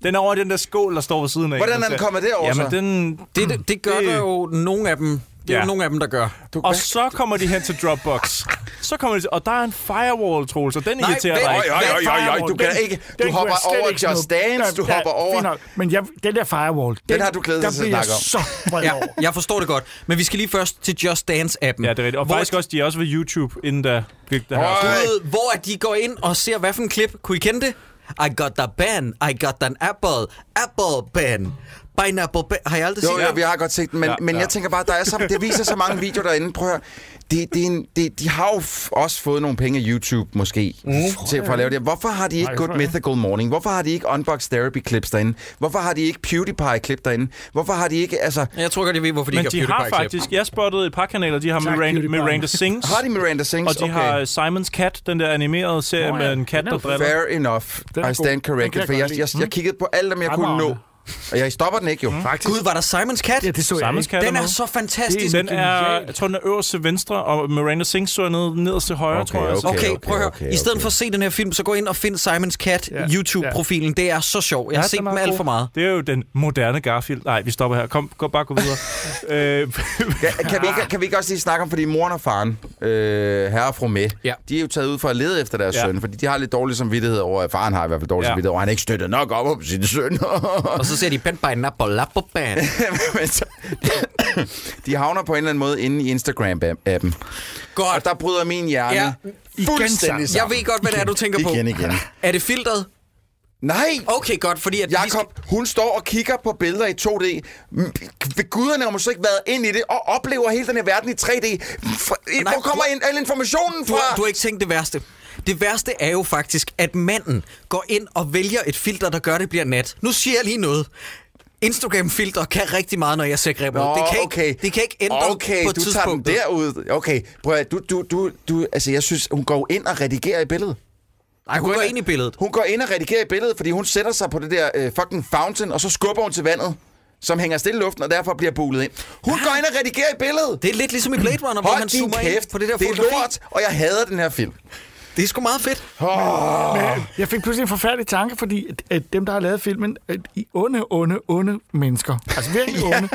[SPEAKER 7] Den er over i den der skål, der står ved siden af.
[SPEAKER 5] Hvordan er den
[SPEAKER 7] Altså,
[SPEAKER 5] kommet derover,
[SPEAKER 7] Jamen,
[SPEAKER 5] så?
[SPEAKER 7] den...
[SPEAKER 1] Det, det, det gør det... der jo nogle af dem. Det er
[SPEAKER 7] Ja.
[SPEAKER 1] jo nogle af dem, der gør.
[SPEAKER 7] Og så kommer de hen til Dropbox. Så kommer de til, og der er en firewall, Troels, og den
[SPEAKER 1] Nej,
[SPEAKER 7] irriterer
[SPEAKER 1] vent,
[SPEAKER 7] dig
[SPEAKER 1] øj, øj,
[SPEAKER 5] øj, øj, du kan ikke- du hopper
[SPEAKER 6] kunne jeg slet
[SPEAKER 5] over
[SPEAKER 6] ikke
[SPEAKER 5] Just
[SPEAKER 6] nå.
[SPEAKER 5] Dance,
[SPEAKER 6] Nej,
[SPEAKER 5] du hopper over-
[SPEAKER 6] fint nok. Men jeg, den der firewall, den,
[SPEAKER 5] har du glædet
[SPEAKER 6] der
[SPEAKER 5] dig til at
[SPEAKER 6] blev jeg
[SPEAKER 5] snakke
[SPEAKER 6] så vred over.
[SPEAKER 1] Jeg forstår det godt, men vi skal lige først til Just Dance-appen. Ja, det
[SPEAKER 7] er rigtigt. Og Hvor... faktisk også, de er også ved YouTube, inden der gik det her.
[SPEAKER 1] Gud, hvor at de går ind og ser, hvad for en klip. Kunne I kende det? I got the ban. I got an apple. Apple ban. Pineapple ban. Har jeg aldrig
[SPEAKER 5] Jo,
[SPEAKER 1] set
[SPEAKER 5] jo,
[SPEAKER 1] det?
[SPEAKER 5] vi har godt set den, men,
[SPEAKER 1] Ja,
[SPEAKER 5] ja, men
[SPEAKER 1] ja.
[SPEAKER 5] jeg tænker bare, der er så, det viser så mange videoer derinde. Prøv at høre. De, de, de, de har jo f- også fået nogle penge af YouTube, måske, mm. til, for at lave det. Hvorfor har de ikke
[SPEAKER 6] Nej,
[SPEAKER 5] Good
[SPEAKER 6] tror jeg.
[SPEAKER 5] Mythical Morning? Hvorfor har de ikke Unbox Therapy-clips derinde? Hvorfor har de ikke PewDiePie-klip derinde? Hvorfor har de ikke, altså...
[SPEAKER 1] Jeg tror godt, jeg ved, hvorfor de
[SPEAKER 7] Men
[SPEAKER 1] ikke
[SPEAKER 7] de har
[SPEAKER 1] PewDiePie-klip.
[SPEAKER 7] faktisk... Jeg spottede et par kanaler, de har
[SPEAKER 6] Tak,
[SPEAKER 7] Miranda,
[SPEAKER 6] PewDiePie.
[SPEAKER 7] Miranda Sings.
[SPEAKER 5] Har de Miranda Sings?
[SPEAKER 7] Og de
[SPEAKER 5] okay.
[SPEAKER 7] har øh, Simons Cat, den der animerede serie
[SPEAKER 6] Nå
[SPEAKER 7] Nå,
[SPEAKER 6] ja,
[SPEAKER 7] ja. med en kat,
[SPEAKER 6] den er
[SPEAKER 7] der
[SPEAKER 6] jo
[SPEAKER 7] driller.
[SPEAKER 5] Fair enough.
[SPEAKER 6] Den er
[SPEAKER 5] I stand
[SPEAKER 6] god. Den kan
[SPEAKER 5] corrected,
[SPEAKER 6] jeg
[SPEAKER 5] for
[SPEAKER 6] godt
[SPEAKER 5] jeg,
[SPEAKER 6] lide. Mm.
[SPEAKER 5] jeg, jeg kiggede på alt, om jeg kunne nå.
[SPEAKER 6] Fremragende.
[SPEAKER 5] Og jeg stopper den ikke jo. Mm.
[SPEAKER 1] Faktisk. Gud, var der Simons Cat? Ja, det
[SPEAKER 7] så jeg Simons ikke. Cat er
[SPEAKER 1] Den er
[SPEAKER 7] med.
[SPEAKER 1] så fantastisk.
[SPEAKER 7] Den er, jeg tror, den er øverst til venstre, og Miranda Sings så er nede, nederst til højre, tror jeg.
[SPEAKER 1] Okay, okay, okay, prøv at høre. I stedet for at se den her film, så gå ind og find Simons Cat
[SPEAKER 7] Ja.
[SPEAKER 1] YouTube-profilen. Det er så sjovt. Jeg har set
[SPEAKER 7] den
[SPEAKER 1] dem
[SPEAKER 7] er
[SPEAKER 1] alt
[SPEAKER 7] god.
[SPEAKER 1] for meget.
[SPEAKER 7] Det er jo den moderne Garfield. Nej, vi stopper her. Kom, gå, bare gå videre. øh,
[SPEAKER 5] Kan vi,
[SPEAKER 1] Ah.
[SPEAKER 5] ikke, kan vi ikke også lige snakke om, fordi moren og faren, øh, herre og fru med, ja. de er jo taget ud for at lede efter deres
[SPEAKER 7] Ja.
[SPEAKER 5] ja. søn, fordi de har lidt dårlig samvittighed over, faren har i hvert fald dårlig ja.
[SPEAKER 7] Ja.
[SPEAKER 5] samvittighed over, at han ikke støtter nok op om sin søn.
[SPEAKER 1] og så ser de band by nap og lap på band.
[SPEAKER 5] Men så- de havner på en eller anden måde inde i Instagram-appen.
[SPEAKER 1] Godt.
[SPEAKER 5] Og der bryder min hjerne
[SPEAKER 1] Ja,
[SPEAKER 5] ja. fuldstændig
[SPEAKER 1] Jeg ved godt, hvad det er, du tænker på.
[SPEAKER 5] Igen, igen.
[SPEAKER 1] Er det filteret?
[SPEAKER 5] Nej!
[SPEAKER 1] Okay, godt, fordi at...
[SPEAKER 5] Jakob, hun står og kigger på billeder i 2D. Mm, Ved guderne har måske ikke været ind i det og oplever hele den her verden i 3D. For,
[SPEAKER 1] Nej,
[SPEAKER 5] hvor kommer
[SPEAKER 1] du-
[SPEAKER 5] ind, al informationen
[SPEAKER 1] Du, har-
[SPEAKER 5] fra?
[SPEAKER 1] du har ikke tænkt det værste. Det værste er jo faktisk, at manden går ind og vælger et filter, der gør, det bliver nat. Nu siger jeg lige noget. Instagram-filter kan rigtig meget, når jeg ser grim ud.
[SPEAKER 5] Nå,
[SPEAKER 1] det, kan ikke,
[SPEAKER 5] okay.
[SPEAKER 1] det kan ikke ændre
[SPEAKER 5] okay,
[SPEAKER 1] på
[SPEAKER 5] du tager den
[SPEAKER 1] tidspunktet.
[SPEAKER 5] derud. Okay, prøv at, du, du, du, du, altså jeg synes, hun går jo ind og redigerer i billedet.
[SPEAKER 1] Nej, hun går ind i billedet.
[SPEAKER 5] Hun går ind og redigerer i billedet, fordi hun sætter sig på det der øh, fucking fountain, og så skubber hun til vandet, som hænger stille i luften, og derfor bliver bulet ind. Hun går ind og redigerer i billedet!
[SPEAKER 1] Det er lidt ligesom i Blade Runner, hvor
[SPEAKER 5] Hold
[SPEAKER 1] han
[SPEAKER 5] din
[SPEAKER 1] zoomer
[SPEAKER 5] kæft,
[SPEAKER 1] ind på det der
[SPEAKER 5] det er
[SPEAKER 1] fotografi.
[SPEAKER 5] lort, og jeg hader den her film.
[SPEAKER 1] Det er sgu meget fedt.
[SPEAKER 5] Oh.
[SPEAKER 6] Jeg fik pludselig en forfærdelig tanke, fordi at, at dem, der har lavet filmen, at i onde, onde, onde mennesker. Altså virkelig ja. onde.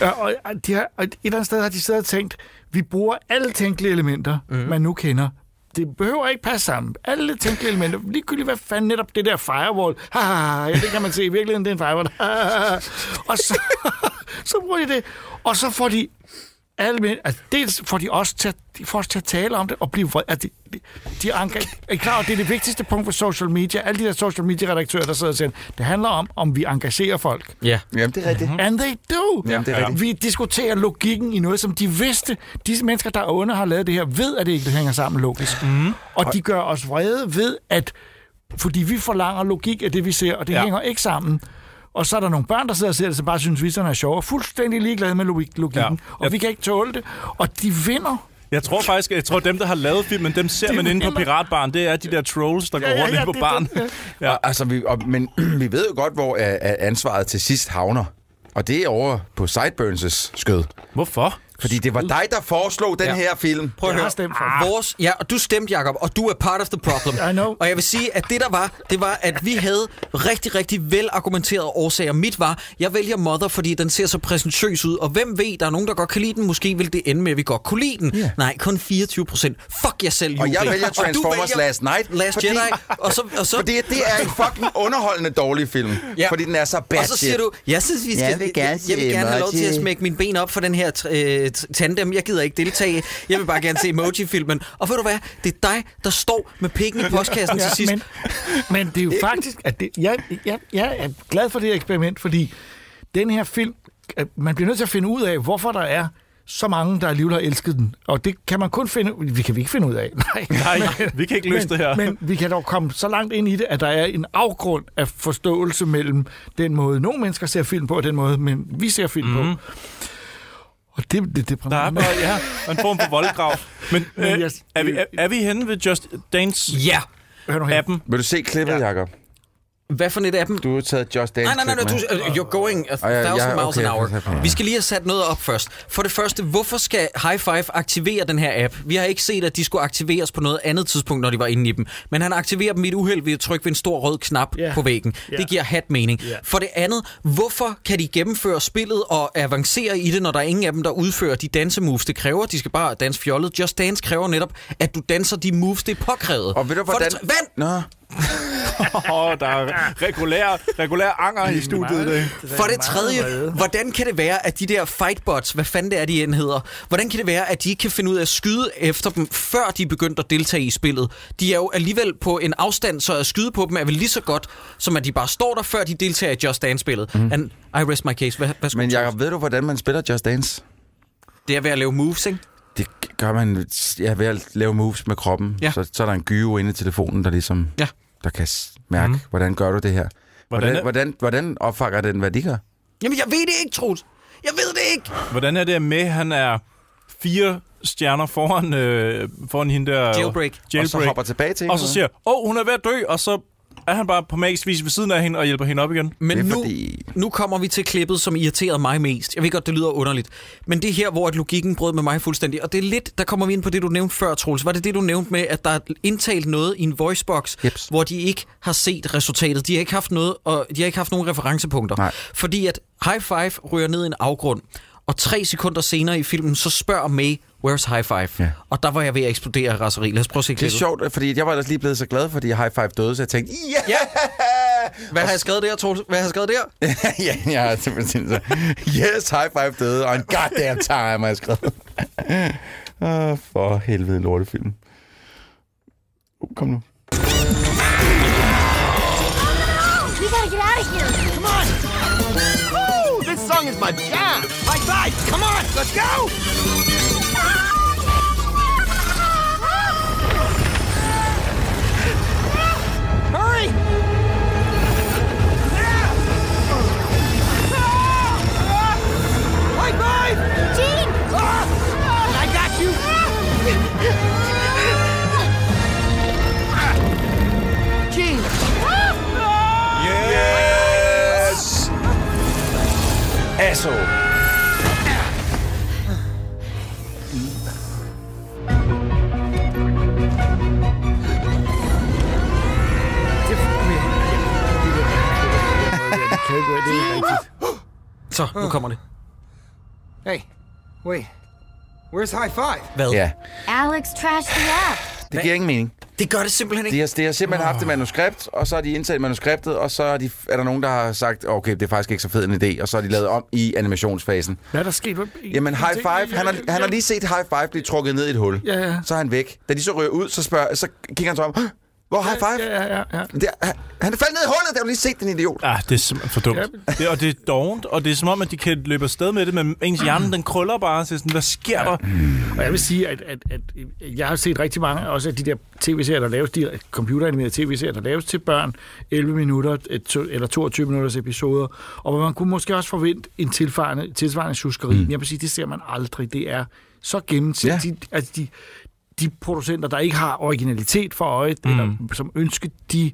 [SPEAKER 6] Og, og, de har, og et eller andet sted har de siddet og tænkt, vi bruger alle tænkelige elementer, mm. man nu kender. Det behøver ikke passe sammen. Alle tænkelige elementer. Ligegyldigt hvad fanden netop det der firewall. Ha, ha, ha. ja, det kan man se i virkeligheden, det er en firewall. Ha, ha, ha. og så, så bruger de det. Og så får de alle mænd, altså dels får de også til at, de får os til at tale om det og blive vred. Altså, de, de, de er, angreb, er I klar, over, det er det vigtigste punkt for social media. Alle de der social media-redaktører, der sidder og siger, det handler om, om vi engagerer folk.
[SPEAKER 1] Ja.
[SPEAKER 5] Jamen, det er rigtigt.
[SPEAKER 6] Mm-hmm. And they do.
[SPEAKER 5] Jamen, det er rigtigt.
[SPEAKER 6] Vi diskuterer logikken i noget, som de vidste. Disse mennesker, der under har lavet det her, ved, at det ikke hænger sammen logisk. Mm.
[SPEAKER 5] Mm-hmm.
[SPEAKER 6] Og de gør os vrede ved, at fordi vi forlanger logik af det, vi ser, og det ja.
[SPEAKER 7] Ja.
[SPEAKER 6] hænger ikke sammen. Og så er der nogle børn, der sidder og ser det, som bare synes, viserne er sjove, og fuldstændig ligeglade med logik- logikken. Ja. Og vi kan ikke tåle det. Og de vinder.
[SPEAKER 7] Jeg tror faktisk, jeg tror dem, der har lavet filmen, dem ser
[SPEAKER 6] Det
[SPEAKER 7] man inde på
[SPEAKER 6] vinder.
[SPEAKER 7] piratbaren. Det er de der trolls, der går rundt inde på
[SPEAKER 6] det-
[SPEAKER 7] baren.
[SPEAKER 6] det-
[SPEAKER 1] Mhm.
[SPEAKER 5] Ja. Og, altså, vi, og, men vi ved jo godt, hvor øh, øh, ansvaret til sidst havner. Og det er over på Sideburns' skød.
[SPEAKER 7] Hvorfor?
[SPEAKER 5] Fordi det var dig, der foreslog den
[SPEAKER 1] Ja.
[SPEAKER 5] ja. her film.
[SPEAKER 1] Prøv at
[SPEAKER 6] Jeg har
[SPEAKER 1] høre.
[SPEAKER 6] stemt for den.
[SPEAKER 1] Vores, ja, og du stemte, Jacob, og du er part of the problem.
[SPEAKER 6] I know.
[SPEAKER 1] Og jeg vil sige, at det der var, det var, at vi havde rigtig, rigtig velargumenterede årsager. Mit var, jeg vælger Mother, fordi den ser så præsentøs ud, og hvem ved, der er nogen, der godt kan lide den. Måske vil det ende med, at vi godt kunne lide den.
[SPEAKER 5] Ja.
[SPEAKER 1] Nej, kun 24 procent. Fuck jer selv,
[SPEAKER 5] Og jeg
[SPEAKER 1] Julie.
[SPEAKER 5] vælger
[SPEAKER 1] du
[SPEAKER 5] Transformers
[SPEAKER 1] vælger
[SPEAKER 5] Last Night,
[SPEAKER 1] Last
[SPEAKER 5] fordi-
[SPEAKER 1] Jedi. Og så, og så,
[SPEAKER 5] Fordi det er en fucking underholdende dårlig film.
[SPEAKER 1] Ja.
[SPEAKER 5] Ja. Fordi den er så bad
[SPEAKER 1] og så siger
[SPEAKER 5] shit.
[SPEAKER 1] du, jeg synes, vi skal,
[SPEAKER 5] Jeg vil gerne
[SPEAKER 1] jeg vil
[SPEAKER 5] se
[SPEAKER 1] gerne have lov
[SPEAKER 5] emoji.
[SPEAKER 1] til at smække mine ben op for den her t- øh, t- tandem. Jeg gider ikke deltage. Jeg vil bare gerne se emoji-filmen. Og ved du hvad? Det er dig, der står med pikken i postkassen til sidst.
[SPEAKER 6] Men, men det er jo faktisk... At det, jeg, jeg, jeg er glad for det her eksperiment, fordi den her film... at Man bliver nødt til at finde ud af, hvorfor der er så mange, der alligevel har elsket den. Og det kan man kun finde... Vi kan vi ikke finde ud af. Nej,
[SPEAKER 7] Nej, vi kan ikke løse
[SPEAKER 6] men,
[SPEAKER 7] det her.
[SPEAKER 6] Men vi kan dog komme så langt ind i det, at der er en afgrund af forståelse mellem den måde, nogle mennesker ser film på, og den måde, men vi ser film mm. på. Og det, det, det
[SPEAKER 7] Mhm. Der er
[SPEAKER 6] præmissen.
[SPEAKER 7] bare, ja, en form for voldgrav. Men,
[SPEAKER 6] Men
[SPEAKER 7] øh,
[SPEAKER 6] jeg-
[SPEAKER 7] er, vi, er, er vi henne ved Just Dance-appen?
[SPEAKER 1] Ja!
[SPEAKER 6] Hør nu her.
[SPEAKER 5] Vil du se klippet, ja. Jacob?
[SPEAKER 1] Hvad for net af dem?
[SPEAKER 5] Du har taget Just Dance
[SPEAKER 1] Nej, nej, nej, nej du, uh, you're going a
[SPEAKER 5] Ej, ja,
[SPEAKER 1] thousand
[SPEAKER 5] ja,
[SPEAKER 1] miles
[SPEAKER 5] okay,
[SPEAKER 1] an
[SPEAKER 5] jeg kan
[SPEAKER 1] hour.
[SPEAKER 5] tage-
[SPEAKER 1] Vi skal lige have sat noget op først. For det første, hvorfor skal High Five aktivere den her app? Vi har ikke set, at de skulle aktiveres på noget andet tidspunkt, når de var inde i dem. Men han aktiverer dem i et uheld ved at trykke ved en stor rød knap
[SPEAKER 6] Ja.
[SPEAKER 1] på væggen.
[SPEAKER 6] Ja.
[SPEAKER 1] Det giver hat mening. For det andet, hvorfor kan de gennemføre spillet og avancere i det, når der er ingen af dem, der udfører de dansemoves, det kræver? De skal bare danse fjollet. Just Dance kræver netop, at du danser de moves, det er påkrævet.
[SPEAKER 5] Og ved du,
[SPEAKER 1] For
[SPEAKER 5] hvordan...
[SPEAKER 1] det tre- Vent!
[SPEAKER 5] Nå.
[SPEAKER 7] Åh, der er regulær, regulær anger i studiet i dag.
[SPEAKER 1] For det tredje, hvordan kan det være, at de der fightbots, hvad fanden det er, de end hedder, hvordan kan det være, at de ikke kan finde ud af at skyde efter dem, før de er begyndt at deltage i spillet? De er jo alligevel på en afstand, så at skyde på dem er vel lige så godt, som at de bare står der, før de deltager i Just Dance-spillet. Mm. And I rest my case. Hvad, hvad skulle
[SPEAKER 5] Mhm. Men
[SPEAKER 1] jeg...
[SPEAKER 5] Jacob, ved du, hvordan man spiller Just Dance?
[SPEAKER 1] Det er ved at lave moves, ikke?
[SPEAKER 5] Det gør man ja, ved at lave moves med kroppen.
[SPEAKER 1] Ja.
[SPEAKER 5] Ja. Så, så er der en gyro inde i telefonen, der ligesom...
[SPEAKER 1] Ja. Mhm.
[SPEAKER 5] Der kan s- mærke, mm. hvordan gør du det her? Hvordan, hvordan,
[SPEAKER 7] er-
[SPEAKER 5] hvordan, hvordan opfanger den, hvad de gør?
[SPEAKER 1] Jamen, jeg ved det ikke, Troels. Jeg ved det ikke.
[SPEAKER 7] Hvordan er det med, han er fire stjerner foran, øh, foran hende der...
[SPEAKER 1] Jailbreak.
[SPEAKER 7] jailbreak.
[SPEAKER 5] Og så hopper tilbage til
[SPEAKER 7] Og så siger, åh, oh, hun er ved at dø, og så er han bare på magisk vis ved siden af hende og hjælper hende op igen.
[SPEAKER 6] Mm.
[SPEAKER 1] Men nu, nu kommer vi til klippet, som irriterede mig mest. Jeg ved godt, det lyder underligt. Men det er her, hvor at logikken brød med mig fuldstændig. Og det er lidt, der kommer vi ind på det, du nævnte før, Troels. Var det det, du nævnte med, at der er indtalt noget i en voicebox, Jeps. hvor de ikke har set resultatet? De har ikke haft, noget, og de har ikke haft nogen referencepunkter. Nej. Fordi at High Five ryger ned i en afgrund. Og tre sekunder senere i filmen, så spørger May, where's High Five? Ja. Og der var jeg ved at eksplodere af raseri. Lad os prøve at se
[SPEAKER 5] Det er
[SPEAKER 1] klippet.
[SPEAKER 5] sjovt, fordi jeg var ellers lige blevet så glad, fordi High Five døde, så jeg tænkte, Yeah!
[SPEAKER 1] Hvad har jeg skrevet der, Troels? Hvad har jeg skrevet der?
[SPEAKER 5] ja, jeg har simpelthen så, yes, High Five døde, og en goddamn time, har jeg skrevet. Åh, for helvede lortefilm. Uh, kom nu.
[SPEAKER 2] We gotta get out of here. Come on. Woo! This song is my jam. High five. Come on. Let's go. Hurry. High five. Gene. Ah! I got you. Gene.
[SPEAKER 5] Yes! Asshole.
[SPEAKER 1] Så, nu kommer det.
[SPEAKER 9] Hey, wait. Where's high five?
[SPEAKER 1] Hvad?
[SPEAKER 5] Ja.
[SPEAKER 12] Alex trashed the app.
[SPEAKER 5] Det giver ingen mening.
[SPEAKER 1] Det gør det simpelthen
[SPEAKER 5] ikke. De har, de har simpelthen oh. haft et manuskript, og så har de indtalt manuskriptet, og så er, de, er der nogen, der har sagt, okay, det er faktisk ikke så fed en idé, og så har de lavet om i animationsfasen.
[SPEAKER 6] Hvad er der sket? Hvad-
[SPEAKER 5] Jamen, high five. Han har, han har lige set high five blive trukket ned i et hul.
[SPEAKER 6] øh, Ja, ja.
[SPEAKER 5] Så er han væk. Da de så rører ud, så, spørger, så kigger han så om, "Hå? hvor er high five?
[SPEAKER 6] Ja, ja, ja.
[SPEAKER 5] Der, han- han er faldet ned i hullet, der har du lige set den idiot.
[SPEAKER 7] Ah, det er simpelthen for dumt. Det, og det er dovent, og det er som om, at de kan løbe afsted med det, men
[SPEAKER 6] Mm.
[SPEAKER 7] ens hjerne, den krøller bare til sådan, hvad sker der?
[SPEAKER 6] Og jeg vil sige, at, at, at jeg har set rigtig mange, også af de der tv-serier, der laves, de her computeranimerede tv-serier, der laves til børn, 11 minutter et, to- eller 22 minutters episoder, og hvor man kunne måske også forvente en tilsvarende, tilsvarende suskeri. Mm. Jeg vil sige, det ser man aldrig. Det er så gennemsigtigt. Ja. De, altså de, de producenter, der ikke har originalitet for øjet, mm. eller som ønsker, de...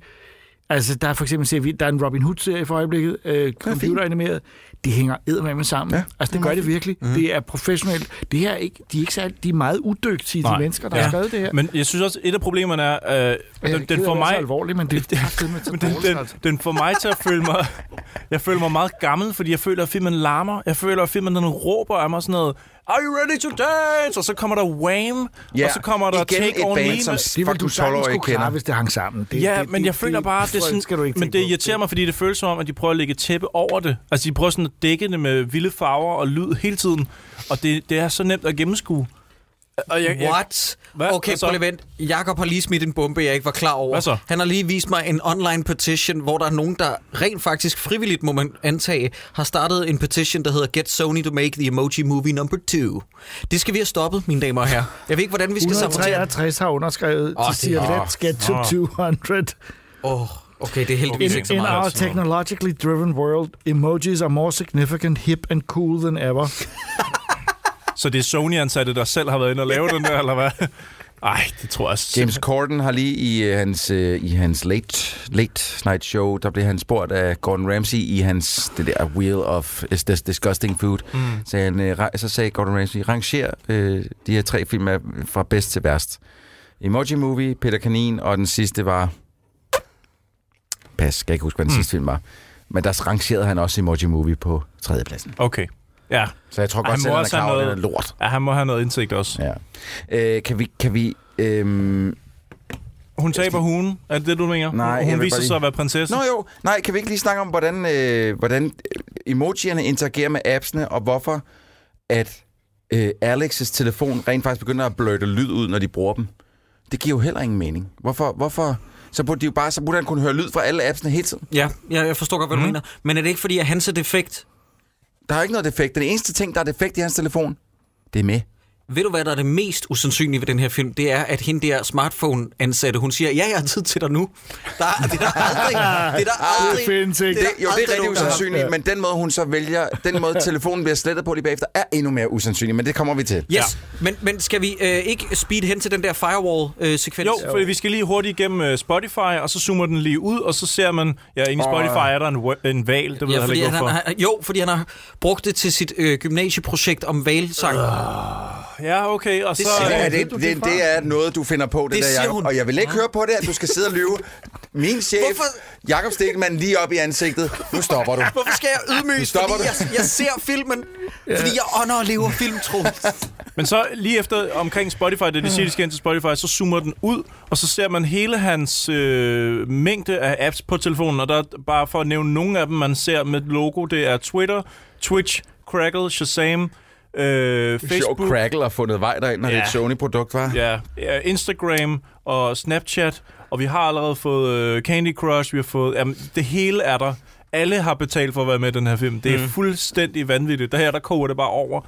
[SPEAKER 6] Altså, der er for eksempel ser vi, der er en Robin Hood-serie for øjeblikket, øh, computeranimeret. Det hænger eddermame sammen. Ja, altså, det gør det virkelig. Mm. Det er professionelt. Det her er ikke, de er ikke særlig, de er meget udygtige, de mennesker, der ja. har skrevet det her.
[SPEAKER 7] Men jeg synes også, et af problemerne er, øh, den, den
[SPEAKER 6] gider
[SPEAKER 7] får
[SPEAKER 6] være så
[SPEAKER 7] mig...
[SPEAKER 6] alvorlig, men det er med
[SPEAKER 7] den, den,
[SPEAKER 6] altså.
[SPEAKER 7] den får mig til at føle mig... Jeg føler mig meget gammel, fordi jeg føler, at filmen larmer. Jeg føler, at filmen den råber af mig sådan noget... Are you ready to dance? Og så kommer der Wham!
[SPEAKER 5] Ja,
[SPEAKER 7] og så kommer der
[SPEAKER 5] igen
[SPEAKER 7] Take
[SPEAKER 5] et
[SPEAKER 7] On
[SPEAKER 5] band,
[SPEAKER 7] Me.
[SPEAKER 5] som
[SPEAKER 7] med-
[SPEAKER 5] Det ville du fucking sagtens 12-årige kunne klare, kender.
[SPEAKER 6] hvis det hang sammen. Det-
[SPEAKER 7] ja,
[SPEAKER 6] det-
[SPEAKER 7] men
[SPEAKER 6] det-
[SPEAKER 7] jeg føler
[SPEAKER 6] det-
[SPEAKER 7] bare, det,
[SPEAKER 6] det
[SPEAKER 7] er sådan,
[SPEAKER 6] skal du ikke
[SPEAKER 7] men
[SPEAKER 6] tænke
[SPEAKER 7] det irriterer mig, fordi det føles som om, at de prøver at lægge et tæppe over det. Altså, de prøver sådan at dække det med vilde farver og lyd hele tiden. Og det, det er så nemt at gennemskue. Og jeg, jeg,
[SPEAKER 1] What?
[SPEAKER 7] Hvad?
[SPEAKER 1] Okay,
[SPEAKER 7] Hvad så?
[SPEAKER 1] prøv lige vent. Jakob har lige smidt en bombe, jeg ikke var klar over.
[SPEAKER 7] Hvad så?
[SPEAKER 1] Han har lige vist mig en online petition, hvor der er nogen, der rent faktisk frivilligt, må man antage, har startet en petition, der hedder Get Sony to make the emoji movie number 2. Det skal vi have stoppet, mine damer og herrer. Jeg ved ikke, hvordan vi skal sabotere det.
[SPEAKER 6] 163 har underskrevet.
[SPEAKER 1] Åh,
[SPEAKER 6] Oh,
[SPEAKER 1] det
[SPEAKER 6] de siger,
[SPEAKER 1] er-
[SPEAKER 6] let's get to
[SPEAKER 1] Åh.
[SPEAKER 6] 200.
[SPEAKER 1] Åh, okay, det er heldigvis ikke så
[SPEAKER 6] In, in our
[SPEAKER 1] meget.
[SPEAKER 6] technologically driven world, emojis are more significant, hip and cool than ever.
[SPEAKER 7] Så det er Sony-ansatte, der selv har været inde og lave den der, eller hvad? Ej, det tror jeg også.
[SPEAKER 5] James Corden har lige i øh, hans, øh, i hans late, late night show, der blev han spurgt af Gordon Ramsay i hans det der Wheel of is this Disgusting Food. Mm. Så, han, øh, ra- så sagde Gordon Ramsay, ranger øh, de her tre film af- fra bedst til værst. Emoji Movie, Peter Kanin, og den sidste var... Pas, skal jeg ikke huske, hvad den mm. sidste film var. Men der rangerede han også Emoji Movie på tredjepladsen.
[SPEAKER 7] Okay. Ja.
[SPEAKER 5] Så jeg tror godt,
[SPEAKER 7] Ej, han
[SPEAKER 5] selv,
[SPEAKER 7] må
[SPEAKER 5] han er
[SPEAKER 7] også
[SPEAKER 5] klar
[SPEAKER 7] have
[SPEAKER 5] over,
[SPEAKER 7] noget-
[SPEAKER 5] det er lort.
[SPEAKER 7] Ja, han må have noget indsigt også.
[SPEAKER 5] Ja. Øh, kan vi... Kan vi øhm,
[SPEAKER 7] Hun taber hugen. Er det det, du mener?
[SPEAKER 5] Nej, jeg
[SPEAKER 7] hun, hun
[SPEAKER 5] vil
[SPEAKER 7] viser
[SPEAKER 5] bare lige-
[SPEAKER 7] sig at være prinsesse.
[SPEAKER 5] Nå jo, nej, kan vi ikke lige snakke om, hvordan, øh, hvordan emojierne interagerer med appsene, og hvorfor at øh, Alex's telefon rent faktisk begynder at bløde lyd ud, når de bruger dem? Det giver jo heller ingen mening. Hvorfor? hvorfor? Så burde, de jo bare, så burde han kunne høre lyd fra alle appsene hele tiden.
[SPEAKER 1] Ja, jeg, jeg forstår godt,
[SPEAKER 7] Mhm.
[SPEAKER 1] hvad du mener. Men er det ikke fordi, at hans er defekt?
[SPEAKER 5] Der er jo ikke noget defekt. Den eneste ting, der er defekt i hans telefon, det er med.
[SPEAKER 1] Ved du, hvad der er det mest usandsynlige ved den her film? Det er, at hende der smartphone-ansatte, hun siger, ja, jeg har tid til dig nu. Der, er- det er der aldrig. Det er der aldrig.
[SPEAKER 5] findes
[SPEAKER 1] ikke.
[SPEAKER 5] Det,
[SPEAKER 1] Det er
[SPEAKER 5] jo, det
[SPEAKER 1] aldrig
[SPEAKER 5] er rigtig
[SPEAKER 1] nogen, der har-
[SPEAKER 5] usandsynligt, men den måde, hun så vælger, den måde, telefonen bliver slettet på lige bagefter, er endnu mere usandsynlig, men det kommer vi til.
[SPEAKER 1] Yes, ja. men, men skal vi øh, ikke speed hen til den der firewall-sekvens?
[SPEAKER 7] Jo, for vi skal lige hurtigt igennem øh, Spotify, og så zoomer den lige ud, og så ser man, ja, ingen
[SPEAKER 1] Og-
[SPEAKER 7] Spotify er der en, wa- en val, det ved
[SPEAKER 1] Ja,
[SPEAKER 7] jeg
[SPEAKER 1] fordi
[SPEAKER 7] ikke
[SPEAKER 1] han,
[SPEAKER 7] hvorfor.
[SPEAKER 1] han, jo, fordi han har brugt det til sit øh, gymnasieprojekt om valsang.
[SPEAKER 7] Øh. Ja, okay, og
[SPEAKER 1] Det
[SPEAKER 7] så...
[SPEAKER 1] siger
[SPEAKER 5] Det,
[SPEAKER 1] Hvor
[SPEAKER 5] er,
[SPEAKER 1] ved
[SPEAKER 5] det,
[SPEAKER 1] du
[SPEAKER 5] det,
[SPEAKER 1] det
[SPEAKER 5] det,
[SPEAKER 1] fra?
[SPEAKER 5] er noget, du finder på, det,
[SPEAKER 1] Det
[SPEAKER 5] det der,
[SPEAKER 1] siger
[SPEAKER 5] Jacob.
[SPEAKER 1] hun.
[SPEAKER 5] Og jeg vil ikke høre på det, at du skal sidde og lyve. Min chef, Hvorfor?
[SPEAKER 1] Hvorfor-
[SPEAKER 5] Jakob Stikkelmann, lige op i ansigtet. Nu stopper du.
[SPEAKER 1] Hvorfor skal jeg
[SPEAKER 5] Nu
[SPEAKER 1] ydmyges?
[SPEAKER 5] stopper
[SPEAKER 1] Fordi jeg,
[SPEAKER 5] du.
[SPEAKER 1] jeg ser filmen, fordi jeg ånder og lever filmtro.
[SPEAKER 7] Men så lige efter omkring Spotify, da de siger, de skal ind til Spotify, så zoomer den ud, og så ser man hele hans øh, mængde af apps på telefonen. Og der er bare for at nævne nogle af dem, man ser med logo, det er Twitter, Twitch, Crackle, Shazam, øh,
[SPEAKER 5] Facebook.
[SPEAKER 7] Facebook,
[SPEAKER 5] Sjov, Crackle har fundet vej derind, når ja. det er et
[SPEAKER 7] Ja.
[SPEAKER 5] Sony-produkt, var.
[SPEAKER 7] ja, øh, Instagram og Snapchat. Og vi har allerede fået øh, Candy Crush, vi har fået... Jamen, det hele er der. Alle har betalt for at være med i den her film. Det er
[SPEAKER 1] Mm.
[SPEAKER 7] mm. fuldstændig vanvittigt. Der her, der koger det bare over.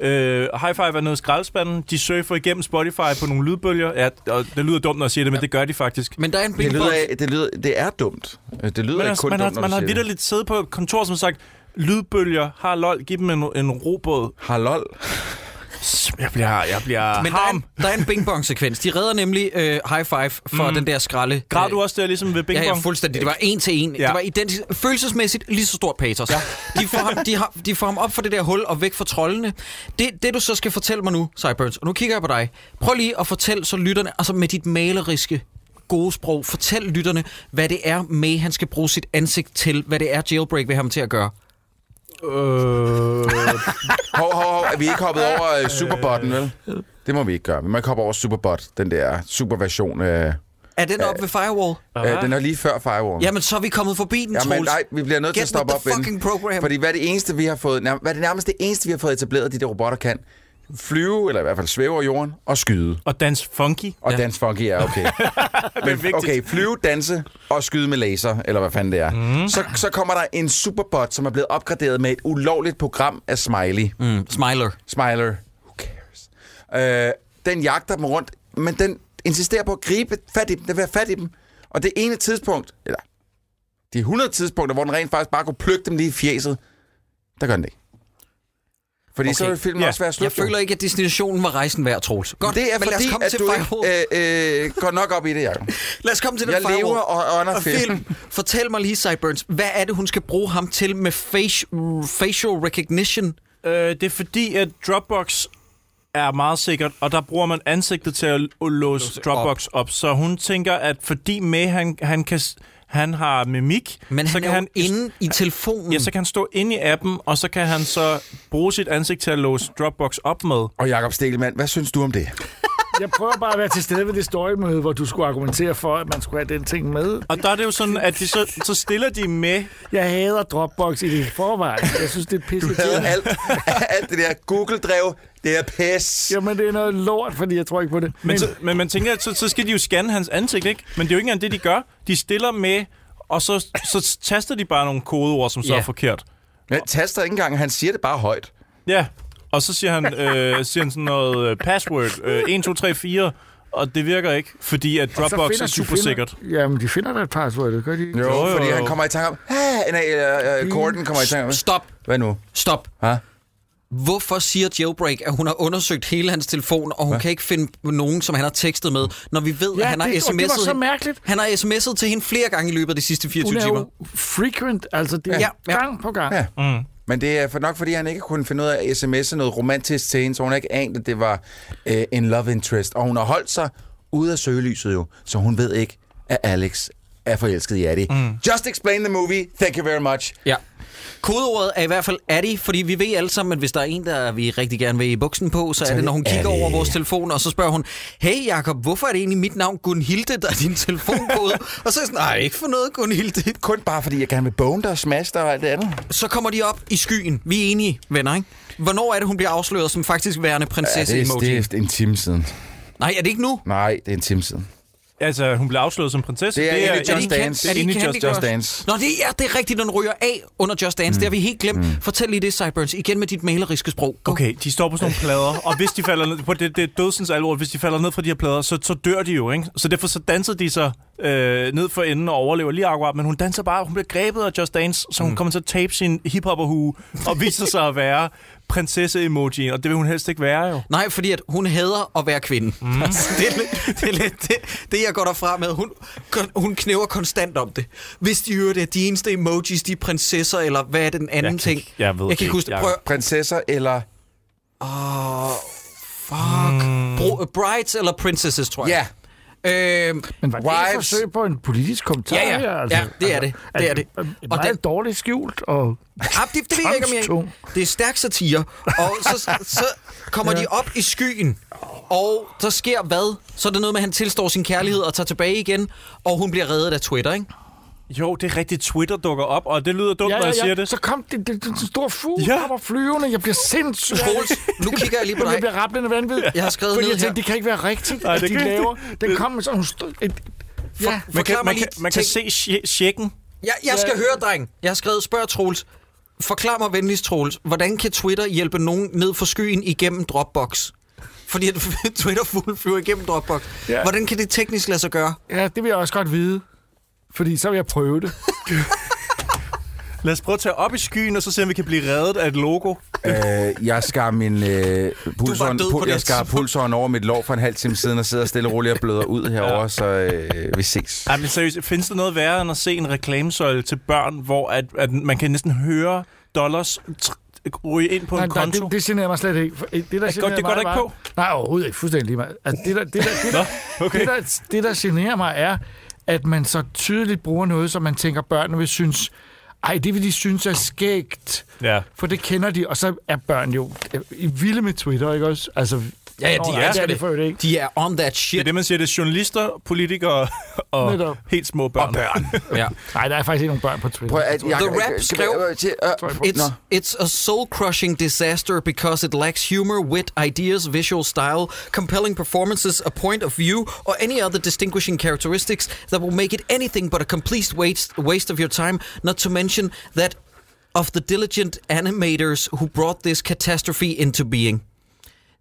[SPEAKER 7] Øh, high Five er nede i skraldespanden. De surfer igennem Spotify på nogle lydbølger. Ja, og det lyder dumt, når jeg siger det, men det gør de faktisk.
[SPEAKER 1] Men der er en
[SPEAKER 5] Det, lyder, af- det, lyder, det er dumt. Det lyder ikke
[SPEAKER 7] man har,
[SPEAKER 5] kun
[SPEAKER 7] altså, man
[SPEAKER 5] dumt,
[SPEAKER 7] har,
[SPEAKER 5] når
[SPEAKER 7] man
[SPEAKER 5] du siger
[SPEAKER 7] har
[SPEAKER 5] det.
[SPEAKER 7] vidderligt siddet på et kontor, som har sagt, lydbølger, har lol, giv dem en, en robåd.
[SPEAKER 5] Har lol.
[SPEAKER 7] Jeg bliver, jeg bliver
[SPEAKER 1] Men der er, en, der er en bing bong sekvens De redder nemlig øh, high five for
[SPEAKER 7] Mm.
[SPEAKER 1] mm. den der skralde.
[SPEAKER 7] Græd du også der ligesom ved Bing
[SPEAKER 1] ja, ja,
[SPEAKER 7] Bong?
[SPEAKER 1] fuldstændig. Det var en til en.
[SPEAKER 7] Ja.
[SPEAKER 1] Ja. Det var identisk, følelsesmæssigt lige så stort patos. Ja. De, får ham, de, har, de får ham op for det der hul og væk fra trollene. Det, det du så skal fortælle mig nu, Cyburns, og nu kigger jeg på dig. Prøv lige at fortælle så lytterne, altså med dit maleriske gode sprog, fortæl lytterne, hvad det er, May han skal bruge sit ansigt til, hvad det er, jailbreak vil have ham til at gøre.
[SPEAKER 7] Øh,
[SPEAKER 5] Hov, hov, hov. Er vi ikke hoppet over uh, Superbotten, vel? Det må vi ikke gøre. Vi må ikke hoppe over Superbot, den der superversion. Uh,
[SPEAKER 1] Er den oppe ved Firewall?
[SPEAKER 5] uh, den er lige før Firewall.
[SPEAKER 1] Jamen, så er vi kommet forbi den,
[SPEAKER 5] Jamen,
[SPEAKER 1] Troels.
[SPEAKER 5] nej, vi bliver nødt til
[SPEAKER 1] Get
[SPEAKER 5] at stoppe op
[SPEAKER 1] with the fucking program.
[SPEAKER 5] Fordi hvad er det eneste, vi har fået, nær, hvad er det nærmest det eneste, vi har fået etableret, de der robotter kan? Flyve, eller i hvert fald svæve over jorden, og skyde.
[SPEAKER 7] Og dans funky.
[SPEAKER 5] Og ja. dans funky er okay. Men,
[SPEAKER 7] vigtigt.
[SPEAKER 5] okay, flyve, danse og skyde med laser, eller hvad fanden det
[SPEAKER 1] Mhm.
[SPEAKER 5] er. Mm. Så, så kommer der en superbot, som er blevet opgraderet med et ulovligt program af Smiley.
[SPEAKER 1] Mm, smiler.
[SPEAKER 5] Smiler. Who cares? Øh, den jagter dem rundt, men den insisterer på at gribe fat i dem. Den vil have fat i dem. Og det ene tidspunkt, eller de 100 tidspunkter, hvor den rent faktisk bare kunne plukke dem lige i fjeset, der gør den det ikke. Fordi okay. så vil filmen ja. også være slut.
[SPEAKER 1] Jeg
[SPEAKER 5] jo.
[SPEAKER 1] føler ikke, at destinationen var rejsen værd, Troels. Godt,
[SPEAKER 5] det er
[SPEAKER 1] men lad
[SPEAKER 5] fordi,
[SPEAKER 1] os komme
[SPEAKER 5] at
[SPEAKER 1] til
[SPEAKER 5] du
[SPEAKER 1] Firewall.
[SPEAKER 5] ikke øh, øh, går nok op i det, Jacob.
[SPEAKER 1] Lad os komme til den
[SPEAKER 5] Jeg
[SPEAKER 1] firewall.
[SPEAKER 5] lever og ånder film.
[SPEAKER 1] Fortæl mig lige, Cyburns, hvad er det, hun skal bruge ham til med face, facial recognition?
[SPEAKER 7] Øh, det er fordi, at Dropbox er meget sikkert, og der bruger man ansigtet til at l- låse Dropbox op. op. Så hun tænker, at fordi med han, han, kan, s- han har mimik,
[SPEAKER 1] Men
[SPEAKER 7] så
[SPEAKER 1] han
[SPEAKER 7] kan
[SPEAKER 1] er jo
[SPEAKER 7] han
[SPEAKER 1] inde i telefonen.
[SPEAKER 7] Ja, så kan han stå inde i appen, og så kan han så bruge sit ansigt til at låse Dropbox op med.
[SPEAKER 5] Og Jakob Stikkelmann, hvad synes du om det?
[SPEAKER 6] Jeg prøver bare at være til stede ved det støjmøde, hvor du skulle argumentere for, at man skulle have den ting med.
[SPEAKER 7] Og der er det jo sådan, at de så, så stiller de med.
[SPEAKER 6] Jeg hader Dropbox i det forvejen. Jeg synes, det er pisse.
[SPEAKER 5] Du havde alt, alt det der Google-drev. Det er pis.
[SPEAKER 6] Jamen, det er noget lort, fordi jeg tror ikke på det.
[SPEAKER 7] Men, så, men man tænker, at så, så skal de jo scanne hans ansigt, ikke? Men det er jo ikke engang det, de gør. De stiller med, og så, så taster de bare nogle kodeord, som så
[SPEAKER 5] Ja.
[SPEAKER 7] er forkert.
[SPEAKER 5] Men han taster ikke engang, han siger det bare højt.
[SPEAKER 7] Ja, og så siger han, øh, siger han sådan noget øh, password, øh, 1, 2, 3, 4, og det virker ikke, fordi at
[SPEAKER 6] Og så
[SPEAKER 7] Dropbox
[SPEAKER 6] finder-
[SPEAKER 7] er
[SPEAKER 6] de
[SPEAKER 7] super
[SPEAKER 6] finder-
[SPEAKER 7] sikkert.
[SPEAKER 6] Jamen, de finder da et password, det gør de ikke?
[SPEAKER 5] Jo, jo,
[SPEAKER 7] jo,
[SPEAKER 5] fordi
[SPEAKER 7] jo.
[SPEAKER 5] han kommer i tanke om... Ah, nej, øh, øh, Corden kommer i tanke om...
[SPEAKER 1] Stop,
[SPEAKER 5] Hvad nu?
[SPEAKER 1] stop.
[SPEAKER 5] Hæ?
[SPEAKER 1] Hvorfor siger Jailbreak, at hun har undersøgt hele hans telefon, og hun Hva? kan ikke finde nogen, som han har tekstet med, når vi ved,
[SPEAKER 6] Ja,
[SPEAKER 1] at han har
[SPEAKER 6] det, og det var
[SPEAKER 1] sms'et
[SPEAKER 6] så
[SPEAKER 1] hende-
[SPEAKER 6] mærkeligt.
[SPEAKER 1] han har sms'et til hende flere gange i løbet af de sidste 24
[SPEAKER 6] Hun er
[SPEAKER 1] timer.
[SPEAKER 6] jo frequent, altså det er
[SPEAKER 1] Ja,
[SPEAKER 6] ja,
[SPEAKER 1] ja.
[SPEAKER 6] gang på gang.
[SPEAKER 5] Ja.
[SPEAKER 6] Ja.
[SPEAKER 7] Mm.
[SPEAKER 5] Men det er for nok, fordi han ikke kunne finde ud af at sms'e noget romantisk til hende, så hun har ikke anede, at det var øh, en love interest. Og hun har holdt sig ude af søgelyset jo, så hun ved ikke, at Alex er forelsket i Addy. Mm. Just explain the movie. Thank you very much.
[SPEAKER 1] Ja. Kodeordet er i hvert fald Addy, fordi vi ved alle sammen, at hvis der er en, der vi rigtig gerne vil i buksen på, så er det, når hun kigger over vores telefon, og så spørger hun, hey Jakob, hvorfor er det egentlig mit navn Gunhilde, der er din telefonkode? og så er jeg sådan, nej, ikke for noget Gunhilde.
[SPEAKER 5] Kun bare fordi jeg gerne vil bone dig og smash dig og alt det andet.
[SPEAKER 1] Så kommer de op i skyen. Vi er enige, venner, ikke? Hvornår er det, hun bliver afsløret som faktisk værende prinsesse-emoji?
[SPEAKER 5] det er en time siden.
[SPEAKER 1] Nej, er det ikke nu?
[SPEAKER 5] Nej, det er en time siden.
[SPEAKER 7] altså, hun blev afsløret som prinsesse.
[SPEAKER 5] Det er inde i Just
[SPEAKER 7] inde-
[SPEAKER 5] Dance.
[SPEAKER 7] det er inde i Just, Just Dance.
[SPEAKER 1] Nå, det er, det er rigtigt, når den ryger af under Just Dance. Mm. Det har vi helt glemt. Mm. Fortæl lige det, Cyburns. Igen med dit maleriske sprog. Go.
[SPEAKER 7] Okay, de står på sådan nogle plader, og hvis de falder ned, på det, det er dødsens alvor, hvis de falder ned fra de her plader, så, så dør de jo, ikke? Så derfor så dansede de så øh, ned for enden og overlever lige akkurat, men hun danser bare, hun bliver grebet af Just Dance, så hun
[SPEAKER 14] Mm.
[SPEAKER 7] kommer til at tape sin hiphopperhue og viser sig at være prinsesse-emojien, og det vil hun helst ikke være, jo.
[SPEAKER 1] Nej, fordi at hun hader at være kvinde. Mm. Altså, det, er lidt, det er lidt det, det, jeg går derfra med. Hun, kon- hun knæver konstant om det. Hvis de hører det, at de eneste emojis, de er prinsesser, eller hvad er det, den anden jeg ting? Kan, jeg
[SPEAKER 7] jeg ved
[SPEAKER 1] kan
[SPEAKER 7] ikke.
[SPEAKER 1] ikke huske det.
[SPEAKER 7] Jeg-
[SPEAKER 1] Prøv.
[SPEAKER 5] Prinsesser eller...
[SPEAKER 1] Åh, oh, fuck. Mm. Bro, brides eller princesses, tror jeg. Ja. Øhm,
[SPEAKER 6] Men var det et forsøg på en politisk kommentar? altså?
[SPEAKER 1] Ja, ja.
[SPEAKER 6] her,
[SPEAKER 1] Ja, det er det. Det er det.
[SPEAKER 6] Og
[SPEAKER 1] Og
[SPEAKER 6] øh, meget
[SPEAKER 1] den-
[SPEAKER 6] den... dårligt skjult, og
[SPEAKER 1] Ah, det, det ved jeg ikke, om jeg
[SPEAKER 6] Tramstung.
[SPEAKER 1] Det er stærk satire. Og så, så kommer ja. de op i skyen, og så sker hvad? Så er det noget med, at han tilstår sin kærlighed og tager tilbage igen, og hun bliver reddet af Twitter, ikke?
[SPEAKER 7] Jo, det er rigtigt. Twitter dukker op, og det lyder dumt,
[SPEAKER 6] Ja,
[SPEAKER 7] når
[SPEAKER 6] ja,
[SPEAKER 7] jeg
[SPEAKER 6] ja.
[SPEAKER 7] siger det.
[SPEAKER 6] Så kom det, det, det, den store fugl,
[SPEAKER 7] Ja.
[SPEAKER 6] ja. kommer flyvende, jeg bliver sindssyg.
[SPEAKER 7] Troels, nu kigger jeg lige på dig.
[SPEAKER 6] Jeg bliver rappelende vanvid.
[SPEAKER 1] Jeg har skrevet
[SPEAKER 6] Fordi
[SPEAKER 1] ned
[SPEAKER 6] jeg tænkte,
[SPEAKER 1] her.
[SPEAKER 6] det kan ikke være rigtigt,
[SPEAKER 7] Nej,
[SPEAKER 6] at
[SPEAKER 7] det
[SPEAKER 6] de
[SPEAKER 7] kan-
[SPEAKER 6] laver. Den
[SPEAKER 7] det-
[SPEAKER 6] kom med sådan en stød. et- Ja.
[SPEAKER 7] Man kan,
[SPEAKER 1] Forklar mig
[SPEAKER 7] man
[SPEAKER 1] lige-
[SPEAKER 7] kan, man kan
[SPEAKER 1] tænk-
[SPEAKER 7] se checken.
[SPEAKER 1] Jeg, jeg skal høre, dreng. Jeg har skrevet, spørg Troels. Forklar mig venligst, Troels. Hvordan kan Twitter hjælpe nogen ned for skyen igennem Dropbox? Fordi at Twitter fuld flyver igennem Dropbox.
[SPEAKER 6] Ja.
[SPEAKER 1] Ja. Hvordan kan det teknisk lade sig gøre?
[SPEAKER 6] Ja, det vil jeg også godt vide. Fordi så vil jeg prøve det.
[SPEAKER 7] Lad os prøve at tage op i skyen, og så se, om vi kan blive reddet af et logo.
[SPEAKER 5] øh, jeg skar min øh, pulsånd,
[SPEAKER 7] død på
[SPEAKER 5] pul-
[SPEAKER 7] det
[SPEAKER 5] jeg skar
[SPEAKER 7] tidspunkt.
[SPEAKER 5] pulsånd over mit lår for en halv time siden og sidder stille og roligt og bløder ud herover, ja. så øh, vi ses.
[SPEAKER 7] Ej, men seriøst, findes der noget værre end at se en reklamesøjle til børn, hvor at, at man kan næsten høre dollars tr- ryge ind på
[SPEAKER 6] nej,
[SPEAKER 7] en
[SPEAKER 6] nej,
[SPEAKER 7] konto?
[SPEAKER 6] det, det generer mig slet ikke. For, eh, Det, der
[SPEAKER 7] det
[SPEAKER 6] generer
[SPEAKER 7] går
[SPEAKER 6] mig
[SPEAKER 7] der ikke
[SPEAKER 6] var-
[SPEAKER 7] på?
[SPEAKER 6] Nej, overhovedet ikke. Fuldstændig lige meget. Altså, det, der, det, der, det, der,
[SPEAKER 7] Nå, okay.
[SPEAKER 6] det, der, det, der generer mig, er, at man så tydeligt bruger noget, som man tænker, børnene vil synes, ej, det vil de synes er skægt.
[SPEAKER 7] Ja.
[SPEAKER 6] For det kender de, og så er børn jo øh, i vilde med Twitter, ikke også? Altså,
[SPEAKER 1] Ja, ja, de
[SPEAKER 6] Nå, nej,
[SPEAKER 1] elsker
[SPEAKER 6] det er det
[SPEAKER 1] det.
[SPEAKER 6] for øvrigt ikke.
[SPEAKER 1] De er on that shit.
[SPEAKER 7] Det er det, man siger. Det er journalister, politikere og
[SPEAKER 6] Netop.
[SPEAKER 7] helt små børn. Og børn.
[SPEAKER 1] Ja.
[SPEAKER 6] Nej, der er faktisk ikke nogen børn på Twitter.
[SPEAKER 5] Prøv at- jeg-
[SPEAKER 1] The
[SPEAKER 5] øh,
[SPEAKER 1] Rap skrev, it's, it's a soul-crushing disaster because it lacks humor, wit, ideas, visual style, compelling performances, a point of view, or any other distinguishing characteristics that will make it anything but a complete waste, waste of your time, not to mention that of the diligent animators who brought this catastrophe into being.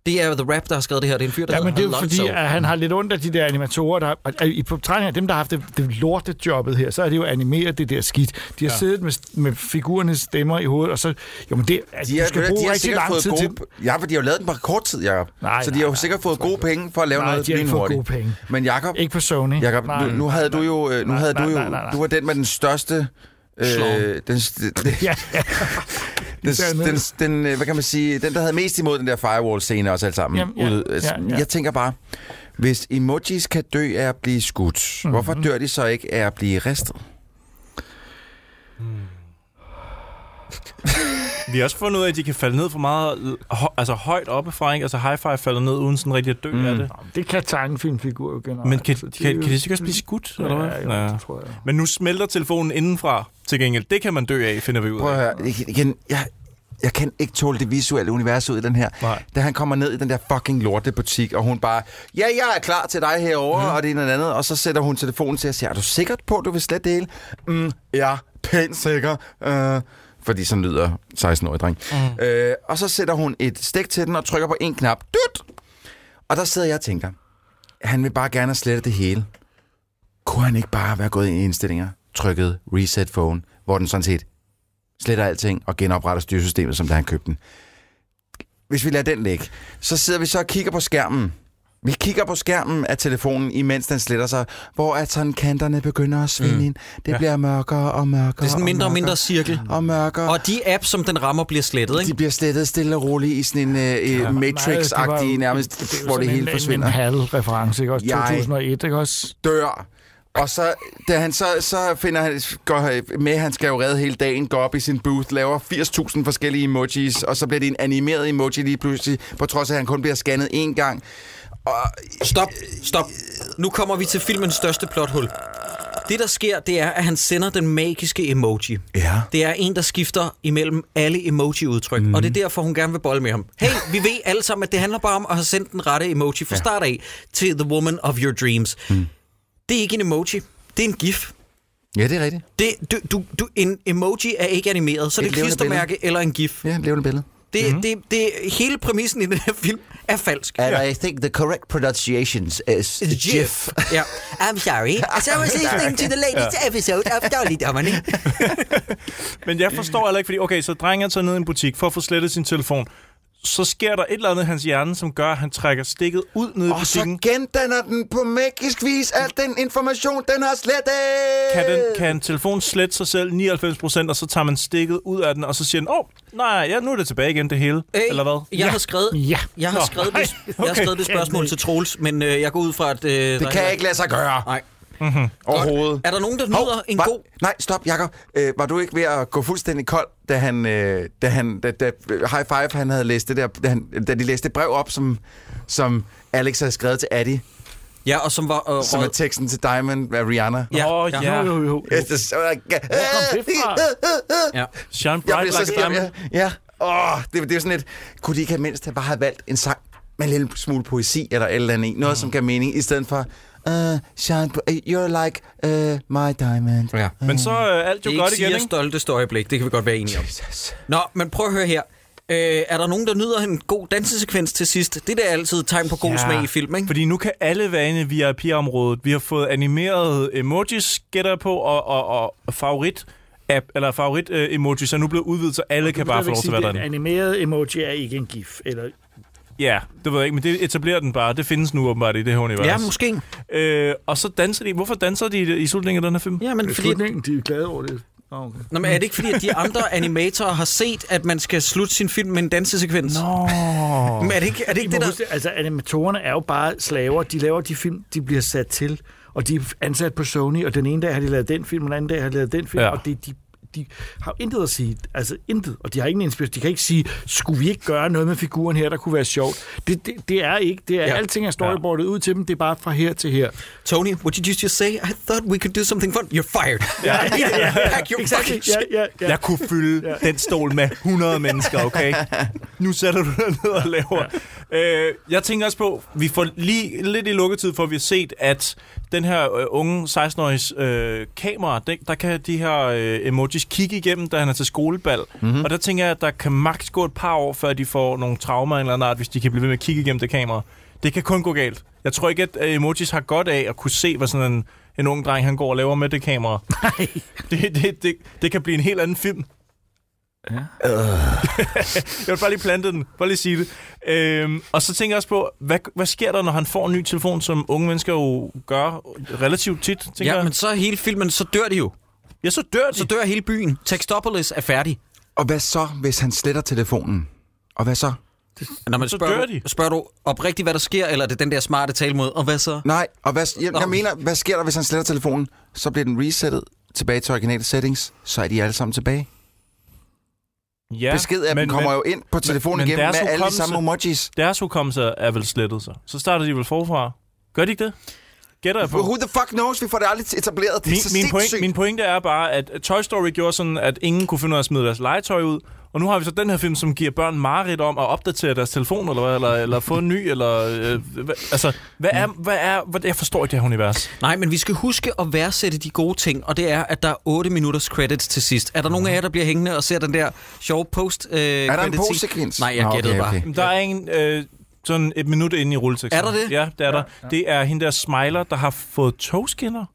[SPEAKER 1] Det er jo The Rap, der har skrevet det her. Det er en fyr, der
[SPEAKER 6] Ja, men det er jo
[SPEAKER 1] hedder
[SPEAKER 6] fordi,
[SPEAKER 1] Alonso.
[SPEAKER 6] at han har lidt ondt af de der animatorer, der, at- at i på tegninger, dem, der har haft det, det lorte jobbet her, så er det jo animeret det der skidt. De har
[SPEAKER 5] Ja.
[SPEAKER 6] ja. siddet med, med figurernes stemmer i hovedet, og så, jo, men det, altså,
[SPEAKER 5] De
[SPEAKER 6] du
[SPEAKER 5] har,
[SPEAKER 6] skal
[SPEAKER 5] de
[SPEAKER 6] bruge
[SPEAKER 5] har
[SPEAKER 6] rigtig
[SPEAKER 5] sikkert
[SPEAKER 6] lang
[SPEAKER 5] fået
[SPEAKER 6] tid
[SPEAKER 5] gode,
[SPEAKER 6] til...
[SPEAKER 5] Ja, for de har jo lavet den på kort tid, Jacob.
[SPEAKER 6] Nej,
[SPEAKER 5] så de
[SPEAKER 6] nej,
[SPEAKER 5] har jo sikkert fået gode penge for at lave
[SPEAKER 6] Nej,
[SPEAKER 5] noget
[SPEAKER 6] de har ikke fået
[SPEAKER 5] lynhurtigt.
[SPEAKER 6] gode penge.
[SPEAKER 5] Men Jacob,
[SPEAKER 6] Ikke på Sony.
[SPEAKER 5] Jacob
[SPEAKER 6] Nej.
[SPEAKER 5] nu, nu havde du jo, øh, nu
[SPEAKER 6] Nej,
[SPEAKER 5] havde
[SPEAKER 6] nej,
[SPEAKER 5] du jo,
[SPEAKER 6] nej, nej, nej.
[SPEAKER 5] du var den med den største, øh,
[SPEAKER 6] Slong.
[SPEAKER 5] den, s- den,
[SPEAKER 6] Ja, ja.
[SPEAKER 5] den,
[SPEAKER 6] Dernede.
[SPEAKER 5] den, den, øh, hvad kan man sige, den der havde mest imod den der firewall scene også alt sammen.
[SPEAKER 6] Jamen, ja,
[SPEAKER 5] ude. Altså,
[SPEAKER 6] ja, ja.
[SPEAKER 5] Jeg tænker bare, hvis emojis kan dø af at blive skudt,
[SPEAKER 6] Mhm.
[SPEAKER 5] mm-hmm. hvorfor dør de så ikke af at blive ristet?
[SPEAKER 7] Vi har også fundet ud af, at de kan falde ned for meget l- hø- altså højt oppe fra, ikke? Altså hi-fi falder ned uden sådan rigtig at dø mm. af det.
[SPEAKER 6] Det kan tegnefilmfigur jo generelt.
[SPEAKER 7] Men kan,
[SPEAKER 6] så
[SPEAKER 7] kan,
[SPEAKER 6] det Altså, er
[SPEAKER 7] kan
[SPEAKER 6] jo-
[SPEAKER 7] de sikkert også blive skudt,
[SPEAKER 6] Ja,
[SPEAKER 7] eller hvad?
[SPEAKER 6] jo,
[SPEAKER 7] Ja.
[SPEAKER 6] det tror jeg.
[SPEAKER 7] Men nu smelter telefonen indenfra til gengæld. Det kan man dø af, finder vi ud af.
[SPEAKER 5] Prøv at høre, jeg, igen, jeg, jeg kan ikke tåle det visuelle univers ud i den her. Nej. Da han kommer ned i den der fucking lortebutik, og hun bare, ja, jeg er klar til dig herover mm. og det ene og det andet, og så sætter hun telefonen til og siger, er du sikker på, at du vil slet det hele? Mm, ja, pænt sikker. Øh, fordi sådan lyder 16-årig dreng. Mm. Øh, og så sætter hun et stik til den og trykker på en knap. Dut! Og der sidder jeg og tænker, han vil bare gerne have slettet det hele. Kunne han ikke bare være gået ind i indstillinger, trykket reset phone, hvor den sådan set sletter alting og genopretter styresystemet, som da han købte den. Hvis vi lader den ligge, så sidder vi så og kigger på skærmen. Vi kigger på skærmen af telefonen, imens den sletter sig, hvor at sådan kanterne begynder at svinde mm. ind. Det ja. bliver mørkere og mørkere
[SPEAKER 1] Det er sådan en mindre og mindre cirkel.
[SPEAKER 5] Og mørkere.
[SPEAKER 1] Og de apps, som den rammer, bliver slettet, ikke?
[SPEAKER 5] De bliver slettet stille og roligt i sådan en øh, ja,
[SPEAKER 6] Nej, det
[SPEAKER 5] Matrix-agtig
[SPEAKER 6] var-
[SPEAKER 5] nærmest,
[SPEAKER 6] det er jo
[SPEAKER 5] hvor det
[SPEAKER 6] sådan
[SPEAKER 5] hele
[SPEAKER 6] en-
[SPEAKER 5] forsvinder.
[SPEAKER 6] En, en HAL-reference, ikke også?
[SPEAKER 5] Jeg-
[SPEAKER 6] 2001, ikke også?
[SPEAKER 5] dør. Og så, da han så, så finder han, går han med, han skal jo redde hele dagen, går op i sin booth, laver 80.000 forskellige emojis, og så bliver det en animeret emoji lige pludselig, på trods af, at han kun bliver scannet én gang.
[SPEAKER 1] Stop, stop. Nu kommer vi til filmens største plothul. Det, der sker, det er, at han sender den magiske emoji.
[SPEAKER 5] Ja.
[SPEAKER 1] Det er en, der skifter imellem alle emoji-udtryk, mm. og det
[SPEAKER 5] Mhm.
[SPEAKER 1] er derfor, hun gerne vil bolle med ham. Hey, vi ved alle sammen, at det handler bare om at have sendt den rette emoji fra start af til The Woman of Your Dreams. Mm. det er ikke en emoji. Det er en gif.
[SPEAKER 5] Ja, det er rigtigt.
[SPEAKER 1] Det, du, du, du, en emoji er ikke animeret, så
[SPEAKER 5] Et
[SPEAKER 1] det er
[SPEAKER 5] levende
[SPEAKER 1] klistermærke
[SPEAKER 5] billede. Mhm.
[SPEAKER 1] eller en gif.
[SPEAKER 5] Ja, et levende billede.
[SPEAKER 1] Det, mm-hmm. det, det, hele præmissen i den her film er falsk.
[SPEAKER 14] And I think the correct pronunciations is GIF.
[SPEAKER 1] Yeah. I'm sorry. As I was listening to the latest
[SPEAKER 14] Ja.
[SPEAKER 1] episode of Dårligdommerne.
[SPEAKER 7] Men jeg forstår heller ikke, fordi okay, så drengen tager ned i en butik for at få slettet sin telefon. Så sker der et eller andet i hans hjerne, som gør, at han trækker stikket ud ned i
[SPEAKER 5] Og så
[SPEAKER 7] butikken.
[SPEAKER 5] gendanner den på magisk vis al den information, den har slettet.
[SPEAKER 7] Kan, den, kan en telefon slette sig selv 99%, og så tager man stikket ud af den, og så siger den, åh, oh, nej, ja, nu er det tilbage igen det hele,
[SPEAKER 1] Øh,
[SPEAKER 7] eller hvad?
[SPEAKER 1] Jeg har skrevet, ja. jeg har
[SPEAKER 7] Nå,
[SPEAKER 1] skrevet,
[SPEAKER 7] nej,
[SPEAKER 1] det, jeg har
[SPEAKER 7] okay.
[SPEAKER 1] skrevet det spørgsmål til Troels, men øh, jeg går ud fra, at... Øh, det
[SPEAKER 5] kan ikke lade sig gøre.
[SPEAKER 1] Nej.
[SPEAKER 5] Mm-hmm. Overhovedet.
[SPEAKER 1] Er der nogen, der nyder en
[SPEAKER 5] var,
[SPEAKER 1] god...
[SPEAKER 5] Nej, stop, Jacob. Øh, var du ikke ved at gå fuldstændig kold, da han, øh, da han da, da High Five han havde læst det der, da, han, da de læste det brev op, som, som Alex havde skrevet til Addy?
[SPEAKER 1] Ja, og som var... Øh,
[SPEAKER 5] som er teksten til Diamond af Rihanna.
[SPEAKER 7] Ja. Nå, ja. Jo, jo, jo.
[SPEAKER 5] Yes, det er så-
[SPEAKER 1] Ja.
[SPEAKER 7] Shine
[SPEAKER 5] Jeg blev
[SPEAKER 7] bright like
[SPEAKER 5] så
[SPEAKER 7] a
[SPEAKER 5] skæmt, ja.
[SPEAKER 7] diamond.
[SPEAKER 5] ja. Åh, det, det er sådan et... Kunne de ikke have mindst have bare have valgt en sang med en lille smule poesi eller et eller andet i? Noget, mm. som gav mening, i stedet for... Uh, shine, br- you're like uh, my diamond.
[SPEAKER 1] Ja.
[SPEAKER 7] Men så øh, alt jo
[SPEAKER 1] det er ikke
[SPEAKER 7] godt igen,
[SPEAKER 1] Sias
[SPEAKER 7] ikke?
[SPEAKER 1] stolteste øjeblik, det kan vi godt være enige om. Nå, men prøv at høre her. Øh, er der nogen, der nyder en god dansesekvens til sidst? Det der er altid et tegn på god ja. smag i film, ikke?
[SPEAKER 7] Fordi nu kan alle være inde i VIP-området. Vi har fået animerede emojis, gætter jeg på, og, og, og favorit app, eller favorit øh, emojis er nu blevet udvidet, så alle kan bare få lov til at være
[SPEAKER 6] En
[SPEAKER 7] derinde.
[SPEAKER 6] animeret emoji er ikke en gif. Eller...
[SPEAKER 7] Ja, det ved jeg ikke, men det etablerer den bare. Det findes nu åbenbart i det her univers.
[SPEAKER 6] Ja, måske.
[SPEAKER 7] Øh, og så danser de. Hvorfor danser de i- i slutningen af den her film?
[SPEAKER 1] Ja, men
[SPEAKER 6] I
[SPEAKER 1] fordi-
[SPEAKER 6] slutningen, de er glade over det. Oh, okay.
[SPEAKER 1] Nå, men er det ikke fordi, at de andre animatorer har set, at man skal slutte sin film med en dansesekvens?
[SPEAKER 7] Nå.
[SPEAKER 1] Men er det ikke, er det, ikke
[SPEAKER 6] I
[SPEAKER 1] det
[SPEAKER 6] må
[SPEAKER 1] der...
[SPEAKER 6] huske, altså, animatorerne er jo bare slaver. De laver de film, de bliver sat til, og de er ansat på Sony, og den ene dag har de lavet den film, og den anden dag har de lavet den film,
[SPEAKER 7] Ja.
[SPEAKER 6] ja. og det, de, de har jo intet at sige. Altså intet. Og de har ingen inspiration. De kan ikke sige, skulle vi ikke gøre noget med figuren her, der kunne være sjovt? Det, det, det er ikke. Det er
[SPEAKER 1] Ja.
[SPEAKER 6] ja. alting er storyboardet ud til dem. Det er bare fra her til her.
[SPEAKER 1] Tony, would you just say, I thought we could do something fun? You're fired. Pack your
[SPEAKER 6] Exactly.
[SPEAKER 1] fucking shit.
[SPEAKER 6] Ja, ja, ja.
[SPEAKER 7] Jeg kunne fylde
[SPEAKER 6] Ja.
[SPEAKER 7] den stol med 100 mennesker, okay? Nu sætter du dig ned og laver. Øh, jeg tænker også på, vi får lige lidt i lukketid, for vi har set, at den her øh, unge 16-åriges øh, kamera, den, der kan de her øh, emojis kigge igennem, da han er til skolebal. Mm-hmm. Og der tænker jeg, at der kan maks gå et par år, før de får nogle traumer af en eller anden art, hvis de kan blive ved med at kigge igennem det kamera. Det kan kun gå galt. Jeg tror ikke, at øh, emojis har godt af at kunne se, hvad sådan en, en ung dreng, han går og laver med det kamera. Det, det, det, det kan blive en helt anden film. Øh. jeg vil bare lige plante den. Bare lige sige det. Øhm, og så tænker jeg også på, hvad, hvad sker der, når han får en ny telefon, som unge mennesker jo gør relativt tit, tænker
[SPEAKER 1] Ja,
[SPEAKER 7] jeg.
[SPEAKER 1] men så er hele filmen, så dør de jo.
[SPEAKER 7] Ja, så dør de.
[SPEAKER 1] Så dør hele byen. Textopolis er færdig.
[SPEAKER 5] Og hvad så, hvis han sletter telefonen? Og hvad så?
[SPEAKER 1] Når man
[SPEAKER 5] Så
[SPEAKER 1] spørger,
[SPEAKER 5] dør
[SPEAKER 1] du, spørger du oprigtigt, hvad der sker, eller er det den der smarte tale mod, og hvad så?
[SPEAKER 5] Nej, og hvad, jeg,
[SPEAKER 1] Nå.
[SPEAKER 5] jeg mener, hvad sker der, hvis han sletter telefonen? Så bliver den resettet tilbage til originale settings, så er de alle sammen tilbage.
[SPEAKER 7] Ja,
[SPEAKER 5] Besked af dem kommer jo ind på telefonen igen
[SPEAKER 7] deres
[SPEAKER 5] med alle de
[SPEAKER 7] hukommelse-
[SPEAKER 5] samme emojis.
[SPEAKER 7] Deres hukommelse er vel slettet så. Så starter de vel forfra. Gør de ikke det? Gætter jeg på.
[SPEAKER 5] Who the fuck knows? Vi får det aldrig etableret. Det er
[SPEAKER 7] min,
[SPEAKER 5] så
[SPEAKER 7] min, point,
[SPEAKER 5] sindssygt.
[SPEAKER 7] min pointe er bare, at Toy Story gjorde sådan, at ingen kunne finde ud af at smide deres legetøj ud. Og nu har vi så den her film, som giver børn mareridt om at opdatere deres telefon, eller, hvad, eller, eller få en ny, eller... Øh, hva, altså, hvad er, hvad er... Hvad, jeg forstår ikke det her univers.
[SPEAKER 1] Nej, men vi skal huske at værdsætte de gode ting, og det er, at der er 8 minutters credits til sidst. Er der nogen af jer, der bliver hængende og ser den der sjove post øh, Er
[SPEAKER 5] der en postsekvens?
[SPEAKER 1] Nej, jeg
[SPEAKER 5] Nå,
[SPEAKER 1] gættede
[SPEAKER 5] okay,
[SPEAKER 1] bare.
[SPEAKER 5] okay.
[SPEAKER 7] Jamen, Der er en... Øh, sådan et minut inde i rulleteksten.
[SPEAKER 1] Er der det?
[SPEAKER 7] Ja, det er der. Det er hende der Smiler, der har fået togskinner,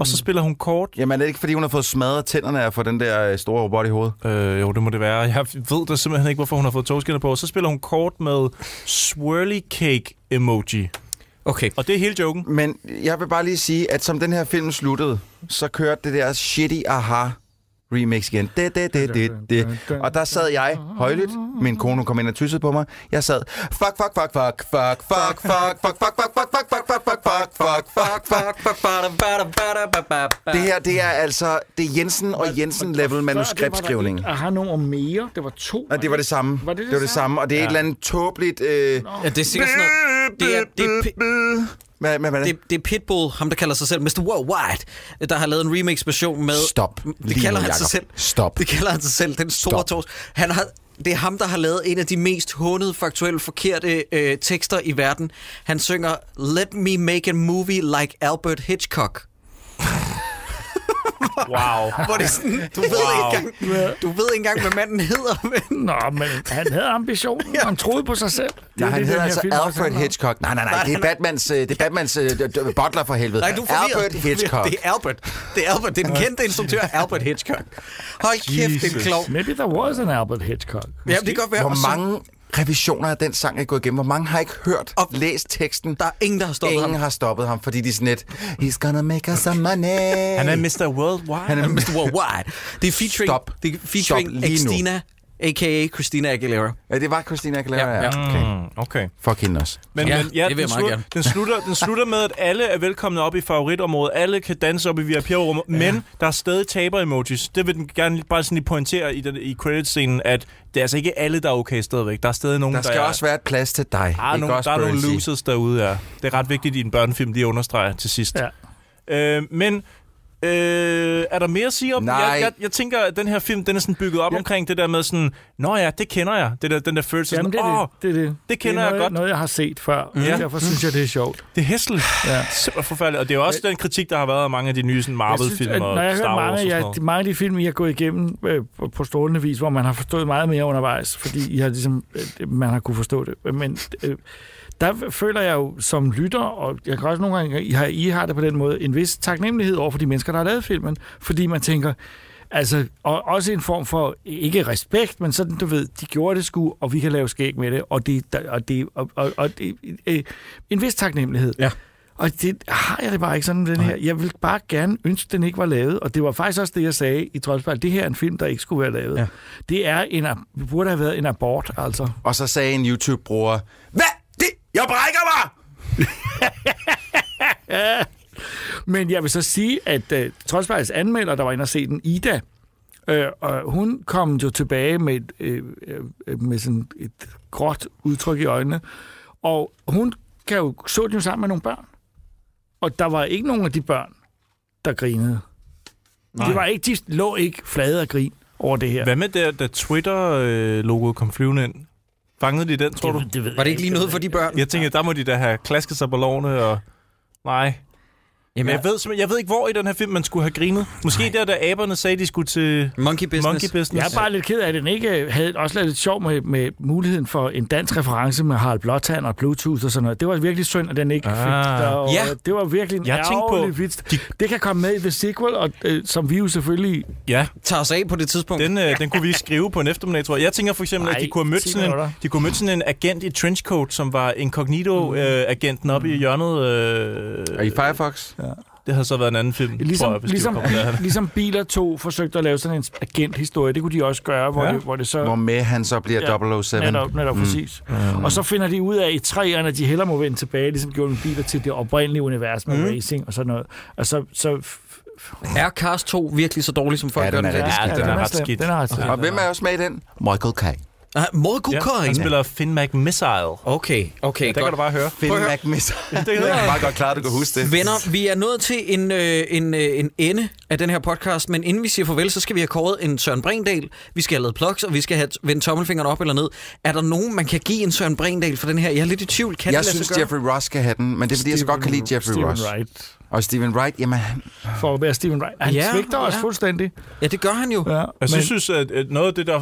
[SPEAKER 7] og så spiller hun kort.
[SPEAKER 5] Jamen er det ikke, fordi hun har fået smadret tænderne af for den der øh, store robot i hovedet?
[SPEAKER 7] Øh, jo, det må det være. Jeg ved da simpelthen ikke, hvorfor hun har fået togskinner på. Så spiller hun kort med swirly cake emoji.
[SPEAKER 1] Okay.
[SPEAKER 7] Og det er hele joken.
[SPEAKER 5] Men jeg vil bare lige sige, at som den her film sluttede, så kørte det der shitty aha remix igen. Det, det, det, det, det. Og der sad jeg højlydt. Min kone hun kom ind og tyssede på mig. Jeg sad, fuck, fuck, fuck, fuck, fuck, fuck, fuck, fuck, fuck, fuck, fuck, fuck, fuck, fuck, fuck, fuck, fuck, fuck, fuck, fuck, fuck. Det her, det er altså, det er Jensen og Jensen-level manuskriptskrivning.
[SPEAKER 6] Jeg har nogle mere. Det var to.
[SPEAKER 5] Og det var det samme.
[SPEAKER 6] Var det det
[SPEAKER 5] det var det
[SPEAKER 6] samme?
[SPEAKER 5] samme, og det er
[SPEAKER 6] Ja.
[SPEAKER 5] et eller andet tåbeligt... Øh,
[SPEAKER 1] Ja, det er sikkert sådan noget. Det er, det, er, pi-
[SPEAKER 5] hvad, hvad, hvad er det?
[SPEAKER 1] det, det er Pitbull, ham der kalder sig selv Mr. Worldwide, der har lavet en remix-version med...
[SPEAKER 5] Stop.
[SPEAKER 1] Det
[SPEAKER 5] Lige
[SPEAKER 1] kalder
[SPEAKER 5] nu,
[SPEAKER 1] han sig
[SPEAKER 5] Jacob.
[SPEAKER 1] selv.
[SPEAKER 5] Stop.
[SPEAKER 1] Det kalder han sig selv, den store tors. Han har Det er ham, der har lavet en af de mest hånede, faktuelt forkerte øh, tekster i verden. Han synger, Let me make a movie like Albert Hitchcock.
[SPEAKER 7] Wow.
[SPEAKER 1] Hvor det er sådan, du ved, wow. ikke engang, du ved ikke engang, hvad manden hedder. Men...
[SPEAKER 6] Nå, men han havde ambitionen. ja. Han troede på sig selv. Det
[SPEAKER 14] Nej,
[SPEAKER 6] er
[SPEAKER 14] han
[SPEAKER 6] det,
[SPEAKER 14] hedder
[SPEAKER 6] den her
[SPEAKER 14] altså
[SPEAKER 6] film også
[SPEAKER 14] Alfred
[SPEAKER 6] handler om.
[SPEAKER 14] Hitchcock. Nej, nej, nej, det er Batmans, øh, det er Batmans øh, d- d- butler for helvede.
[SPEAKER 1] Nej, du er forvirret.
[SPEAKER 14] Albert
[SPEAKER 1] Du er forvirret.
[SPEAKER 14] Hitchcock.
[SPEAKER 1] Det er Albert. Det er Albert. Det er den kendte instruktør, Albert Hitchcock. Hold kæft, det er en klog.
[SPEAKER 6] Maybe there was an Albert Hitchcock.
[SPEAKER 1] Ja, det kan godt være. Og så-
[SPEAKER 14] Hvor mange revisioner af den sang er gået igennem? Hvor mange har ikke hørt, og læst teksten? Der
[SPEAKER 1] er ingen, der har stoppet
[SPEAKER 14] ingen ham. har stoppet ham, fordi de er sådan lidt, he's gonna make us some money. Han
[SPEAKER 7] er Mr. Worldwide.
[SPEAKER 1] Han er Mr. Worldwide. Det er featuring,
[SPEAKER 14] Stop.
[SPEAKER 1] Det er featuring
[SPEAKER 14] Stop lige nu.
[SPEAKER 1] Christina, a.k.a. Christina Aguilera.
[SPEAKER 14] Ja, det var Christina Aguilera, ja.
[SPEAKER 1] Ja, ja.
[SPEAKER 5] Mm,
[SPEAKER 7] Okay. okay.
[SPEAKER 14] Fuck hende også.
[SPEAKER 7] Men,
[SPEAKER 1] Ja,
[SPEAKER 7] ja, men ja,
[SPEAKER 1] det vil jeg
[SPEAKER 7] den,
[SPEAKER 1] meget
[SPEAKER 7] slutter,
[SPEAKER 1] gerne.
[SPEAKER 7] den, slutter, den slutter med, at alle er velkomne op i favoritområdet. Alle kan danse op i VIP-rummet, ja. men der er stadig taber-emojis. Det vil den gerne lige- bare sådan lige pointere i, den, i credit-scenen, at det er altså ikke alle, der er okay stadigvæk. Der er stadig nogen,
[SPEAKER 14] Der
[SPEAKER 7] der,
[SPEAKER 14] skal
[SPEAKER 7] er,
[SPEAKER 14] også være et plads til dig.
[SPEAKER 7] der, er
[SPEAKER 14] Ikke
[SPEAKER 7] nogle,
[SPEAKER 14] også,
[SPEAKER 7] der er nogle
[SPEAKER 14] Bernsey?
[SPEAKER 7] losers derude, ja. Det er ret vigtigt i en børnefilm, de understreger til sidst. Ja. Øh, men... Øh, er der mere at sige om den?
[SPEAKER 14] Nej.
[SPEAKER 7] Jeg, jeg, jeg tænker, at den her film, den er sådan bygget op ja. omkring det der med sådan, Nå ja, det kender jeg. Det der, den der følelse
[SPEAKER 6] Jamen, det
[SPEAKER 7] sådan,
[SPEAKER 6] er
[SPEAKER 7] "Åh,
[SPEAKER 6] det. Det, er det.
[SPEAKER 7] det kender
[SPEAKER 6] det er
[SPEAKER 7] jeg
[SPEAKER 6] noget,
[SPEAKER 7] godt."
[SPEAKER 6] noget, jeg har set før. Mm.
[SPEAKER 7] Ja.
[SPEAKER 6] Derfor synes jeg, det er sjovt.
[SPEAKER 7] Det er hæsligt. Ja. Simpelthen forfærdeligt. Og det er jo også den kritik, der har været af mange af de nye sådan, Marvel-film
[SPEAKER 6] at, når
[SPEAKER 7] og
[SPEAKER 6] jeg
[SPEAKER 7] Star
[SPEAKER 6] hører
[SPEAKER 7] Wars og
[SPEAKER 6] mange,
[SPEAKER 7] sådan
[SPEAKER 6] jeg,
[SPEAKER 7] noget.
[SPEAKER 6] de- mange af de film, I har gået igennem øh, på- på strålende vis, hvor man har forstået meget mere undervejs, fordi I har ligesom, øh, man har kunne forstå det. Men øh, der føler jeg jo som lytter, og jeg kan også nogle gange, I har, I har det på den måde, en vis taknemmelighed over for de mennesker, der har lavet filmen, fordi man tænker, altså, og også en form for, ikke respekt, men sådan, du ved, de gjorde det sgu, og vi kan lave skæg med det, og det, der- og det, og, og, og det øh, en vis taknemmelighed. Ja. Og det har jeg det bare ikke sådan med den her. Jeg vil bare gerne ønske, den ikke var lavet. Og det var faktisk også det, jeg sagde i Troldspejl. Det her er en film, der ikke skulle være lavet. Ja. Det er en, ab- det burde have været en abort, altså.
[SPEAKER 14] Og så sagde en YouTube-bruger, Hvad? Det? Jeg brækker mig!
[SPEAKER 6] Men jeg vil så sige, at uh, Troldspejls anmelder, der var inde og se den, Ida, øh, og hun kom jo tilbage med, et, øh, øh, med sådan et gråt udtryk i øjnene. Og hun kan jo, så den jo sammen med nogle børn. Og der var ikke nogen af de børn, der grinede. Nej. Det var ikke, de lå ikke flade af grin over det her.
[SPEAKER 7] Hvad med det, da Twitter-logoet kom flyvende ind? Fangede de den, tror du?
[SPEAKER 6] det ved
[SPEAKER 1] Var det ikke lige noget for de børn?
[SPEAKER 7] Jeg tænker, der må de da have klasket sig på lovene og... Nej. Jamen, jeg, ved, simpelthen- jeg ved ikke, hvor i den her film, man skulle have grinet. Måske der, da aberne sagde, de skulle til...
[SPEAKER 1] Monkey business.
[SPEAKER 7] Monkey business.
[SPEAKER 6] Jeg er bare lidt ked af, at den ikke øh, havde også lavet lidt sjov med, med muligheden for en dansk reference med Harald Blåtand og Bluetooth og sådan noget. Det var virkelig synd, at den ikke fik.
[SPEAKER 7] Ah.
[SPEAKER 6] Der,
[SPEAKER 7] Ja.
[SPEAKER 6] Det var virkelig en
[SPEAKER 7] Jeg tænkte på-
[SPEAKER 6] ærgerlig vits. Det kan komme med i The Sequel, og, øh, som vi jo selvfølgelig...
[SPEAKER 7] Ja.
[SPEAKER 1] Tager os af på det tidspunkt.
[SPEAKER 7] Den, øh, den kunne vi skrive på en eftermiddag, tror jeg. Jeg tænker for eksempel,
[SPEAKER 6] Nej,
[SPEAKER 7] at de kunne have mødt
[SPEAKER 6] 10
[SPEAKER 7] sådan en,
[SPEAKER 6] minutter.
[SPEAKER 7] de kunne have mødt sådan en agent i trenchcoat, som var
[SPEAKER 6] Mm.
[SPEAKER 7] incognito-agenten oppe i hjørnet. Øh,
[SPEAKER 14] Er I Firefox? Ja.
[SPEAKER 7] det havde så været en anden film, tror jeg,
[SPEAKER 6] Ligesom,
[SPEAKER 7] hvis
[SPEAKER 6] ligesom,
[SPEAKER 7] de var kommet derhen.
[SPEAKER 6] ligesom Biler 2 forsøgte at lave sådan en agenthistorie, det kunne de også gøre, hvor,
[SPEAKER 7] Ja.
[SPEAKER 6] ja. det, hvor det så...
[SPEAKER 14] Hvor med han så bliver oh ja. 007.
[SPEAKER 6] Netop, netop mm. præcis. Mm. Og så finder de ud af i træerne, at de hellere må vende tilbage, ligesom gjorde med biler til det oprindelige univers med mm. racing og sådan noget. Og så, så
[SPEAKER 1] Er Cars 2 virkelig så dårlig, som folk
[SPEAKER 14] Ja, den er
[SPEAKER 1] gør
[SPEAKER 14] rigtig skidt.
[SPEAKER 7] den er ret
[SPEAKER 6] slem.
[SPEAKER 7] skidt.
[SPEAKER 6] Den er ret skidt.
[SPEAKER 14] Og hvem er også med i den? Michael Caine.
[SPEAKER 1] Ah, Morgan
[SPEAKER 7] Ja, han spiller Finn McMissile.
[SPEAKER 1] Okay, okay,
[SPEAKER 7] Ja, der kan du bare høre.
[SPEAKER 14] Finn
[SPEAKER 1] Prøv at høre.
[SPEAKER 14] McMissile.
[SPEAKER 7] Det er
[SPEAKER 14] meget godt klart, at du kan huske det.
[SPEAKER 1] Venner, vi er nået til en, øh, en, øh, en ende af den her podcast, men inden vi siger farvel, så skal vi have kåret en Søren Brindal, vi skal have lavet plugs, og vi skal have vendt tommelfingeren op eller ned. Er der nogen, man kan give en Søren Brindal for den her? Jeg er lidt i tvivl. Kan
[SPEAKER 14] Jeg
[SPEAKER 1] det lade sig
[SPEAKER 14] synes,
[SPEAKER 1] gøre?
[SPEAKER 14] Jeffrey Ross skal have den, men det er, fordi jeg så godt kan lide Jeffrey
[SPEAKER 6] Steven
[SPEAKER 14] Ross.
[SPEAKER 6] Wright.
[SPEAKER 14] Og Steven Wright, jamen... han-
[SPEAKER 6] For at være Steven Wright. Han
[SPEAKER 1] Ja,
[SPEAKER 6] ja, svigter os
[SPEAKER 1] ja.
[SPEAKER 6] fuldstændig.
[SPEAKER 1] Ja, det gør han jo.
[SPEAKER 6] Ja,
[SPEAKER 7] Jeg synes, synes, at at noget af det, der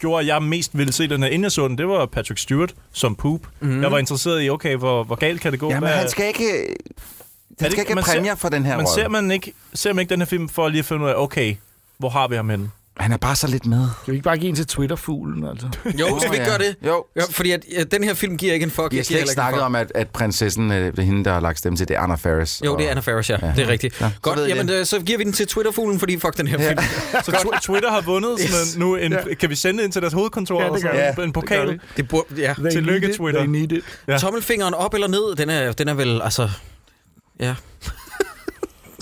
[SPEAKER 7] gjorde, at jeg mest ville se den her inden jeg så den, det var Patrick Stewart som poop. Mm. Jeg var interesseret i, okay, hvor, hvor galt kan det gå?
[SPEAKER 14] Jamen,
[SPEAKER 7] Hvad-
[SPEAKER 14] han skal ikke... Han skal ikke have
[SPEAKER 7] man ser-
[SPEAKER 14] præmier for den her
[SPEAKER 7] Men ser
[SPEAKER 14] rolle.
[SPEAKER 7] man, ikke, ser man ikke den her film for lige at finde ud af, okay, hvor har vi ham henne?
[SPEAKER 14] Han er bare så lidt med.
[SPEAKER 6] Kan vi ikke bare give en til Twitter-fuglen, altså?
[SPEAKER 1] Jo, skal vi ikke
[SPEAKER 14] ja.
[SPEAKER 1] gøre det?
[SPEAKER 14] Jo.
[SPEAKER 1] jo fordi at, ja, den her film giver ikke en fuck.
[SPEAKER 14] Vi har
[SPEAKER 1] jeg
[SPEAKER 14] slet
[SPEAKER 1] giver
[SPEAKER 14] ikke
[SPEAKER 1] heller
[SPEAKER 14] snakket
[SPEAKER 1] en
[SPEAKER 14] om, at, at prinsessen, øh, det er hende, der har lagt stemme til, det er Anna Faris.
[SPEAKER 1] fuck. Jo, det er Anna Faris, ja. ja. Det er rigtigt. Ja,
[SPEAKER 14] så
[SPEAKER 1] Godt,
[SPEAKER 14] ved I
[SPEAKER 1] jamen
[SPEAKER 14] det.
[SPEAKER 1] øh, så giver vi den til Twitterfuglen, fordi fuck den her film.
[SPEAKER 7] Så tw- Twitter har vundet yes. sådan en- nu en, ja. kan vi sende ind til deres hovedkontor
[SPEAKER 6] Ja,
[SPEAKER 7] ja,
[SPEAKER 6] det
[SPEAKER 7] sådan,
[SPEAKER 6] gør
[SPEAKER 7] ja,
[SPEAKER 6] vi.
[SPEAKER 7] en
[SPEAKER 6] Det gør
[SPEAKER 7] pokal.
[SPEAKER 6] vi.
[SPEAKER 1] Det burde, ja.
[SPEAKER 6] They
[SPEAKER 7] Tillykke,
[SPEAKER 6] need it,
[SPEAKER 7] Twitter.
[SPEAKER 6] They need it.
[SPEAKER 7] Ja.
[SPEAKER 1] Tommelfingeren op eller ned, den er, den er vel, altså... Ja.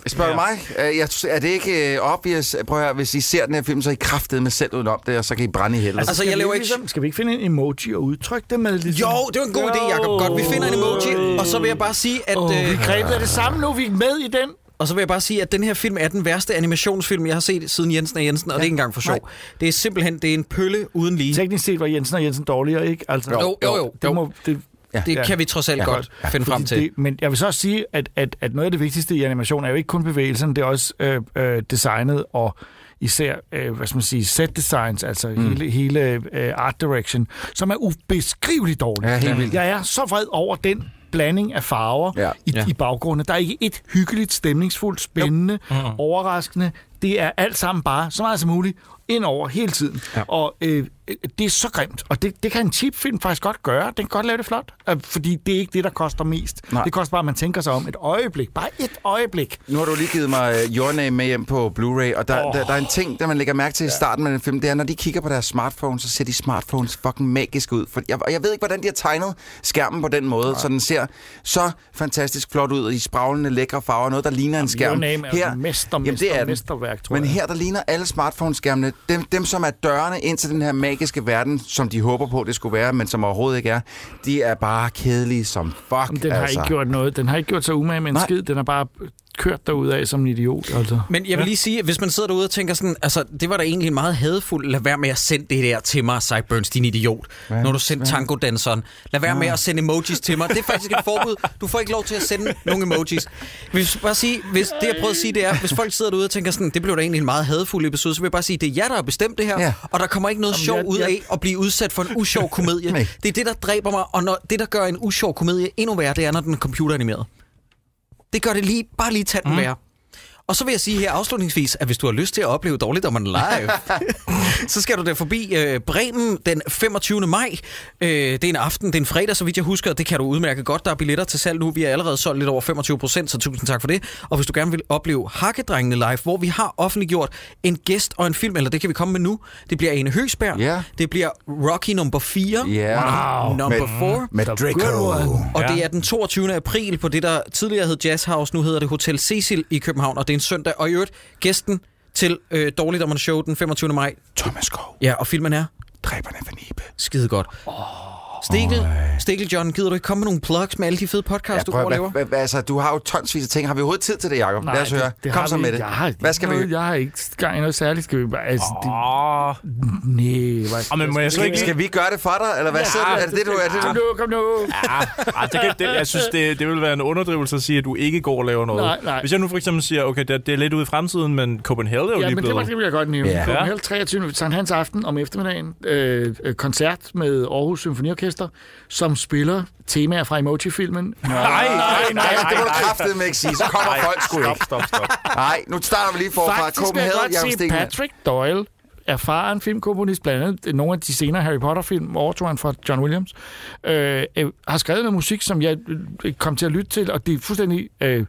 [SPEAKER 14] Spørg ja. mig, øh, jeg, er det ikke øh, obvious? Prøv at høre, hvis I ser den her film, så er I kraftet med selv udenom det, og så kan I brænde i helvede.
[SPEAKER 1] Altså,
[SPEAKER 6] skal
[SPEAKER 1] jeg
[SPEAKER 6] vi
[SPEAKER 1] laver
[SPEAKER 6] ikke...
[SPEAKER 1] ikke-
[SPEAKER 6] Ligesom, skal vi ikke finde en emoji og udtrykke det med? Ligesom?
[SPEAKER 1] Jo, det var en god idé, Jacob. Godt, vi finder en emoji, og så vil jeg bare sige, at...
[SPEAKER 6] Oh, vi
[SPEAKER 1] Øh,
[SPEAKER 6] er grebet af det samme nu, vi er med i den.
[SPEAKER 1] Og så vil jeg bare sige, at den her film er den værste animationsfilm, jeg har set siden Jensen og Jensen, og ja. det er ikke engang for sjov. Nej. Det er simpelthen det er en pølle uden lige.
[SPEAKER 6] Teknisk set var Jensen og Jensen dårligere, ikke? Altså,
[SPEAKER 1] Jo, jo, jo.
[SPEAKER 6] Det, må, det,
[SPEAKER 1] Ja. Det kan vi trods alt godt finde frem
[SPEAKER 6] Fordi
[SPEAKER 1] til.
[SPEAKER 6] Det, men jeg vil så også sige, at, at, at noget af det vigtigste i animation er jo ikke kun bevægelsen, det er også øh, øh, designet og især, øh, hvad skal man sige, set designs, altså mm. hele, hele øh, art direction, som er ubeskriveligt dårlig.
[SPEAKER 5] Ja, helt vildt.
[SPEAKER 6] Jeg er så vred over den blanding af farver ja. I, ja. i baggrunden. Der er ikke et hyggeligt, stemningsfuldt, spændende, mm. overraskende. Det er alt sammen bare, så meget som muligt, ind over hele tiden. Ja. Og øh, øh, det er så grimt. Og det, det kan en cheapfilm faktisk godt gøre. Den kan godt lave det flot. Øh, fordi det er ikke det, der koster mest. Nej. Det koster bare, at man tænker sig om et øjeblik. Bare et øjeblik.
[SPEAKER 5] Nu har du lige givet mig øh, Your Name med hjem på Blu-ray, og der, oh. der, der er en ting, der man lægger mærke til i starten med den film, det er, når de kigger på deres smartphone, så ser de smartphones fucking magisk ud. For jeg, og jeg ved ikke, hvordan de har tegnet skærmen på den måde, så den ser så fantastisk flot ud, og de spraglende lækre farver, noget, der ligner en skærm.
[SPEAKER 6] Your Name er jo et mester,
[SPEAKER 5] Jamen, det
[SPEAKER 6] mester,
[SPEAKER 5] er den.
[SPEAKER 6] mesterværk, tror
[SPEAKER 5] Men
[SPEAKER 6] jeg.
[SPEAKER 5] her, der ligner alle smartphone-skærmene, dem, dem, som er dørene ind til den her magiske verden, som de håber på, det skulle være, men som overhovedet ikke er, de er bare kedelige som fuck.
[SPEAKER 6] Den har
[SPEAKER 5] altså.
[SPEAKER 6] ikke gjort noget. Den har ikke gjort sig umage med en
[SPEAKER 5] Nej.
[SPEAKER 6] skid. Den har bare kørt derudad som en idiot. Altså.
[SPEAKER 1] Men jeg vil lige sige, at hvis man sidder derude og tænker sådan, altså, det var da egentlig en meget hadefuld, lad være med at sende det der til mig, Cyburns, din idiot,
[SPEAKER 5] Hvad?
[SPEAKER 1] når du sendte
[SPEAKER 5] Hvad?
[SPEAKER 1] tangodanseren. Lad være med
[SPEAKER 5] Nå.
[SPEAKER 1] at sende emojis til mig. Det er faktisk et forbud. Du får ikke lov til at sende nogen emojis. Hvis, bare sige, hvis det, jeg prøver at sige, det er, hvis folk sidder derude og tænker sådan, det blev da egentlig en meget hadefuld episode, så vil jeg bare sige, det er jer, der har bestemt det her,
[SPEAKER 5] Ja.
[SPEAKER 1] ja. og der kommer ikke noget
[SPEAKER 5] Jamen,
[SPEAKER 1] sjov
[SPEAKER 5] jeg-
[SPEAKER 1] ud
[SPEAKER 5] jeg-
[SPEAKER 1] af at blive udsat for en usjov komedie.
[SPEAKER 5] Nej.
[SPEAKER 1] det er det, der dræber mig, og når, det, der gør en usjov komedie endnu værre, det er, når den er computeranimeret. Det gør det lige, bare lige tanden mm. værre. Og så vil jeg sige her afslutningsvis, at hvis du har lyst til at opleve Dårligdommerne live, så skal du der forbi øh, Bremen den 25. maj. Øh, det er en aften, det er en fredag, så vidt jeg husker. Det kan du udmærke godt. Der er billetter til salg nu. Vi er allerede solgt lidt over 25 procent, så tusind tak for det. Og hvis du gerne vil opleve Hakkedrengene live, hvor vi har offentliggjort en gæst og en film, eller det kan vi komme med nu. Det bliver Ane Høgsberg.
[SPEAKER 5] Ja.
[SPEAKER 1] Det bliver Rocky nummer 4.
[SPEAKER 5] Ja. Wow.
[SPEAKER 1] Number
[SPEAKER 5] Med-
[SPEAKER 1] 4.
[SPEAKER 5] med Draco.
[SPEAKER 1] Og
[SPEAKER 5] Ja.
[SPEAKER 1] det er den 22. april på det, der tidligere hed Jazz House, nu hedder det Hotel Cecil i København, og det er en søndag. Og i øvrigt, gæsten til øh, Dårligdommerne Show den 25. maj.
[SPEAKER 5] Thomas Skov.
[SPEAKER 1] Ja, og filmen er?
[SPEAKER 5] Dræberne for Nibe.
[SPEAKER 1] Skide godt. Oh. Stikkel, Stikkel John, gider du ikke komme med nogle plugs med alle de fede podcasts, ja, du går og laver?
[SPEAKER 5] hvad, hvad, altså, du har jo tonsvis af ting. Har vi overhovedet tid til det, Jacob?
[SPEAKER 6] Nej,
[SPEAKER 5] Lad os høre.
[SPEAKER 6] Det, det
[SPEAKER 5] Kom
[SPEAKER 6] har
[SPEAKER 5] så
[SPEAKER 6] vi,
[SPEAKER 5] med det.
[SPEAKER 6] Jeg har ikke
[SPEAKER 5] Hvad skal
[SPEAKER 6] noget,
[SPEAKER 5] vi?
[SPEAKER 6] Jeg har ikke gang i noget særligt. Skal vi bare... Altså, det,
[SPEAKER 7] Åh,
[SPEAKER 6] nej, hvad,
[SPEAKER 7] Ah, men må jeg så
[SPEAKER 5] Skal,
[SPEAKER 7] ikke...
[SPEAKER 5] skal vi gøre det for dig, eller hvad ja, sidder du? Er det det, du er? Det,
[SPEAKER 6] Kom
[SPEAKER 5] du...
[SPEAKER 6] nu, kom nu.
[SPEAKER 7] Ja, ej, Ah, det kan, det, jeg synes, det, det vil være en underdrivelse at sige, at du ikke går og laver noget.
[SPEAKER 6] Nej, nej.
[SPEAKER 7] Hvis jeg nu for eksempel siger, okay, det, det er lidt ude i fremtiden, men Copenhagen er jo
[SPEAKER 6] Ja,
[SPEAKER 7] lige
[SPEAKER 6] men det, var,
[SPEAKER 7] blevet...
[SPEAKER 6] det vil jeg godt nævne.
[SPEAKER 7] Ja.
[SPEAKER 6] Ja. Copenhagen 23. Sankt Hans Aften om eftermiddagen. Øh, øh, koncert med Aarhus Symfoniorkester, som spiller temaer fra Emoji-filmen.
[SPEAKER 7] Nej, nej, nej,
[SPEAKER 5] det må du
[SPEAKER 7] nej.
[SPEAKER 5] kraftedeme ikke sige. Så kommer folk sgu ikke.
[SPEAKER 7] Stop, stop, stop.
[SPEAKER 5] Nej, nu starter vi lige forfra.
[SPEAKER 6] Faktisk vil jeg
[SPEAKER 5] Copenhagen, Jacob
[SPEAKER 6] godt se
[SPEAKER 5] Stikkelmann.
[SPEAKER 6] Patrick Doyle, erfaren filmkomponist, blandt andet øh, nogle af de senere Harry Potter-film, overtog han fra John Williams, øh, øh, har skrevet noget musik, som jeg øh, kom til at lytte til, og det er fuldstændig øh,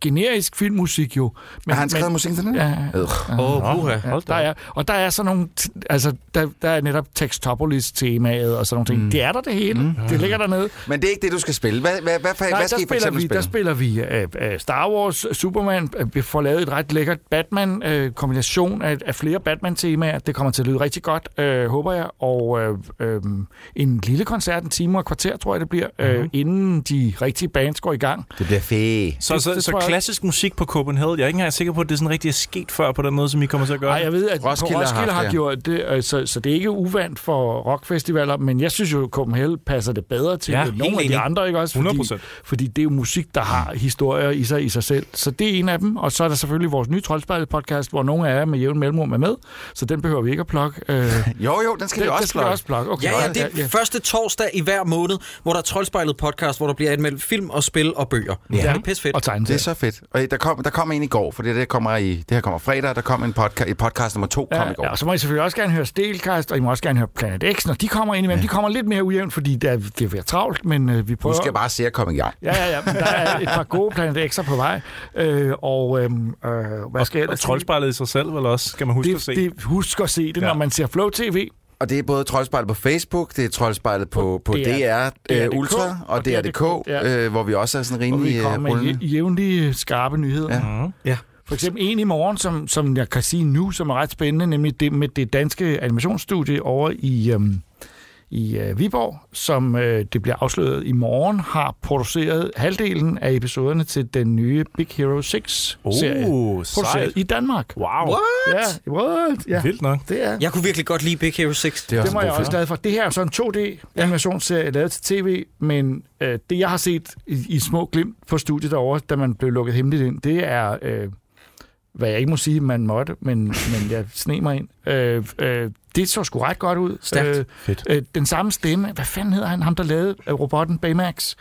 [SPEAKER 6] generisk filmmusik jo. Men,
[SPEAKER 5] Har han skrevet musik til den?
[SPEAKER 6] Ja.
[SPEAKER 5] Øh.
[SPEAKER 1] Åh, oh,
[SPEAKER 6] Ja, der er, og der er sådan nogle, t- altså, der, der er netop Textopolis-temaet og sådan nogle ting. Mm. Det er der det hele. Mm. Det ligger dernede.
[SPEAKER 5] Men det er ikke det, du skal spille. Hvad, hvad, hvad, hvad,
[SPEAKER 6] Nej,
[SPEAKER 5] hvad skal
[SPEAKER 6] der,
[SPEAKER 5] I for
[SPEAKER 6] spiller
[SPEAKER 5] eksempel
[SPEAKER 6] vi, der
[SPEAKER 5] spille?
[SPEAKER 6] spiller vi øh, øh, Star Wars, Superman. Øh, vi får lavet et ret lækkert Batman-kombination øh, af, af flere Batman-temaer. Det kommer til at lyde rigtig godt, øh, håber jeg. Og øh, øh, en lille koncert, en time og et kvarter, tror jeg, det bliver, øh, mm. inden de rigtige bands går i gang.
[SPEAKER 5] Det bliver fedt.
[SPEAKER 7] Så,
[SPEAKER 6] Det-
[SPEAKER 7] så,
[SPEAKER 6] det
[SPEAKER 7] så
[SPEAKER 6] tror jeg-
[SPEAKER 7] klassisk musik på Copenhagen, jeg er ikke engang sikker på, at det sådan rigtig er sket før på den måde, som I kommer til at gøre.
[SPEAKER 6] Nej, jeg ved, at
[SPEAKER 5] Roskilde
[SPEAKER 6] Roskilde,
[SPEAKER 5] har
[SPEAKER 6] på Roskilde
[SPEAKER 5] haft
[SPEAKER 6] har,
[SPEAKER 5] det.
[SPEAKER 6] har gjort det, øh, så, så det er ikke uvandt for rockfestivaler, men jeg synes jo, at Copenhagen passer det bedre til
[SPEAKER 7] Ja,
[SPEAKER 6] ja,
[SPEAKER 7] helt
[SPEAKER 6] nogle af de
[SPEAKER 7] enig.
[SPEAKER 6] andre, ikke også?
[SPEAKER 7] 100%.
[SPEAKER 6] fordi det er jo musik, der har historier i sig i sig selv. Så det er en af dem, og så er der selvfølgelig vores nye Troldspejlet podcast, hvor nogle af jer med jævn mellemrum er med, så den behøver vi ikke at plukke. Øh, den,
[SPEAKER 5] Jo, jo, den skal vi
[SPEAKER 6] den
[SPEAKER 5] også
[SPEAKER 6] skal vi
[SPEAKER 5] spille.
[SPEAKER 6] også plukke. Okay,
[SPEAKER 1] Ja, ja, det er første torsdag i hver måned, hvor der er Troldspejlet podcast, hvor der bliver anmeldt film og spil og bøger. Ja. Det er pisse fedt.
[SPEAKER 6] Og tegne
[SPEAKER 5] Det er så fedt. Og der kom, der kom en i går, for det, her, det, kommer i, det her kommer fredag. Der kom en podcast, podcast nummer to kom i går.
[SPEAKER 6] Ja, og så må I selvfølgelig også gerne høre Stelkast, og I må også gerne høre Planet X, når de kommer ind imellem. Ja. De kommer lidt mere ujævnt, fordi der, det er ved at travlt, men øh, vi
[SPEAKER 5] Nu
[SPEAKER 6] prøver...
[SPEAKER 5] skal jeg bare se at komme i gang.
[SPEAKER 6] Ja, ja, ja. men Der er et par gode Planet X'er på vej. Øh, og øhm, øh, hvad skal jeg
[SPEAKER 7] Og
[SPEAKER 6] ellers sige?
[SPEAKER 7] troldspejlet i sig selv, vel også, skal man huske at
[SPEAKER 6] det,
[SPEAKER 7] se.
[SPEAKER 6] det, husk at se det, når man ser Flow TV.
[SPEAKER 5] Og det er både troldspejlet på Facebook, det er troldspejlet på, på DR, DR, DR Ultra og DR.dk,
[SPEAKER 6] ja.
[SPEAKER 5] øh, hvor vi også er sådan
[SPEAKER 6] Og
[SPEAKER 5] rimelig
[SPEAKER 6] vi
[SPEAKER 5] øh,
[SPEAKER 6] kommer med
[SPEAKER 5] rullende.
[SPEAKER 6] jæ- jævnlige skarpe nyheder.
[SPEAKER 5] Ja.
[SPEAKER 6] Ja.
[SPEAKER 7] Mm,
[SPEAKER 1] Ja.
[SPEAKER 6] For eksempel en i morgen, som, som jeg kan sige nu, som er ret spændende, nemlig det med det danske animationsstudie over i, øhm, i øh, Viborg, som øh, det bliver afsløret i morgen, har produceret halvdelen af episoderne til den nye Big Hero 6-serie.
[SPEAKER 7] Oh,
[SPEAKER 6] produceret
[SPEAKER 7] sejt.
[SPEAKER 6] i Danmark. Wow.
[SPEAKER 7] What?
[SPEAKER 6] Ja, what? Ja.
[SPEAKER 7] Vildt nok.
[SPEAKER 6] Det er.
[SPEAKER 1] Jeg kunne virkelig godt lide Big Hero 6.
[SPEAKER 6] Det, det var jeg også glad for. Det her er så en 2D-animationsserie lavet til tv, men øh, det, jeg har set i, i små glimt på studiet derovre, da man blev lukket hemmeligt ind, det er, øh, hvad jeg ikke må sige, man måtte, men, men jeg sne mig ind. Øh, øh, det så sgu ret godt ud.
[SPEAKER 1] Stærkt.
[SPEAKER 7] Fedt.
[SPEAKER 6] Øh, den samme stemme, hvad fanden hedder han, ham der lavede øh, robotten Baymax,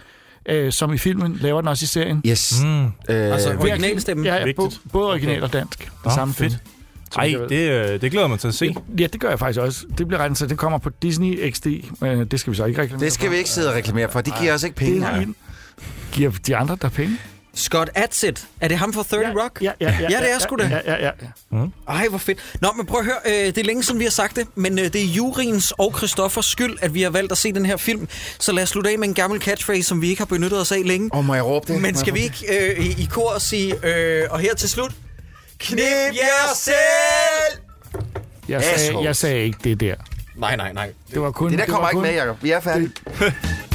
[SPEAKER 6] øh, som i filmen laver den også i serien.
[SPEAKER 5] Yes.
[SPEAKER 7] Mm.
[SPEAKER 5] Øh,
[SPEAKER 1] Altså,
[SPEAKER 5] altså,
[SPEAKER 1] originalstemmen.
[SPEAKER 6] Ja, ja bo,
[SPEAKER 7] Vigtigt.
[SPEAKER 6] både original og dansk. Den
[SPEAKER 7] Nå,
[SPEAKER 6] samme
[SPEAKER 7] fedt.
[SPEAKER 6] film. som
[SPEAKER 7] Ej,
[SPEAKER 6] jeg ved.
[SPEAKER 7] det, øh, det glæder jeg mig til at se.
[SPEAKER 6] Ja, det gør jeg faktisk også. Det bliver regnet, så det kommer på Disney XD, men øh, det skal vi så ikke reklamere
[SPEAKER 5] det skal vi ikke sidde og reklamere for. Det giver os ikke penge.
[SPEAKER 6] Det er
[SPEAKER 5] her.
[SPEAKER 6] en- Giver de andre der penge?
[SPEAKER 1] Scott Adsit. Er det ham fra 30 Rock?
[SPEAKER 6] Ja, ja, ja,
[SPEAKER 1] ja, det er sgu da.
[SPEAKER 6] Ja, ja, ja. ja.
[SPEAKER 1] Ej, hvor fedt. Nå, men prøv at høre, øh, det er længe siden, vi har sagt det, men øh, det er Jurins og Christoffers skyld, at vi har valgt at se den her film. Så lad os slutte af med en gammel catchphrase, som vi ikke har benyttet os af længe.
[SPEAKER 5] Åh, må jeg råbe det? Må
[SPEAKER 1] Men
[SPEAKER 5] jeg
[SPEAKER 1] skal vi
[SPEAKER 5] råbe
[SPEAKER 1] ikke øh, i, i kor og sige, øh, og her til slut, knip jer selv!
[SPEAKER 6] Jeg, sagde,
[SPEAKER 5] Assholes.
[SPEAKER 6] jeg sagde ikke det der.
[SPEAKER 1] Nej, nej, nej.
[SPEAKER 6] Det var kun...
[SPEAKER 5] Det der
[SPEAKER 6] var
[SPEAKER 5] kommer ikke
[SPEAKER 6] kun-
[SPEAKER 5] med, Jacob. Vi er færdige.